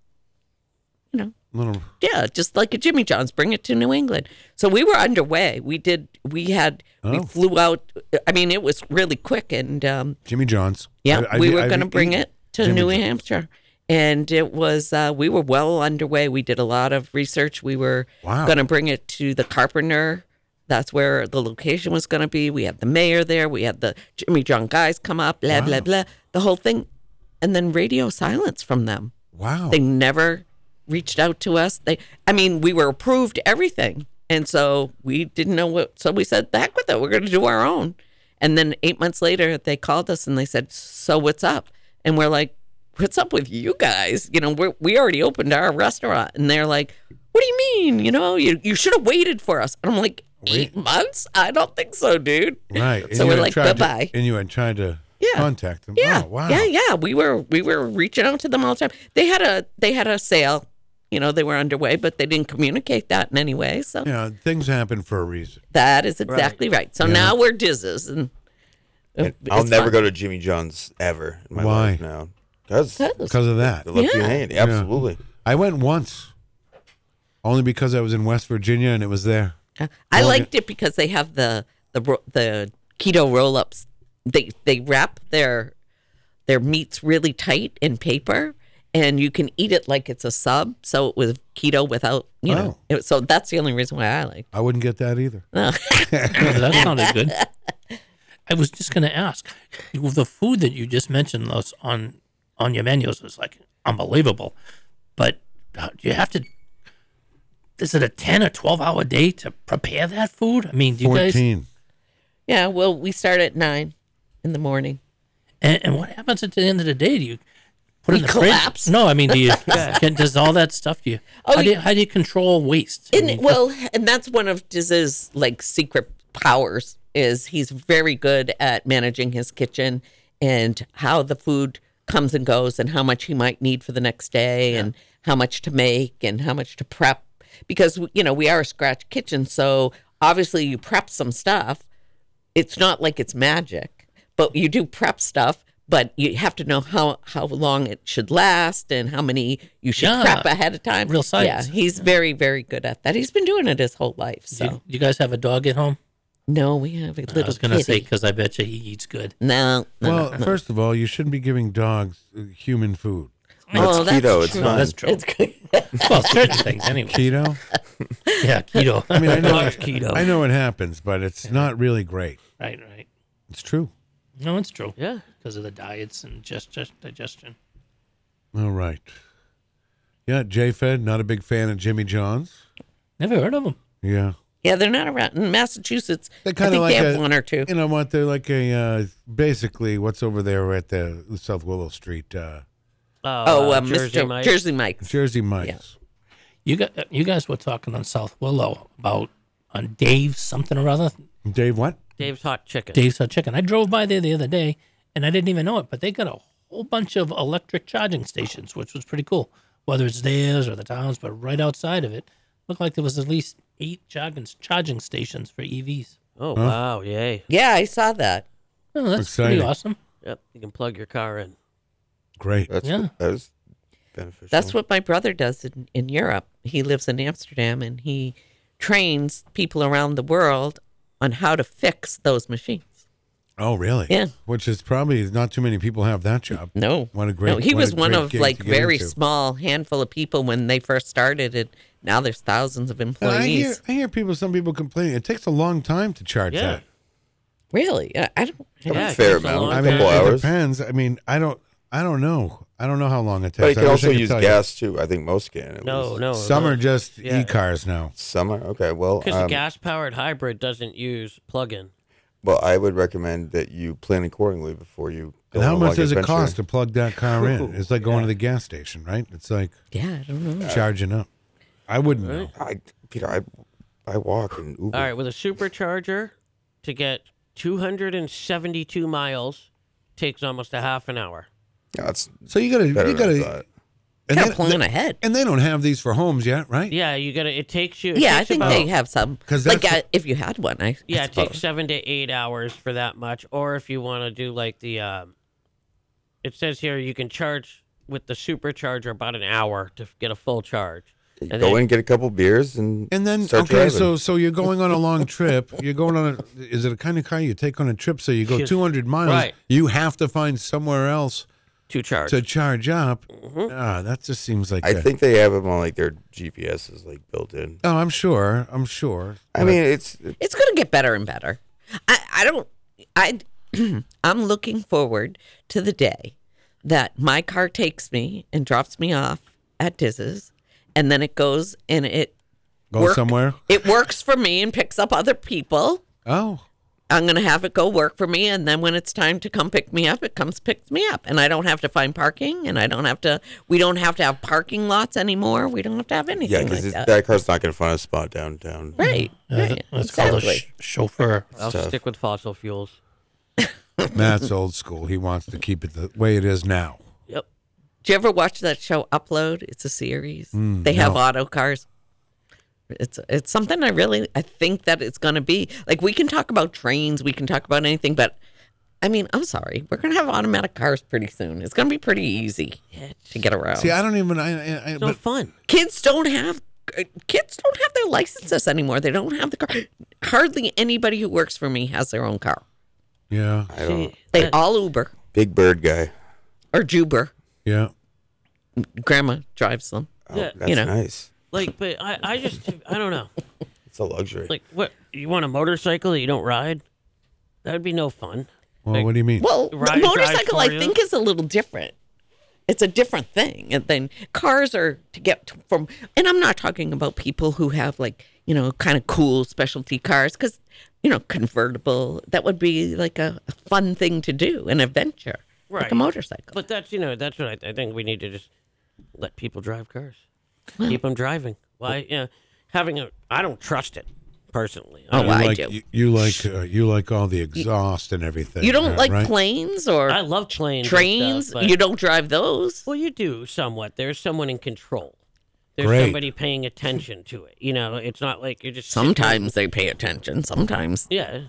Little
yeah, just like a Jimmy John's, bring it to New England. So we were underway. We did. We had. We
Oh.
flew out. I mean, it was really quick, and um,
Jimmy John's.
yeah,
I- I
we
did-
were
I've
going to bring
eaten
it to
Jimmy
New
John's.
Hampshire, and it was. Uh, we were well underway. We did a lot of research. We were
Wow.
going to bring it to the Carpenter. That's where the location was going to be. We had the mayor there. We had the Jimmy John guys come up. Blah blah
Wow.
blah. The whole thing, and then radio silence from them.
Wow.
They never reached out to us. They, I mean, we were approved everything, and so we didn't know what. So we said, "Back with it. We're going to do our own." And then eight months later, they called us and they said, "So what's up?" And we're like, "What's up with you guys? You know, we we already opened our restaurant." And they're like, "What do you mean? You know, you you should have waited for us." And I'm like, eight months? I don't think so, dude."
Right. and
So
you
we're
had
like,
tried to-
"Bye-bye."
And you had tried to
Yeah.
contact them.
Yeah.
Oh, wow.
Yeah, yeah. We were we were reaching out to them all the time. They had a they had a sale, you know, they were underway, but they didn't communicate that in any way. So
You know, things happen for a reason.
that is exactly right. So
Yeah.
now we're dizzes and
And I'll
it's
never
fun.
go to Jimmy John's ever in my
Why?
life now. Because
Because of that.
They left you
Yeah. Oh,
hanging.
Yeah.
Absolutely.
I went once, only because I was in West Virginia and it was there.
I
Well,
liked it because they have the the ro- the keto roll ups. They they wrap their their meats really tight in paper, and you can eat it like it's a sub. So it was keto without you know. It, so that's the only reason why I liked.
I wouldn't get that either.
that sounded good. I was just going to ask, the food that you just mentioned was on on your menus is like unbelievable, but uh, do you have to. Is it a ten or twelve hour day to prepare that food? I mean, do you guys?
14.
Yeah, well, we start at nine in the morning.
And, and what happens at the end of the day? Do you put it
You
in the fridge?
collapse?
No, I mean, do you?
Yeah.
can, does all that stuff? Do you?
Oh,
how, do you,
you-
how do you control waste? I
And
mean,
well, and that's one of Diz's like secret powers is he's very good at managing his kitchen and how the food comes and goes and how much he might need for the next day and how much to make and how much to prep because you know we are a scratch kitchen so obviously you prep some stuff it's not like it's magic, but you do prep stuff. But you have to know how how long it should last and how many you should
Yeah.
prep ahead of time.
Real
Yeah,
science.
he's very very good at that. He's been doing it his whole life. So
do you guys have a dog at home?
no, we have a little
I was gonna say
kitty.
because I bet you he eats good.
No, no,
well,
no, no.
first of all, you shouldn't be giving dogs uh, human food.
Oh, It's that's keto, it's
true. fine. That's true.
good.
well, certain things anyway.
Keto.
Yeah, keto.
I mean, I know
Dog's keto.
I know it happens, but it's not really great.
Right, right.
It's true.
No, it's true.
Yeah,
because of the diets and just, just digestion.
All right. Yeah, J Fed, not a big fan of Jimmy John's.
Never heard of him.
Yeah.
yeah, they're not around in Massachusetts.
They
I
kind of
think
like
they have
a,
one or two.
You know what? They're like a uh, basically what's over there at the South Willow Street. Uh,
Oh, uh, Mr. Jersey Mike's.
Jersey Mike's.
You got you guys were talking on South Willow about on Dave something or other.
Dave, what?
Dave's hot chicken.
Dave's Hot Chicken. I drove by there the other day and I didn't even know it, but they got a whole bunch of electric charging stations, which was pretty cool. Whether it's theirs or the town's, but right outside of it, looked like there was at least eight charging charging stations for E EVs.
Oh
Huh?
wow! Yay.
Yeah, I saw that.
Oh, that's
Exciting.
pretty awesome.
Yep, you can plug your car in.
Great.
That's
Yeah.
that's beneficial.
That's what my brother does in, in Europe. He lives in Amsterdam and he trains people around the world on how to fix those machines.
Oh, really?
Yeah.
Which is probably not too many people have that job.
No.
What a great.
no, he
what a
was one
great
of
gig
like
to get
very
into.
small handful of people when they first started, and now there's thousands of
And I hear,
employees.
I hear people. Some people complaining it takes a long time to charge
Yeah.
that.
Really, I, I don't.
Yeah, fair amount,
I
a
mean,
couple
it
hours.
depends. I mean, I don't. I don't know. I don't know how long it takes.
But you can
I wish I
also
could
use
tell you.
gas too. I think most can. at
No,
least.
no.
Some are just
Yeah.
e-cars now.
Some are okay. Well,
Because
um,
the gas-powered hybrid doesn't use plug-in.
well, I would recommend that you plan accordingly before you. go
And how
on a
much
long
does it
adventure.
cost to plug that car in?
Ooh,
It's like going to the gas station, right? It's like
Yeah, I don't know.
charging up. I wouldn't know.
I, Peter, I, I walk and Uber.
All right, with a supercharger to get 272 miles takes almost a half an hour.
That's
So you gotta, you
better than uh, I
gotta,
thought.
and
Gotta
they-
plan
they-
ahead.
And they don't have these for homes yet, right?
Yeah, you gotta. It takes you. it
Yeah, I
takes
think
about-
they have some.
'Cause
Like
that's-
uh, if you had one, I
Yeah,
I
it takes
suppose.
seven to eight hours for that much, or if you want to do like the, um, it says here you can charge with the supercharger about an hour to get a full charge.
You
And
go
then-
in, get a couple beers, and
And then
start
okay,
driving.
so so you're going on a long trip. You're going on a is it a kind of car you take on a trip? So you go
Yes.
200 miles.
Right.
You have to find somewhere else
to charge.
to charge up. Ah, that just seems like
Mm-hmm. I
a-
think they have them on like their GPS is like built in.
Oh, I'm sure. I'm sure.
I mean, it's
it's gonna get better and better. I, I don't I I'm looking forward to the day that my car takes me and drops me off at Diz's and then it goes and it
Go somewhere?
It works for me and picks up other people.
Oh,
I'm gonna have it go work for me and then when it's time to come pick me up, it comes picks me up. And I don't have to find parking and I don't have to we don't have to have parking lots anymore. We don't have to have
yeah,
anything
because
like that.
that car's not going to find a spot downtown.
Right. right.
That's called a
exactly.
sh- chauffeur.
I'll
Stuff.
stick with fossil fuels.
Matt's old school. He wants to keep it the way it is now.
Yep.
Do you ever watch that show Upload? It's a series.
Mm,
they have
no.
auto cars. It's it's something I really I think that it's going to be. Like we can talk about trains, we can talk about anything, but I mean, I'm sorry. We're going to have automatic cars pretty soon. It's going to be pretty easy to get around.
See, I don't even. I, I, I
So
but
fun.
kids don't have uh, kids don't have their licenses anymore. They don't have the car. Hardly anybody who works for me has their own car.
yeah,
I don't.
They all Uber
Big Bird guy.
or Juber.
yeah.
Grandma drives them.
Oh,
Yeah.
that's
You know.
nice.
Like, but I, I just, I don't know.
It's a luxury.
Like, what? You want a motorcycle that you don't ride? That'd be no fun.
Well, what do you mean?
Well,
Ryan
the
drives
motorcycle, I
for you?
think, is a little different. It's a different thing. And then cars are to get t- from, and I'm not talking about people who have like, you know, kind of cool specialty cars because, you know, convertible, that would be like a, a fun thing to do, an adventure.
right.
like a motorcycle.
But that's you know that's what I, I think we need to just let people drive cars, keep them driving. Why? Yeah, having a I don't trust it personally.
Oh,
You
don't-
like, You, you like uh, you like all the exhaust and everything.
You don't
uh,
like
right?
planes or
I love planes, and
trains.
stuff, but-
you don't drive those.
Well, you do somewhat. There's someone in control. There's
Great.
somebody paying attention to it. You know, it's not like you're just sitting-
Sometimes they pay attention. Sometimes
Yeah,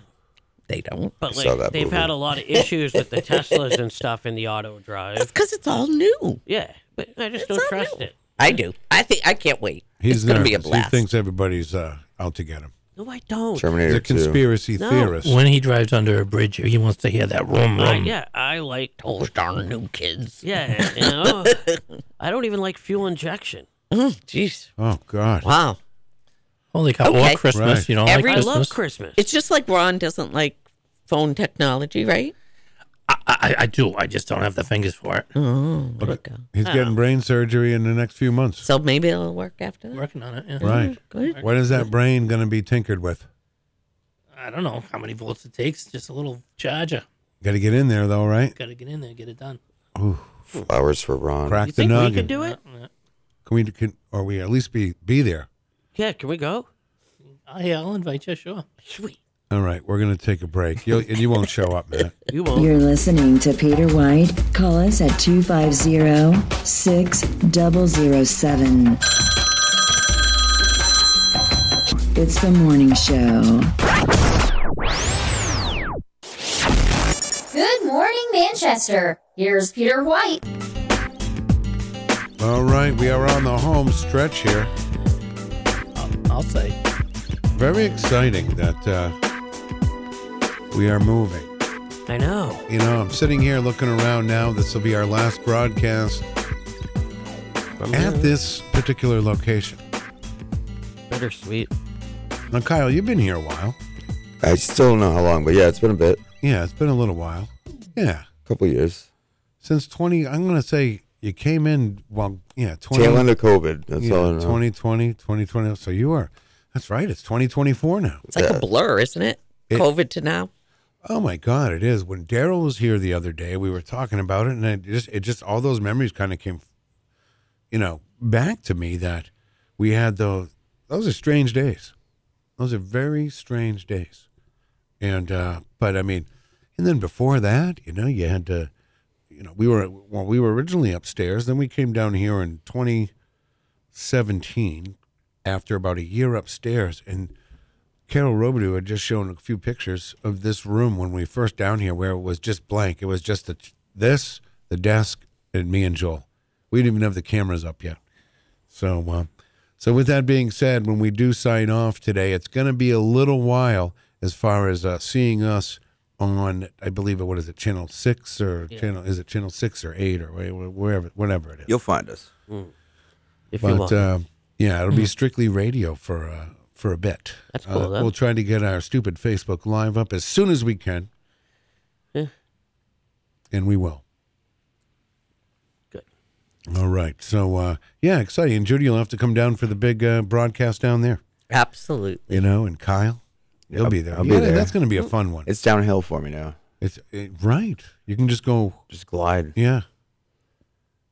they don't.
but like they've had a lot of issues with the Teslas and stuff in the auto drive. That's
because it's all new.
Yeah, but I just don't trust it.
I do. I think I can't wait.
He's
it's gonna be a
nervous.
blast.
He thinks everybody's uh, out to get him.
No, I don't.
He's a conspiracy theorist.
When he drives under a bridge, he wants to hear that room.
Right,
room.
yeah, I like
those darn new kids.
Yeah, you know, I don't even like fuel injection.
Oh, jeez.
Oh God.
Wow.
Holy cow! Or Christmas, you know,
Every-
like Christmas.
Christmas.
It's just like Ron doesn't like phone technology, right?
I, I do. I just don't have the fingers for it.
Oh,
Look, He's getting brain surgery in the next few months.
So maybe it'll work after that.
Working on it. Yeah.
Right.
Good.
What is that brain going to be tinkered with?
I don't know how many volts it takes. Just a little charger.
Got to get in there though, right?
Got to get in there, get it done.
Ooh.
Flowers for Ron.
Crack
You
the
think we
noggin.
could do it?
Can we? Can or we at least be be there?
Yeah, can we go?
Oh, yeah, I'll invite you. Sure.
Sweet.
All right, we're going to take a break. You'll, and you won't show up, man.
You
You're listening to Peter White. Call us at 250 6007. It's the morning show.
Good morning, Manchester. Here's Peter White.
All right, we are on the home stretch here.
I'll say.
Very exciting that uh, we are moving.
I know.
You know, I'm sitting here looking around now. This will be our last broadcast at this particular location.
Bittersweet.
Now, Kyle, you've been here a while.
I still don't know how long, but yeah, it's been a bit.
Yeah, it's been a little while. Yeah,
A couple years.
since 20, I'm going to say you came in, well, yeah, 20.
Tail end of COVID. That's
yeah,
all I know.
2020, 2020. So you are, that's right. It's 2024 now.
It's like a blur, isn't it?
It-
COVID to now.
Oh my God, it is. When Daryl was here the other day, we were talking about it, and it just, it just all those memories kind of came, you know, back to me that we had those. Those are strange days. Those are very strange days. And uh, but I mean, and then before that, you know, you had to, you know, we were well, we were originally upstairs. Then we came down here in 2017 after about a year upstairs, and Carol Robidoux had just shown a few pictures of this room when we first down here, where it was just blank. It was just the this, the desk, and me and Joel. We didn't even have the cameras up yet. So, uh, so with that being said, when we do sign off today, it's going to be a little while as far as uh, seeing us on. I believe it. What is it? Channel six or channel? Is it channel six or eight or wh- wherever, whatever it is.
You'll find us.
If you
But
want.
uh, yeah, it'll be strictly radio for uh, for a bit. That's
cool, though.
we'll try to get our stupid Facebook Live up as soon as we can.
Yeah.
And we will.
Good.
All right. So uh, yeah, exciting. Judy, you'll have to come down for the big uh, broadcast down there.
Absolutely.
You know, and Kyle, you'll
I'll-
be there.
I'll be
yeah,
there.
That's going to be a
Mm.
fun one.
It's downhill for me now.
It's it, right. You can just go.
Just glide.
Yeah.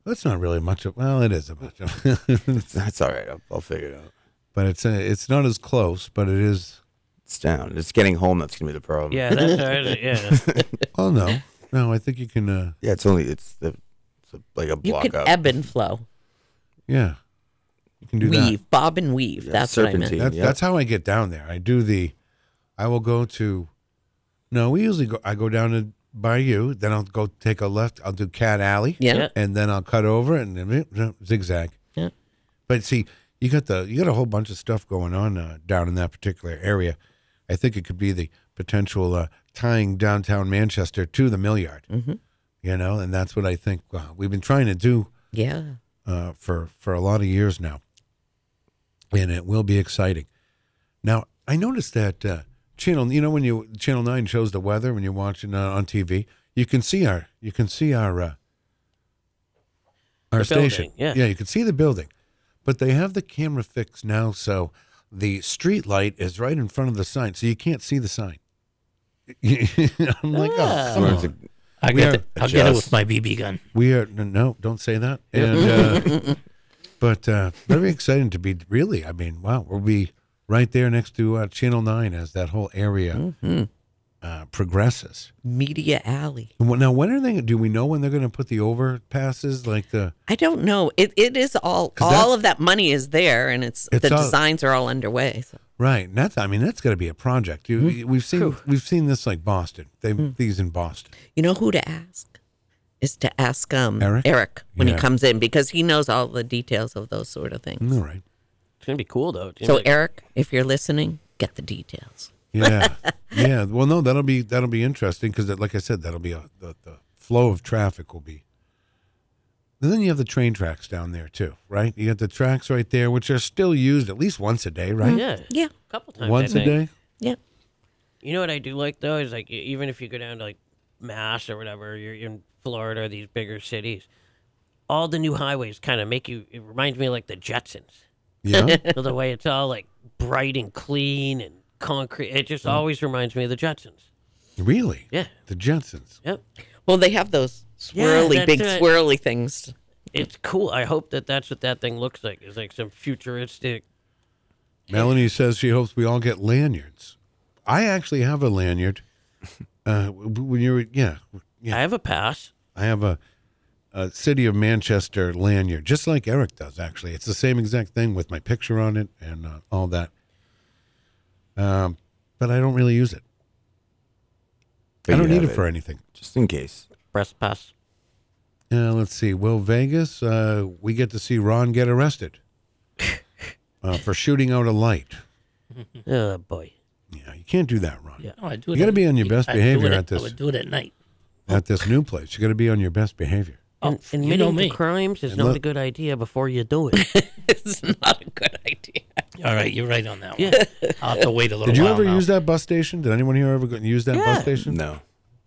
That's not really much of. Well, it is a much of.
That's all right. I'll, I'll figure it out.
but it's uh it's not as close, but it is.
It's down. It's getting home. That's gonna be the problem.
Yeah, that's all right. Yeah.
Oh no, no! I think you can. Uh,
Yeah, it's only it's the it's a- like a
You
block
can
up.
ebb and flow.
yeah, you can do that.
weave, bob and weave.
Yeah,
That's what I
serpentine.
meant.
That's,
yeah.
that's how I get down there. I do the. I will go to. No, we usually go. I go down to by you. Then I'll go take a left. I'll do Cat Alley.
Yeah.
Yeah.
And then I'll cut over and then zigzag.
Yeah.
But see, you got the you got a whole bunch of stuff going on uh, down in that particular area. I think it could be the potential uh, tying downtown Manchester to the Milliard.
Mhm.
You know, and that's what I think uh, we've been trying to do
Yeah.
uh, for for a lot of years now, and it will be exciting. Now I noticed that uh, channel, you know, when you channel nine shows the weather when you're watching uh, on TV, you can see our you can see our uh, our
The building,
station.
yeah.
yeah, you can see the building, but they have the camera fixed now, so the street light is right in front of the sign, so you can't see the sign. I'm like, oh, come
Ah.
Where
on.
it's a-
I'll
We
get,
are-
it. I'll get it with my BB gun.
We are no, no, don't say that.
Yep.
And uh, but uh, very exciting to be really. I mean, wow, we'll be right there next to uh, Channel Nine as that whole area uh, progresses.
Media Alley.
Well, Now, when are they? Do we know when they're going to put the overpasses? Like the
I don't know. It it is all
'Cause
all of that money is there, and it's,
It's
the
all-
designs are all underway. So.
right? And that's. I mean, that's got to be a project. You, We've seen
Phew.
we've seen this like Boston. They these in Boston.
You know who to ask is to ask um
Eric?
Eric, when
Yeah.
he comes in because he knows all the details of those sort of things.
All right.
It's gonna be cool though. It's gonna
So
be like-
Eric, if you're listening, get the details.
Yeah, yeah. Well, no, that'll be that'll be interesting because, like I said, that'll be a, the the flow of traffic will be. And then you have the train tracks down there too, right? You got the tracks right there, which are still used at least once a day, right?
Yeah.
Yeah.
A couple times. I
Once a
think.
day.
Yeah.
You know what I do like though is like e- even if you go down to like Mass or whatever, you're in Florida or these bigger cities. All the new highways kind of make you. It reminds me of like the Jetsons.
Yeah.
So the way it's all like bright and clean and concrete, it
Mm.
just always reminds me of the Jetsons.
Really?
Yeah.
The Jetsons.
Yep.
Well, they have those
Yeah,
swirly,
that's
big
right.
swirly things.
It's cool. I hope that that's what that thing looks like. It's like some futuristic.
Melanie says she hopes we all get lanyards. I actually have a lanyard. Uh, w- w- when you're yeah, yeah.
I have a pass.
I have a, a City of Manchester lanyard, just like Eric does, actually. It's the same exact thing with my picture on it and uh, all that. Um, but I don't really use it.
But
I
you
don't need
have
it for anything.
Just in case.
Press pass.
Uh, let's see. Will Vegas, uh, we get to see Ron get arrested uh, for shooting out a light.
Oh boy.
Yeah, you can't do that, Ron.
Yeah.
No, I do
You
it
got to
at-
be on your best
I do it
behavior
at-
at
I
this
would do it at night.
at this new place. You got to be on your best behavior.
Oh, Admitting
know
to
me.
crimes is
And
not
look-
a good idea before you do it.
it's not a good idea.
All right, you're right on that one.
Yeah.
I'll have to wait a little
Did you
while
ever
now.
use that bus station? Did anyone here ever go, use that bus
Yeah.
station?
No.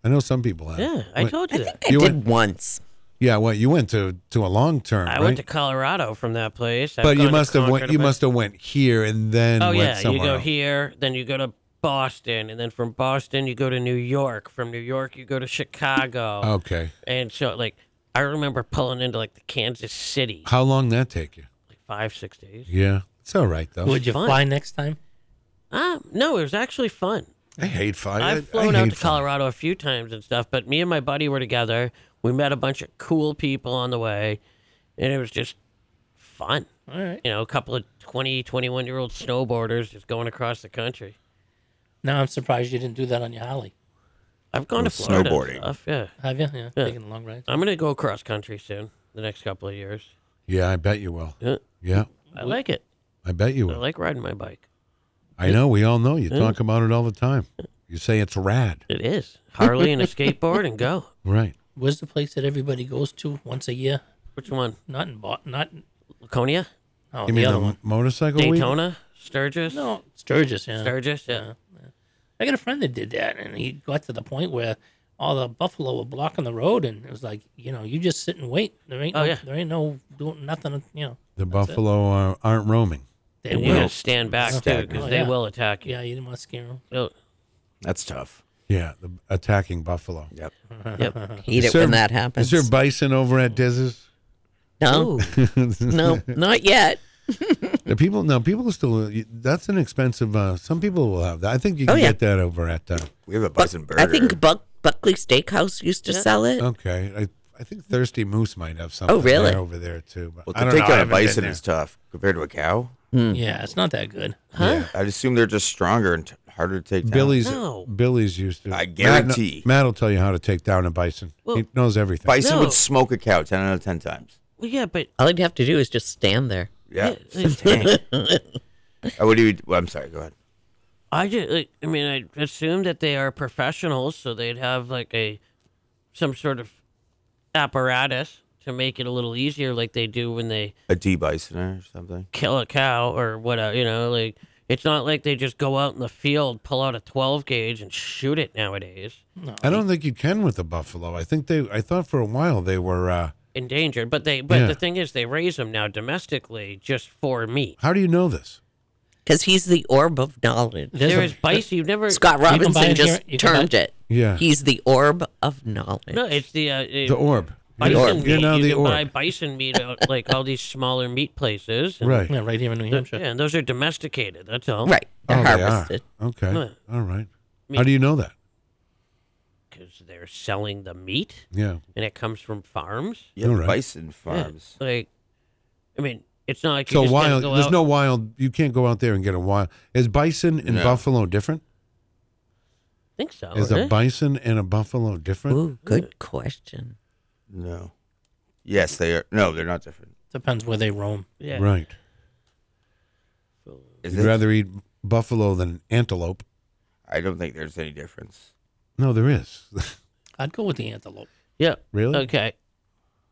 I know some people have.
yeah, I
Wait,
told you that.
I
You
did
went-
once.
Yeah, well, you went to to a long term,
I
right?
went to Colorado from that place. I've
but you
gone to
must have went.
Concord,
You
but-
must have went here and then.
Oh
went
yeah, you
somewhere
go
else.
here, then you go to Boston, and then from Boston you go to New York. From New York you go to Chicago,
Okay.
and so like I remember pulling into like the Kansas City,
How long that take you?
like five six days.
Yeah, it's all right though.
Would you
Fun.
fly next time?
Ah, no, it was actually fun.
I hate fire. I-
I've
I
flown out
hate
to
fire.
Colorado a few times and stuff, but me and my buddy were together. We met a bunch of cool people on the way, and it was just fun.
All right.
You know, a couple of 20, 21 year old snowboarders just going across the country.
Now I'm surprised you didn't do that on your Holly.
I've gone to
With
Florida. and
snowboarding.
stuff, yeah.
Have you? Yeah,
Yeah.
taking a long ride.
I'm gonna go cross country soon, the next couple of years.
Yeah, I bet you will.
Yeah.
Yeah,
I like it.
I bet you
I
will.
like riding my bike.
I know. We all know. You
Yeah.
talk about it all the time. You say it's rad,
It is Harley and a skateboard and go.
right?
Where's the place that everybody goes to once a year?
Which one?
Not in Bot, not in,
Laconia,
oh,
you
the
mean
other
the
one.
motorcycle week?
Daytona, Sturgis.
No, Sturgis. Yeah.
Sturgis. Yeah.
I got a friend that did that, and he got to the point where all the buffalo were blocking the road, and it was like, you know, you just sit and wait. There ain't,
Oh,
no,
yeah.
there ain't no doing nothing. You know,
The buffalo are, aren't roaming.
they
And
will.
you
Yeah,
gotta stand back too,
Attack.
because
Oh,
they
yeah.
will attack you.
you didn't want to scare them.
Oh,
That's tough.
Yeah, the attacking buffalo.
yep.
Hate it
Is there-
when that
Is
happens.
there bison over at Diz's?
no, no, not yet.
The people no people still. That's an expensive. Uh, some people will have that. I think you
Oh,
can
yeah.
get that over at. Uh,
We have a
Buck-
bison burger.
I think Buck, Buckley Steakhouse used to sell it.
okay, I I think Thirsty Moose might have something.
Oh, really?
there over there too. But
Well, to
I don't
take
know, I
down a
haven't been
bison
there.
is tough compared to a cow.
Hmm.
Yeah, it's not that good.
Yeah. I'd assume they're just stronger and t- harder to take down.
Billy's
No.
Billy's used to.
I
Matt kno-
guarantee.
Matt, will tell you how to take down a bison. he
Well-
knows everything.
Bison
No.
would smoke a cow 10 out of 10 times.
Well, yeah, but
All you'd have to do is just stand there.
Yeah.
Yeah.
Dang. I would even, well, I'm sorry, go ahead.
I just, like, I mean, I assume that they are professionals, so they'd have like a some sort of apparatus to make it a little easier, like they do when they
A D bisoner or something.
kill a cow or whatever. You know, like it's not like they just go out in the field, pull out a 12 gauge, and shoot it nowadays.
I don't think you can with a buffalo. I think they. I thought for a while they were. Uh,
Endangered, but they but
Yeah.
the thing is, they raise them now domestically just for meat.
how do you know this?
because he's the orb of knowledge.
There's There a- is Bice, you've never-
Scott
You can buy
Robinson
it here-
just
you can buy-
termed it.
Yeah.
he's the orb of knowledge.
No, it's the uh,
The orb. The
Bison
orb.
meat.
You're now
you
the
can
orb.
buy bison meat at like all these smaller meat places.
Right.
Yeah, right here in New
Th-
Hampshire.
yeah, and those are domesticated. That's all.
Right.
oh, they are. Okay.
Yeah,
All right.
Me-
How do you know that?
'cause they're selling the meat.
Yeah.
And it comes from farms.
Yeah, All right. bison farms.
Yeah, like, I mean, it's not like you
so
just gotta
wild.
go
There's
out-
no wild. You can't go out there and get a wild. Is bison and
No.
buffalo different?
I think so.
Is
eh?
a bison and a buffalo different?
Ooh, good question.
No. Yes, they are. No, they're not different.
Depends where they roam.
Yeah.
Right.
Is
You'd
it?
rather eat buffalo than antelope.
I don't think there's any difference.
No, there is.
I'd go with the antelope.
Yeah.
Really?
Okay.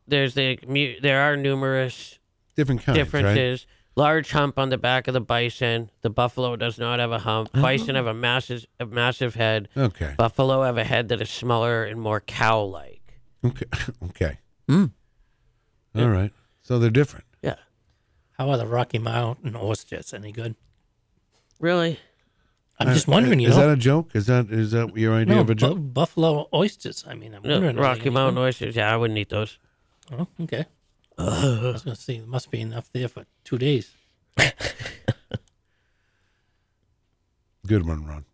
There's the mu- there are numerous
Different kinds, right?
differences. Large hump on the back of the bison. The buffalo does not have a hump.
Uh-huh.
Bison have a massive a massive head.
Okay.
Buffalo have a head that is smaller and more cow like.
Okay. okay.
Mm.
All right. So they're different.
Yeah.
How are the Rocky Mountain oysters any good?
Really?
I'm just wondering. You
Uh, Is
know,
that a joke? Is that is that your idea
no,
of a
bu-
joke?
buffalo oysters. I mean, I'm
No,
wondering. are they
Rocky
any good?
Mountain oysters. Yeah, I wouldn't eat those.
Oh, okay. I was gonna say there must be enough there for two days.
Good one, Ron.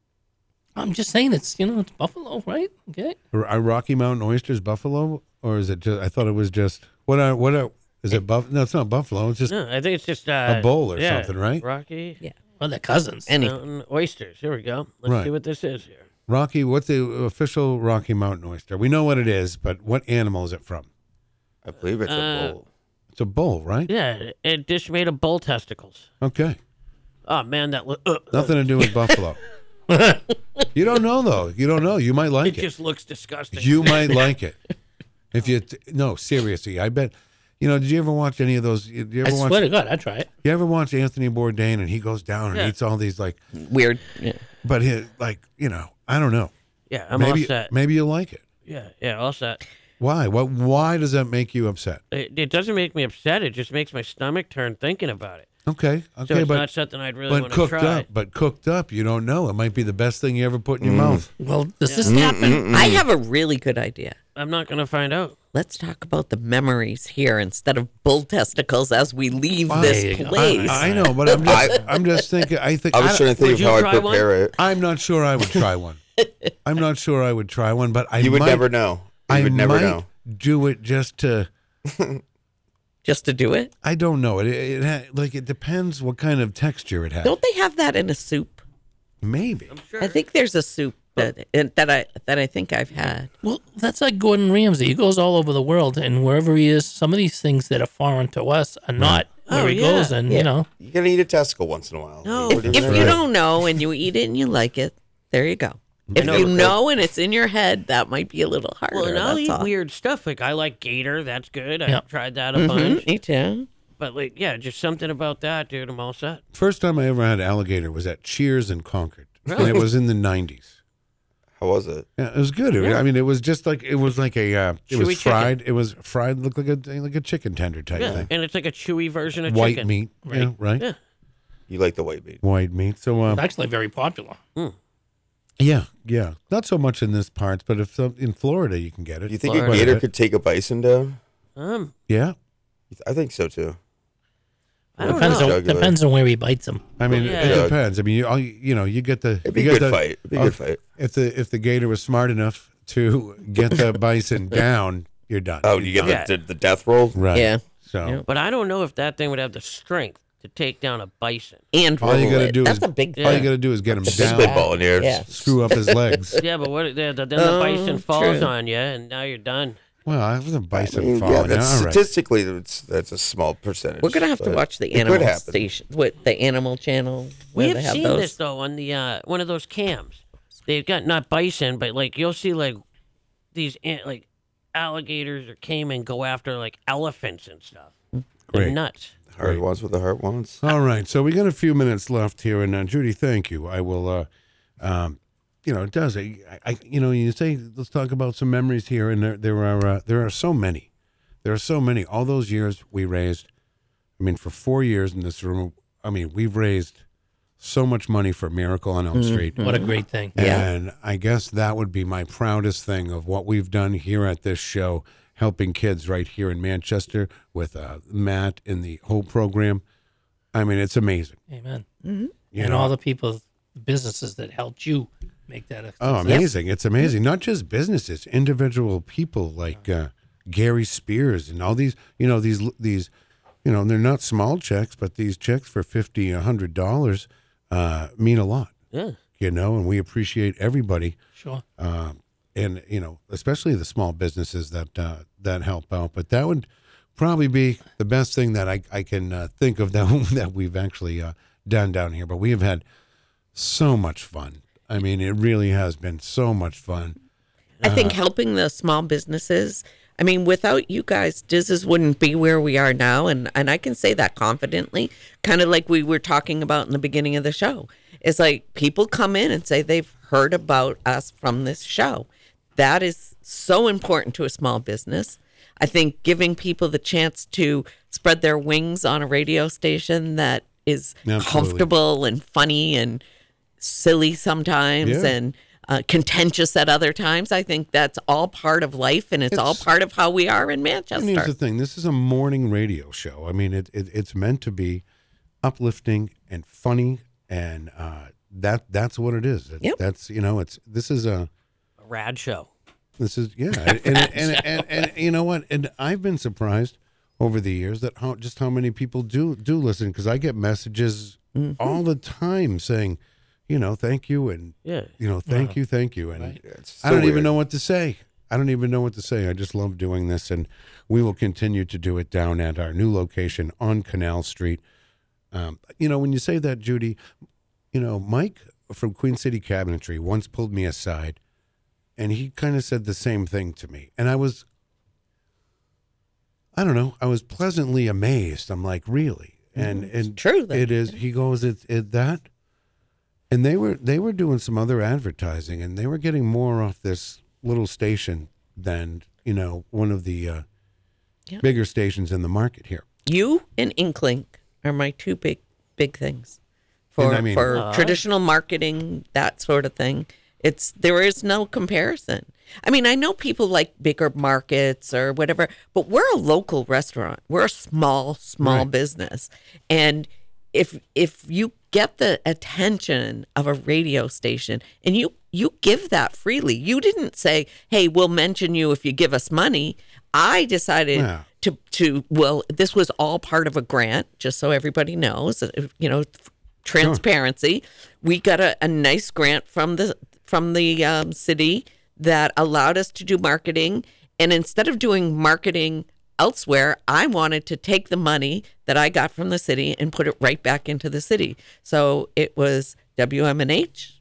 I'm just saying it's you know it's buffalo, right? Okay.
Are, are uh, Rocky Mountain oysters buffalo, or is it just? I thought it was just. What are what are? Is it buff? No, it's not buffalo. It's just.
no, I think it's just uh,
a bowl or
yeah,
something, right?
Rocky. Yeah.
Well, they're cousins.
Any Mountain oysters. Here we go. Let's
Right.
see what this is here.
Rocky. What's the official Rocky Mountain oyster? We know what it is, but what animal is it from?
I believe it's
Uh,
a bowl.
It's a bull, right?
Yeah, a dish made of bull testicles.
Okay.
Oh man, that lo- uh,
Nothing to do with buffalo. you don't know though. You don't know. You might like
it
it.
just looks disgusting.
You might like it. If you t- no, seriously, I bet. You know, did you ever watch any of those? Did you
I
ever watch,
swear to God, I'd try it.
You ever watch Anthony Bourdain and he goes down and
Yeah.
eats all these like
weird,
but his, like you know, I don't know.
Yeah, I'm
maybe,
upset.
Maybe you like it.
Yeah, yeah. All set.
Why? What? Why does that make you upset?
It, it doesn't make me upset. It just makes my stomach turn thinking about it.
Okay, okay,
so it's
but
not something I'd really
but
want to
cooked
try.
up, but cooked up, you don't know. It might be the best thing you ever put in your
Mm.
mouth.
Well, does
this happen? I have a really good idea.
I'm not going to find out.
Let's talk about the memories here instead of bull testicles as we leave
Wow.
this place.
I, I know, but I'm just, I'm just thinking. I think
I was trying to think Would of you how I'd try one? prepare it.
I'm not sure I would try one. I'm not sure I would try one, but I
You would
might-
never know. You
I
would never
might
know.
do it just to
just to do it.
I don't know. It, it, it ha- like it depends what kind of texture it has.
Don't they have that in a soup?
Maybe.
I think there's a soup that and- that I that I think I've had.
Well, that's like Gordon Ramsay. He goes all over the world, and wherever he is, some of these things that are foreign to us are not where
Oh,
he
yeah.
goes. And
Yeah.
you know,
You're gonna eat a testicle once in a while.
No,
What
if,
do
if
know?
you don't know and you eat it and you like it, there you go. If
know,
you
but-
know and it's in your head, that might be a little harder.
Well, and I'll
that's
eat
all.
weird stuff. Like I like gator. That's good. I've
Yeah.
tried that a
Mhm,
bunch.
Me too.
But like, yeah, just something about that, dude. I'm all set.
First time I ever had alligator was at Cheers in Concord,
Really?
and it was in the '90s.
How was it?
Yeah, it was good. It-
Yeah.
I mean, it was just like it was like a uh, it
Chewy
was
chicken.
fried. It was fried, looked like a like a chicken tender type
Yeah,
thing.
and it's like a chewy version of
White
chicken.
meat, yeah, right.
Yeah.
You like the white meat?
White meat. So um,
it's actually very popular.
yeah, yeah. Not so much in this part, but if some, in Florida you can get it.
You think
Quite
a gator
bit.
could take a bison down?
Um,
Yeah,
I think so too.
I
Oh,
don't
Depends
know.
on, depends on where he bites them.
I mean,
Yeah.
it
Yeah.
depends. I mean, you all- you know, you get the.
It'd be
you
a
get
good
the-
fight. It'd be a good
uh,
fight.
If the if the gator was smart enough to get the bison down, you're done.
Oh, you get
Yeah.
the, the, the death roll?
Right.
Yeah.
So
But I don't know if that thing would have the strength to take down a bison.
And
all you
roll
got to
it.
do
that's
is
a big
all
thing.
you got to do is get him
Just
down.
spitball in here. Yeah.
Screw up his legs.
Yeah, but what? The, the, then the
Oh,
bison falls
true.
on you, and now you're done.
Well, I was a bison
mean,
falling.
yeah, that's
all right.
statistically that's, that's a small percentage.
We're gonna have to
but
watch the
it could
animal
happen.
station, what the animal channel.
We
where
have
they
seen
those.
this though on the uh, one of those cams. They've got not bison, but like you'll see like these an- like alligators or caiman go after like elephants and stuff. They're
Great.
nuts.
Hard wants what the heart wants.
All right, so we got a few minutes left here, and uh, Judy, thank you. I will, uh, um, you know, it does. I, I, you know, you say let's talk about some memories here, and there, there are uh, there are so many, there are so many. All those years we raised, I mean, for four years in this room, I mean, we've raised so much money for Miracle on Elm
Mm-hmm.
Mm,
Street.
Mm-hmm.
what a great thing. Yeah.
And I guess that would be my proudest thing of what we've done here at this show, helping kids right here in Manchester with uh, Matt and the whole program. I mean, it's amazing.
Amen.
Mhm.
You
And
know.
all the people, the businesses that helped you make that. A
Oh,
success.
amazing. It's amazing. Not just businesses, individual people like uh, Gary Spears and all these, you know, these, these, you know, they're not small checks, but these checks for 50 $100 uh, mean a lot.
Yeah.
You know, and we appreciate everybody.
Sure.
Um, and, you know, especially the small businesses that, uh, that help out. But that would probably be the best thing that I, I can uh, think of that, that we've actually uh, done down here. But we have had so much fun. I mean, it really has been so much fun.
I think helping the small businesses. I mean, without you guys, Dizzes wouldn't be where we are now, and and I can say that confidently. Kind of like we were talking about in the beginning of the show. It's like people come in and say they've heard about us from this show. That is so important to a small business. I think giving people the chance to spread their wings on a radio station that is
Absolutely.
comfortable and funny and silly sometimes
Yeah.
and uh, contentious at other times. I think that's all part of life, and it's, all part of how we are in Manchester.
And here's the thing: this is a morning radio show. I mean, it, it it's meant to be uplifting and funny, and uh, that that's what it is. It, That's you know, it's this is a
A rad show.
this is yeah, and and, and, and and you know what? And I've been surprised over the years that how just how many people do do listen because I get messages
Mm-hmm.
all the time saying, you know, thank you and
Yeah.
you know, thank
Wow.
you, thank you, and
Right. Yeah, it's
I don't
so
even
weird.
know what to say. I don't even know what to say. I just love doing this, and we will continue to do it down at our new location on Canal Street. Um, you know, when you say that, Judy, you know, Mike from Queen City Cabinetry once pulled me aside, and he kind of said the same thing to me, and I was, I don't know, I was pleasantly amazed. I'm like, really, and
Mhm.
and
It's true, though.
It is. He goes, it, it that and they were they were doing some other advertising and they were getting more off this little station than you know one of the uh,
Yeah.
bigger stations in the market here
You and Inklink are my two big big things for
And I mean-
for
Uh-huh.
traditional marketing, that sort of thing. It's there is no comparison. I mean, I know people like bigger markets or whatever, but we're a local restaurant. We're a small small
Right.
business. And if if you get the attention of a radio station and you you give that freely. You didn't say, "Hey, we'll mention you if you give us money." I decided
Yeah.
to to well this was all part of a grant just so everybody knows uh, you know transparency we got a, a nice grant from the from the um, city that allowed us to do marketing and instead of doing marketing elsewhere i wanted to take the money that i got from the city and put it right back into the city so it was wmnh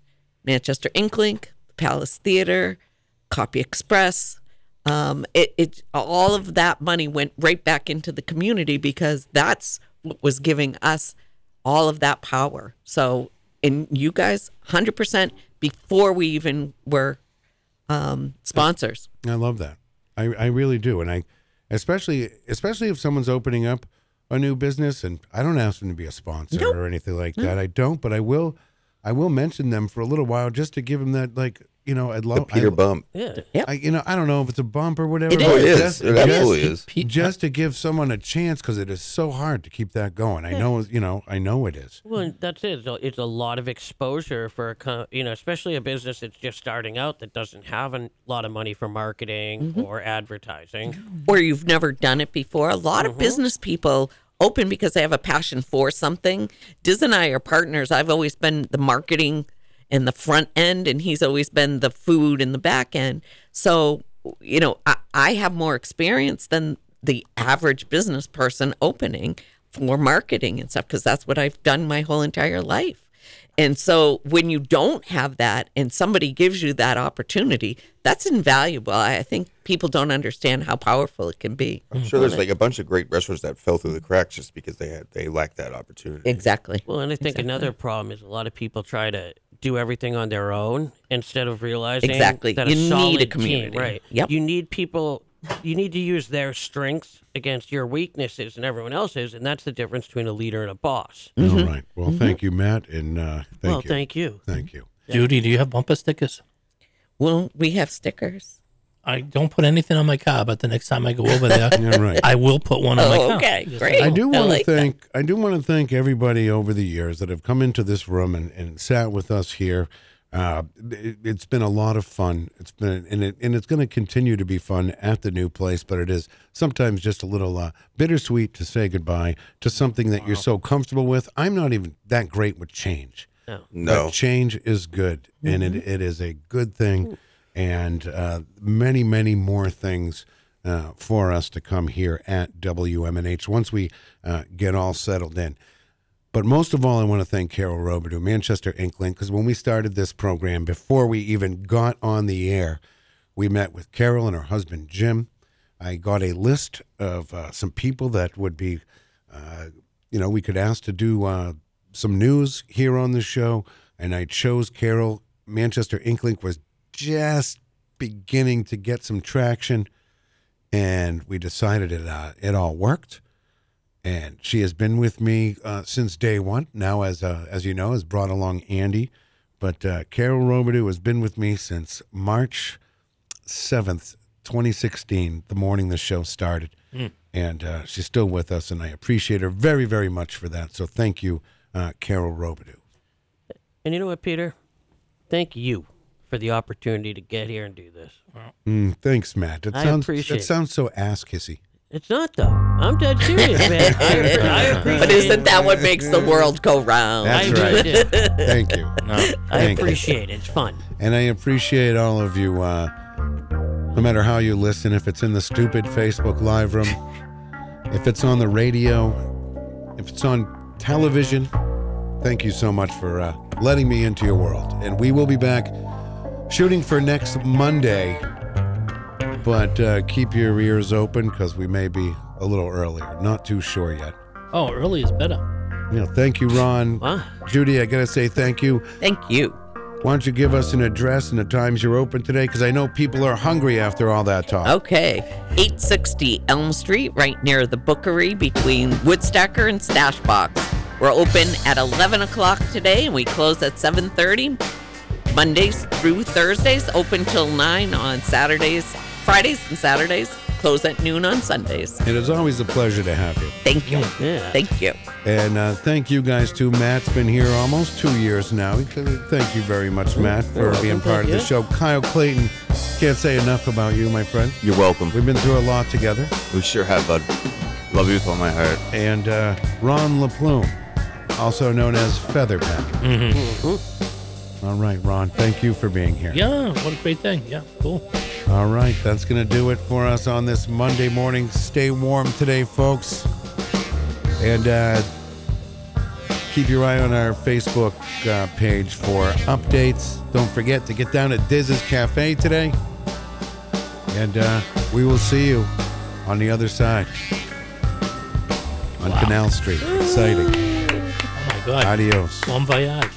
manchester inklink palace theater copy express um, it, it all of that money went right back into the community because that's what was giving us all of that power. So, and you guys, hundred percent before we even were um, sponsors.
I love that. I, I really do. And I especially especially if someone's opening up a new business and I don't ask them to be a sponsor or anything like
Mm-hmm.
that. I don't, but I will I will mention them for a little while just to give them that like you know, I'd love
Peter
I,
bump.
Yeah.
I, you know, I don't know if it's a bump or whatever.
It Oh, it is.
Just,
It absolutely
just-
is.
uh,
Just to give someone a chance because it is so hard to keep that going. I
Yeah.
know, you know, I know it is.
Well, and that's it. It's a, it's a lot of exposure for a co- you know, especially a business that's just starting out that doesn't have a lot of money for marketing or advertising.
or you've never done it before. A lot of business people open because they have a passion for something. Diz and I are partners. I've always been the marketing and the front end, and he's always been the food and the back end. So, you know, I, I have more experience than the average business person opening for marketing and stuff because that's what I've done my whole entire life. And so when you don't have that and somebody gives you that opportunity, that's invaluable. I I think people don't understand how powerful it can be.
I'm sure there's like a bunch of great restaurants that fell through the cracks just because they had they lacked that opportunity.
Exactly.
Well, and I think another problem is a lot of people try to do everything on their own instead of realizing
Exactly.
that
You
a
need a
solid team,
community.
right?
Yep.
You need people you need to use their strengths against your weaknesses and everyone else's, and that's the difference between a leader and a boss.
All right. Well, thank you, Matt, and uh, thank
Mm-hmm. well,
you.
thank you.
Thank you.
Judy, do you have bumper stickers?
Well, we have stickers.
I don't put anything on my car, but the next time I go over there,
You're right.
I will put one
Oh,
on my car. oh, Yes, I
I
will.
do want to thank I do want to thank everybody over the years that have come into this room and, and sat with us here. Uh, it, has been a lot of fun. It's been and it, and it's going to continue to be fun at the new place, but it is sometimes just a little uh, bittersweet to say goodbye to something that you're so comfortable with. I'm not even that great with change.
No.
No.
But change is good, and it, it is a good thing, and uh, many, many more things uh, for us to come here at WMNH once we uh, get all settled in. But most of all, I want to thank Carol Robidoux, Manchester Inkling, because when we started this program, before we even got on the air, we met with Carol and her husband Jim. I got a list of uh, some people that would be, uh, you know, we could ask to do uh, some news here on the show, and I chose Carol. Manchester Inklink was just beginning to get some traction, and we decided it uh, it all worked and she has been with me uh, since day one. Now, as uh, as you know, has brought along Andy, but uh, Carol Robidoux has been with me since March seventh, twenty sixteen, the morning the show started,
Mm.
and uh, she's still with us, and I appreciate her very, very much for that. So, thank you, uh, Carol Robidoux.
And you know what, Peter? Thank you for the opportunity to get here and do this.
Mm, thanks, Matt. That
I
sounds
appreciate
that sounds so ass kissy.
It's not though. I'm dead serious, man. I, I appreciate
But isn't that what makes the world go round?
That's
Oh, I
right.
really do.
Thank you.
I
Thank you.
appreciate it. It's fun.
And I appreciate all of you, uh, no matter how you listen, if it's in the stupid Facebook Live room, if it's on the radio, if it's on television, thank you so much for uh, letting me into your world. And we will be back shooting for next Monday, but uh, keep your ears open because we may be a little earlier. Not too sure yet.
Oh, early is better.
You know, thank you, Ron. Judy, I got to say thank you.
Thank you.
Why don't you give us an address and the times you're open today? Because I know people are hungry after all that talk.
Okay. 860 Elm Street, right near the Bookery between Woodstacker and Stash Box. We're open at 11 o'clock today and we close at 7.30. Mondays through Thursdays, open till 9 on Saturdays, Fridays and Saturdays, close at noon on Sundays.
It is always a pleasure to have you.
Thank you.
Yeah.
Thank you.
And uh, thank you guys too. Matt's been here almost two years now. Thank you very much, Matt, for
welcome.
being part of the
Thank
show. Kyle Clayton, can't say enough about you, my friend.
You're welcome.
We've been through a lot together.
We sure have, bud. Love you with all my heart.
And uh, Ron LaPlume, also known as Featherback. All right, Ron, thank you for being here.
Yeah, what a great thing. Yeah, cool. Oh
All right, that's going to do it for us on this Monday morning. Stay warm today, folks. And uh, keep your eye on our Facebook uh, page for updates. Don't forget to get down to Diz's Cafe today. And uh, we will see you on the other side on Canal Street. Exciting.
Oh my God.
Adios.
Bon voyage.